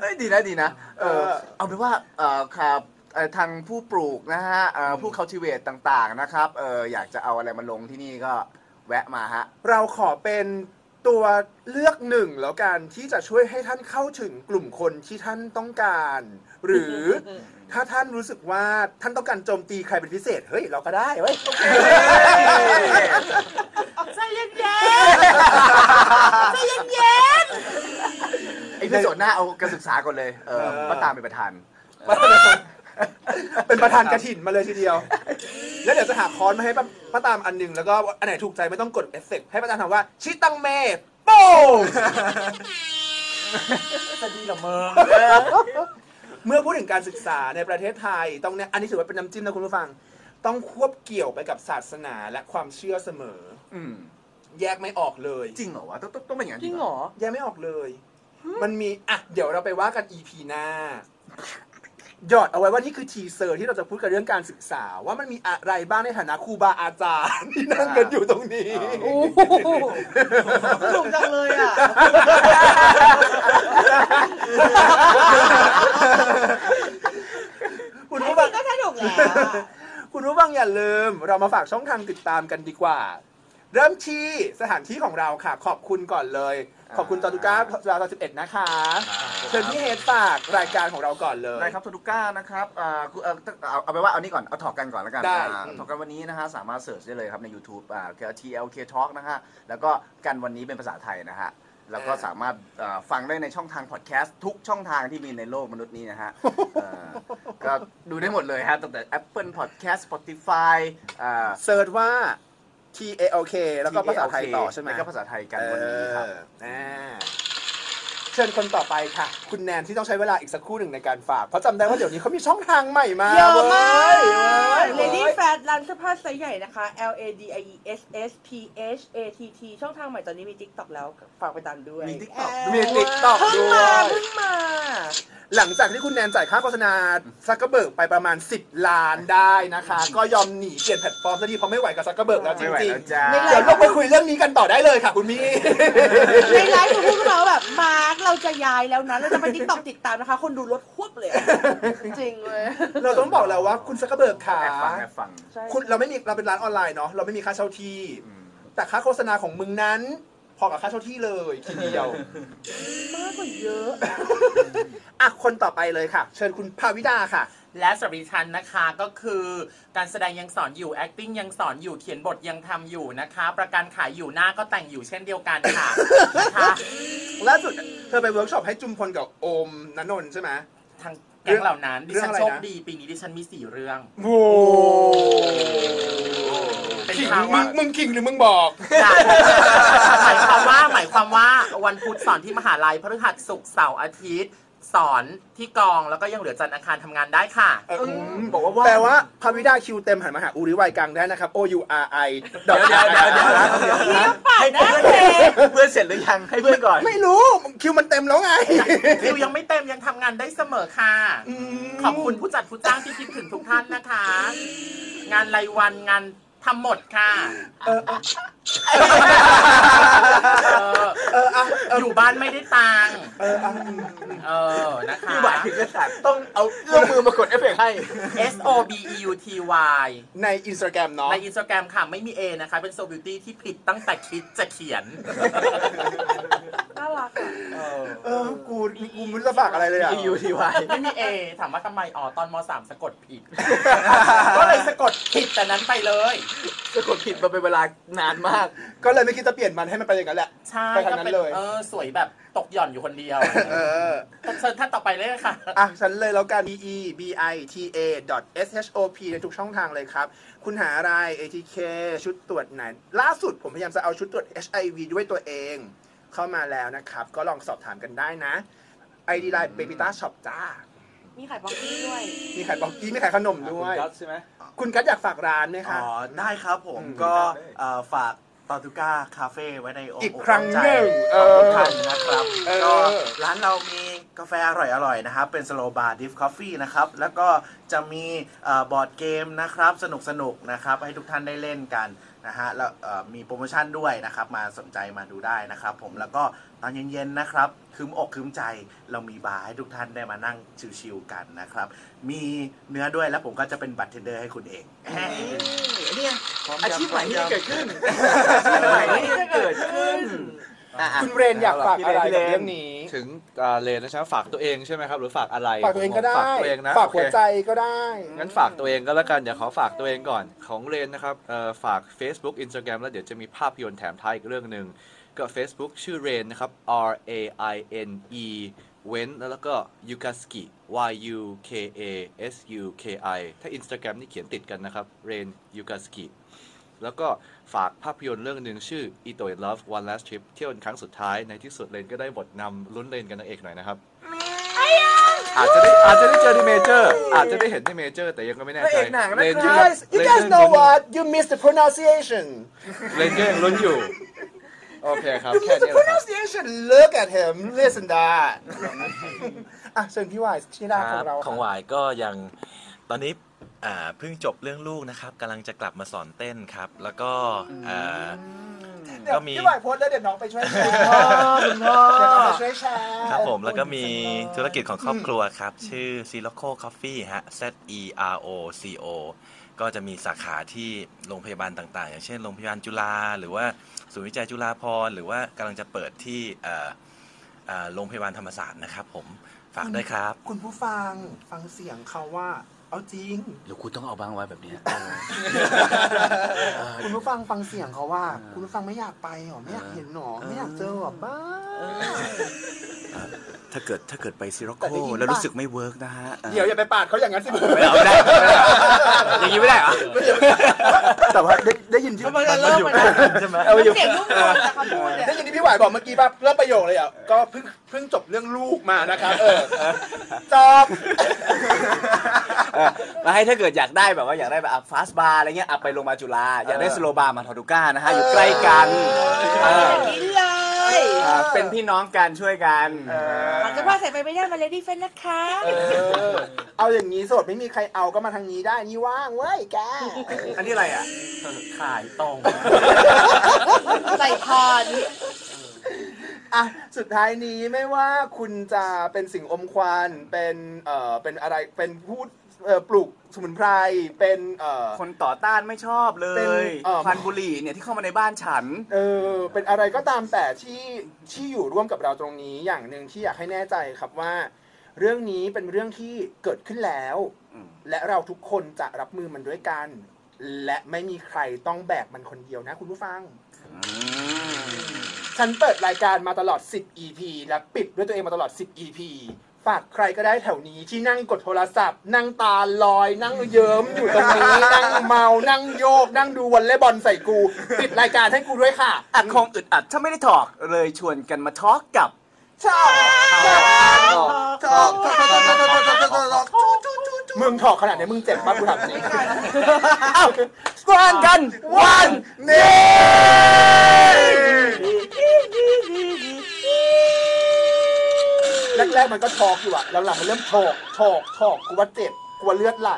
Speaker 4: เฮ้ยดีนะดีนะเออ
Speaker 1: เออ
Speaker 4: เอาเป็นว่าเอ่อครับเอ่อทางผู้ปลูกนะฮะเอ่อผู้ cultivate ต่างๆนะครับเอออยากจะเอาอะไรมาลงที่นี่ก็แวะมาฮะ
Speaker 1: เราขอเป็นตัวเลือกหนึ่งแล้วกันที่จะช่วยให้ท่านเข้าถึงกลุ่มคนที่ท่านต้องการ หรือถ้าท่านรู้สึกว่าท่านต้องการโจมตีใครเป็นพิเศษ เฮ้ย เราก็ได้เว้ย
Speaker 2: ใจเย็นๆใจเย็น
Speaker 4: ไอ้เพื่อนโจทย์หน้าเอาการศึกษาก่อนเลยเออ
Speaker 1: เออ
Speaker 4: ก็ตามเป็นประธาน
Speaker 1: เป็นประธานกระถินมาเลยทีเดียว แล้วเดี๋ยวจะหาค้อนมาให้ป้าป้าตามอันหนึ่งแล้วก็อันไหนถูกใจไม่ต้องกดเอฟเฟกต์ให้ป้าตามถามว่าชิตังเมโป้ง
Speaker 2: ๆจะดีเหรอเมือง
Speaker 1: [LAUGHS] เมื่อพูดถึงการศึกษาในประเทศไทยต้องเนี่ยอันนี้ถือว่าเป็นน้ำจิ้มนะคุณผู้ฟัง ต้องควบเกี่ยวไปกับศาสนาและความเชื่อเสมอ
Speaker 4: อืม
Speaker 1: แยกไม่ออกเลย
Speaker 4: จริงเหรอวะต้องต้องต้องเป็นอย่างนั้น
Speaker 3: จริงเหรอ
Speaker 1: แยกไม่ออกเลย มันมี อ่ะ เดี๋ยวเราไปว่ากัน EP หน้า หยอดเอาไว้ว่านี่คือทีเซอร์ที่เราจะพูดกันเรื่องการศึกษา ว่ามันมีอะไรบ้างในฐานะครูบาอาจารย์ [LAUGHS] ที่นั่งกันอยู่ตรงนี้
Speaker 3: โอ้โห
Speaker 8: ถูกจังเลยอ่ะ
Speaker 1: คุณ
Speaker 3: อัน
Speaker 1: ผู้ฟั
Speaker 3: นี้
Speaker 1: ง
Speaker 3: ก็สนุกแล้ว
Speaker 1: คุณผู้ฟังอย่าลืม เรามาฝากช่องทางติดตามกันดีกว่า เริ่มที่สถานที่ของเราค่ะ ขอบคุณก่อนเลย ขอบคุณจอตุก้าจอตุสิบเอ็ดนะคะ เชิญพี่เฮดฝากรายการของเราก่อนเลย
Speaker 4: ได้ครับโทนูก้านะครับเอ่อกูเอ่อเอาเอาไปนว่าเอานี้ก่อน เอาถอกกันก่อนแล้วกัน
Speaker 1: ได้
Speaker 4: อ่า
Speaker 1: อืม
Speaker 4: ถอกกันวันนี้นะฮะ สามารถเสิร์ชได้เลยครับ ใน YouTube อ่า TLK Talk นะฮะ แล้วก็กันวันนี้เป็นภาษาไทยนะฮะ แล้วก็สามารถเอ่อฟังได้ในช่องทางพอดแคสต์ทุกช่องทางที่มีในโลกมนุษย์นี้
Speaker 1: [LAUGHS]
Speaker 4: นะฮะเอ่อก็ดูได้หมดเลยฮะ ตั้งแต่ Apple Podcast Spotify อ่า
Speaker 1: เซิร์ชว่า T A L K แล้วก็ภาษาไทย
Speaker 4: TLK
Speaker 1: ต่อใช่ไหม
Speaker 4: แล้วก็ภาษาไทยกันวันนี้ครับ
Speaker 1: เอออ่าเชิญคนต่อไปค่ะ คุณแนนที่ต้องใช้เวลาอีกสักครู่หนึ่งในการฝาก เพราะจำได้ว่าเดี๋ยวนี้เขามีช่องทางใหม่มา
Speaker 3: เยอะมาก
Speaker 1: เว้ย
Speaker 3: เล
Speaker 1: เว้ย
Speaker 3: ดี้
Speaker 1: เว้ย
Speaker 3: แฟดร้านเสื้อผ้าไซส์ใหญ่นะคะ L A D I E S S P H A T T ช่องทางใหม่ตอนนี้มี TikTok แล้ว ฝากไปตามด้วย
Speaker 4: มี TikTok
Speaker 3: เ
Speaker 1: มี TikTok
Speaker 3: เพิ่ง
Speaker 1: ด้
Speaker 3: มา
Speaker 1: วย
Speaker 3: เพิ่งมา
Speaker 1: หลังจากที่คุณแนนจ่ายค่าโฆษณาซักกระเบิกไปประมาณ 10 ล้านได้นะคะ [LAUGHS] ก็ยอมหนีเปลี่ยนแพลตฟอร์มซะทีเพราะไม่ไหวกับซักกระเบิกแล้วจ
Speaker 4: ไม่ไหว
Speaker 1: ริง
Speaker 4: แล้วจ้า
Speaker 3: ไม่
Speaker 1: ๆ
Speaker 3: ไหว
Speaker 1: เดี๋ยวเราไปคุยเรื่องนี้กันต่อได้เลยค่ะ คุณมี่
Speaker 3: ในไลฟ์คุณพูดขึ้นมาว่าแบบ มาร์คเราจะย้ายแล้วนะ เราจะไป TikTok ติดตามนะคะ คนดูลดฮวบเลย จริงเลย
Speaker 1: [LAUGHS] เราต้องบอกแล้วว่าคุณซักกระเบิกค่ะ
Speaker 4: แอบฟังแอบฟัง
Speaker 3: ใช่
Speaker 1: คุณเราไม่มีเราเป็นร้านออนไลน์เนาะเราไม่มีค่าเช่าที่ แต่ค่าโฆษณาของมึงนั้น พอกับค่าเช่าที่เลยทีเดียว
Speaker 3: มากกว่าเยอะ
Speaker 1: อ่ะคนต่อไปเลยค่ะ เชิญคุณภาวิดาค่ะ
Speaker 2: และสำหรับดิฉันนะคะก็คือการแสดงยังสอนอยู่ acting ยังสอนอยู่เขียนบทยังทำอยู่นะคะ ประกันขายอยู่หน้าก็แต่งอยู่เช่นเดียวกันค่ะนะคะ
Speaker 1: ล่าสุดเธอไปเวิร์กช็อปให้จุมพลกับโอมนนนท์ใช่ไหม
Speaker 2: ทางแก๊งเหล่านั้น ดิ
Speaker 1: เรื่อง
Speaker 2: ฉัน
Speaker 1: อะไรนะ
Speaker 2: โชคดีปีนี้ดิฉันมีสี่เรื่อง
Speaker 1: โว้
Speaker 2: เป็น
Speaker 1: ขิง
Speaker 2: ข่าว
Speaker 1: มึ
Speaker 2: ว่า
Speaker 1: งมึงขิงหรือมึงบอก
Speaker 2: จ้ะหมายความว่าหมายความว่าวันพุธสอนที่มหาลัยพฤหัสศุกร์เสาร์อาทิตย์ สอนที่กองแล้วก็ยังเหลือจันทร์อังคารทำงานได้ค่ะ
Speaker 1: บอกว่าแต่ว่าพาวิดาคิวเต็มหันมาหาอูริวายกังได้นะครับ O U R I เดี๋ยวเดี๋ยวเดี๋ยวเดี๋ยว
Speaker 4: ให้เพื่อนเพื่อนเสร็จหรือยังให้เพื่อนก่อน
Speaker 1: ไม่รู้คิวมันเต็มแล้วไง
Speaker 2: คิวยังไม่เต็มยังทำงานได้เสมอค่ะ ขอบคุณผู้จัดผู้จ้างที่ [LAUGHS] คิดถึงทุกท่านนะคะ งานรายวันงานทำหมดค่ะเออ
Speaker 1: เอออ่ะเออ
Speaker 2: อยู่บ้านไม่ได้ตังค์
Speaker 1: เอออ่ะ
Speaker 2: เออนะคะ
Speaker 4: หมายถึงกษัตริย์ต้องเอาเอื้อมมือมากดเอฟเฟกต์ให้
Speaker 2: S O B E U T Y
Speaker 1: ในอินสตาแกรมเนาะ
Speaker 2: ในอินสตาแกรมค่ะ ไม่มี A นะคะ เป็นโซบิวตี้ที่ผิดตั้งแต่คิดจะเขียน
Speaker 3: น่ารักอะ
Speaker 1: เออ กูกูไม่รู้จะฝากอะไรเลยอ่ะ
Speaker 4: ยูทีวาย
Speaker 2: ไม่มี A ถามว่าทำไมอ๋อตอนม .3 สะกดผิด [LAUGHS] ก็เลยสะกดผิดแต่นั้นไปเลย
Speaker 4: จะกดผิดมาเป็นเวลานานมาก
Speaker 1: ก็เลยไม่คิดจะเปลี่ยนมันให้มันไปอย่างนั้นแหละ
Speaker 2: ใช่
Speaker 1: ไปทาง
Speaker 2: ก็
Speaker 1: นั้น
Speaker 2: เป็น
Speaker 1: เลย
Speaker 2: เออ สวยแบบตกหย่อนอยู่คนเดียว
Speaker 1: เออ
Speaker 2: เชิญท่านต่อไปเลยค่ะ
Speaker 1: อ่ะ ฉันเลยแล้วกัน b e b i t a s h o p ในทุกช่องทางเลยครับ คุณหาอะไร atk ชุดตรวจไหน ล่าสุดผมพยายามจะเอาชุดตรวจ hiv ด้วยตัวเอง เข้ามาแล้วนะครับ ก็ลองสอบถามกันได้นะ id line bebita shop จ้า
Speaker 3: มีขายบ็อกกี้ด้วย
Speaker 1: มีขายบอกกี้มีขายขนมด้วย
Speaker 6: คุณกัสใช่ไหม
Speaker 1: คุณกัดอยากฝากร้านไหมคะ
Speaker 8: อ๋อ ได้ครับผม
Speaker 1: อืม
Speaker 8: ก็เอ่อฝาก ตอตูก้าคาเฟ่ไว้ในโ
Speaker 1: อีกครั้งหนึ่ง
Speaker 8: เออ
Speaker 1: เออ
Speaker 8: ท่านนะครับ
Speaker 1: เออ
Speaker 8: ก็ร้านเรามีกาแฟอร่อยๆนะครับ เป็นสโลบาร์ดิฟคอฟฟี่นะครับ แล้วก็จะมีบอร์ดเกมนะครับ สนุกๆนะครับ ให้ทุกท่านได้เล่นกันนะฮะแล้วเอ่อมีโปรโมชั่นด้วยนะครับ มาสนใจมาดูได้นะครับผมแล้วก็ตอนเย็นๆนะครับคืมอกคืมใจเรามีบาร์ให้ทุกท่านได้มานั่งชิลๆกันนะครับ มีเนื้อด้วยแล้วผมก็จะเป็นบัตรเทนเดอร์ให้คุณเองเอ้ยเนี่ยอาชีพใหม่ที่จะเกิดขึ้น
Speaker 10: อะไรที่จะเกิดขึ้นอ่ะอ่ะ
Speaker 1: คุณเรนอยากฝากอะไรกับเรื่องนี้
Speaker 6: ถึงอ่าเลนนะใช่ไหมฝากตัวเองใช่ไหมครับ หรือฝากอะไร
Speaker 1: ฝากตัวเองก็ได้
Speaker 6: ฝากตัวเองนะ
Speaker 1: ฝากหัว
Speaker 6: โอเค
Speaker 1: ใจก็ได้
Speaker 6: งั้นฝากตัวเองก็แล้วกัน เดี๋ยวขอฝากตัวเองก่อนของเรนนะครับเอ่อฝาก Facebook Instagram แล้วเดี๋ยวจะมีภาพยนตร์แถมท้ายอีกเรื่องหนึ่งก็ Facebook ชื่อเรนนะครับ R A I N E เว้นแล้วก็ Yukaski Y U K A S U K I ถ้า Instagram นี่เขียนติดกันนะครับเรน Yukaski แล้วก็ฝากภาพยนตร์เรื่องหนึ่งชื่อ Ito in Love One Last Trip เที่ยวกันครั้งสุดท้ายในที่สุดเรนก็ได้บทนำลุ้นเรนกันนางเอกหน่อยนะครับ อาจจะได้อาจจะได้เจอในเมเจอร์ อาจจะได้เห็นในเมเจอร์ แต่ยังก็ไม่แน่ใจ
Speaker 10: พระเอกหนังนะ
Speaker 6: เลน
Speaker 10: ค
Speaker 6: ก็
Speaker 10: รับ
Speaker 1: guys you
Speaker 6: เลน
Speaker 1: guys
Speaker 6: ก็ยัง
Speaker 1: know what you missed the pronunciation
Speaker 6: เลนก็ยังลุ้นอยู่ โอเคครับ
Speaker 1: you
Speaker 6: แค่
Speaker 1: missed the
Speaker 6: นี้แหละครับ
Speaker 1: pronunciation look at him listen that อ่ะเชิญพี่วายที่
Speaker 7: ค
Speaker 1: ด้าขอ
Speaker 7: รั
Speaker 1: ง
Speaker 7: บ
Speaker 1: เรา
Speaker 7: ของหวายก็ยังตอนนี้อ่าเพิ่งจบเรื่องลูกนะครับกำลังจะกลับมาสอนเต้นครับ แล้วก็อ่า
Speaker 1: เดี๋ยว
Speaker 7: ก็มี
Speaker 1: พี่วายโพสต์แล้วเดี๋ยวน้องไปช่วยแชร์คุณพ่อเดี๋ยวน้องไปช่วยแชร์
Speaker 7: ครับผมแล้วก็มี
Speaker 1: ขอบคุณจัง
Speaker 7: ธุร
Speaker 1: เลย
Speaker 7: กิจของครอบครัวครับ ชื่อ c i r o c o Coffee ฮะ Z E R O C O ก็จะมีสาขาที่โรงพยาบาลต่างๆ อย่างเช่นโรงพยาบาลจุฬาหรือว่าศูนย์วิจัยจุฬาภรณ์หรือว่ากำลังจะเปิดที่เอ่อเอ่อโรงพยาบาลธรรมศาสตร์นะครับผมฝากด้วยครับ
Speaker 1: คุณผู้ฟังฟังเสียงเขาว่า เอาจริง
Speaker 4: หรือคุณต้องเอาบ้างไว้แบบเนี้ย
Speaker 1: คุณผู้ฟังฟังเสียงเขาว่า คุณผู้ฟังไม่อยากไปหรอไม่อยากเห็นหรอไม่อยากเจอหรอบ้า
Speaker 4: ถ้าเกิดถ้าเกิดไปซิโร
Speaker 1: แต่ได้
Speaker 4: โก้
Speaker 1: ยิน
Speaker 4: แล้ว
Speaker 1: ป่ะ
Speaker 4: รู้สึกไม่เวิร์กนะฮะ
Speaker 1: เดี๋ยวอย่าไปปาดเขาอย่างนั้นสิ
Speaker 4: ไม่เอาไม่ได้ไม่ได้อย่างนี้ไม่ได้เหรอ
Speaker 1: แต่ว่าได้ได้ยินที่
Speaker 3: มันเริ่มมัน
Speaker 1: เอาอยู่
Speaker 3: เสียงนุ่มนวลแต่คำพูดเนี่ย
Speaker 1: ได้ยินที่พี่หวายบอกเมื่อกี้ป่ะเริ่มประโยคเลยอ่ะก็เพิ่งเพิ่งจบเรื่องลูกมานะครับเอ
Speaker 6: [LAUGHS]
Speaker 1: อจบ [LAUGHS]
Speaker 4: มาให้ถ้าเกิดอยากได้แบบว่าอยากได้แบบฟาสบาร์อะไรเงี้ยอ่ะไปโรงพยาบาลจุฬาอยากได้สโลบาร์มาทอดูก้านะฮะ อยู่ใกล้กันเออ
Speaker 3: อย่างนี้เลย
Speaker 4: อ่าเป็นพี่น้องกันช่วยกัน
Speaker 3: หลังจากว่าใส่ไปไม่ได้มาเลดี้เฟนนะคะ
Speaker 1: เออ เอาอย่างนี้โสดไม่มีใครเอาก็มาทางนี้ได้นี่ว่างเว้ยแก
Speaker 4: อันนี้อะไรอ่ะ
Speaker 2: ขายตรง
Speaker 3: ใส่พาน
Speaker 1: อ่ะสุดท้ายนี้ไม่ว่าคุณจะเป็นสิ่งอมควันเป็นเอ่อเป็นอะไรเป็นผู้เอ่อปลูกสมุนไพรเป็นเอ่อ
Speaker 4: คนต่อต้านไม่ชอบเล
Speaker 1: เป็น
Speaker 4: ย
Speaker 1: เอ่อ
Speaker 4: ควันบุหรี่เนี่ยที่เข้ามาในบ้านฉัน
Speaker 1: เออเป็นอะไรก็ตามแต่ที่ที่อยู่ร่วมกับเราตรงนี้อย่างหนึ่งที่อยากให้แน่ใจครับว่า เรื่องนี้เป็นเรื่องที่เกิดขึ้นแล้ว และเราทุกคนจะรับมือมันด้วยกัน และไม่มีใครต้องแบกมันคนเดียวนะคุณผู้ฟัง ฉันเปิดรายการมาตลอด 10 EP และปิดด้วยตัวเองมาตลอด 10 EP ฝากใครก็ได้แถวนี้ที่นั่งกดโทรศัพท์ นั่งตาลอย นั่งเยิ้มอยู่ตรงนี้ นั่งเมา นั่งโยก นั่งดูวอลเลย์บอลใส่กู ปิดรายการให้กูด้วยค่ะ
Speaker 4: อัดคงอึดอัดถ้าไม่ได้ถอกเลยชวนกันมาทอกกับ
Speaker 1: ชอบชอบมึงถอกขนาดนี้มึงเจ็บปะกูถามจริงอ้าวกวนกันวันนี้แรกๆมันก็ชอกอยู่อะหลังๆมันเริ่มชอกชอกชอกกูว่าเจ็บกูว่าเลือดไหล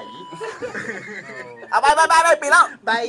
Speaker 4: เอาไปไปไปไปปีแล้ว
Speaker 1: บาย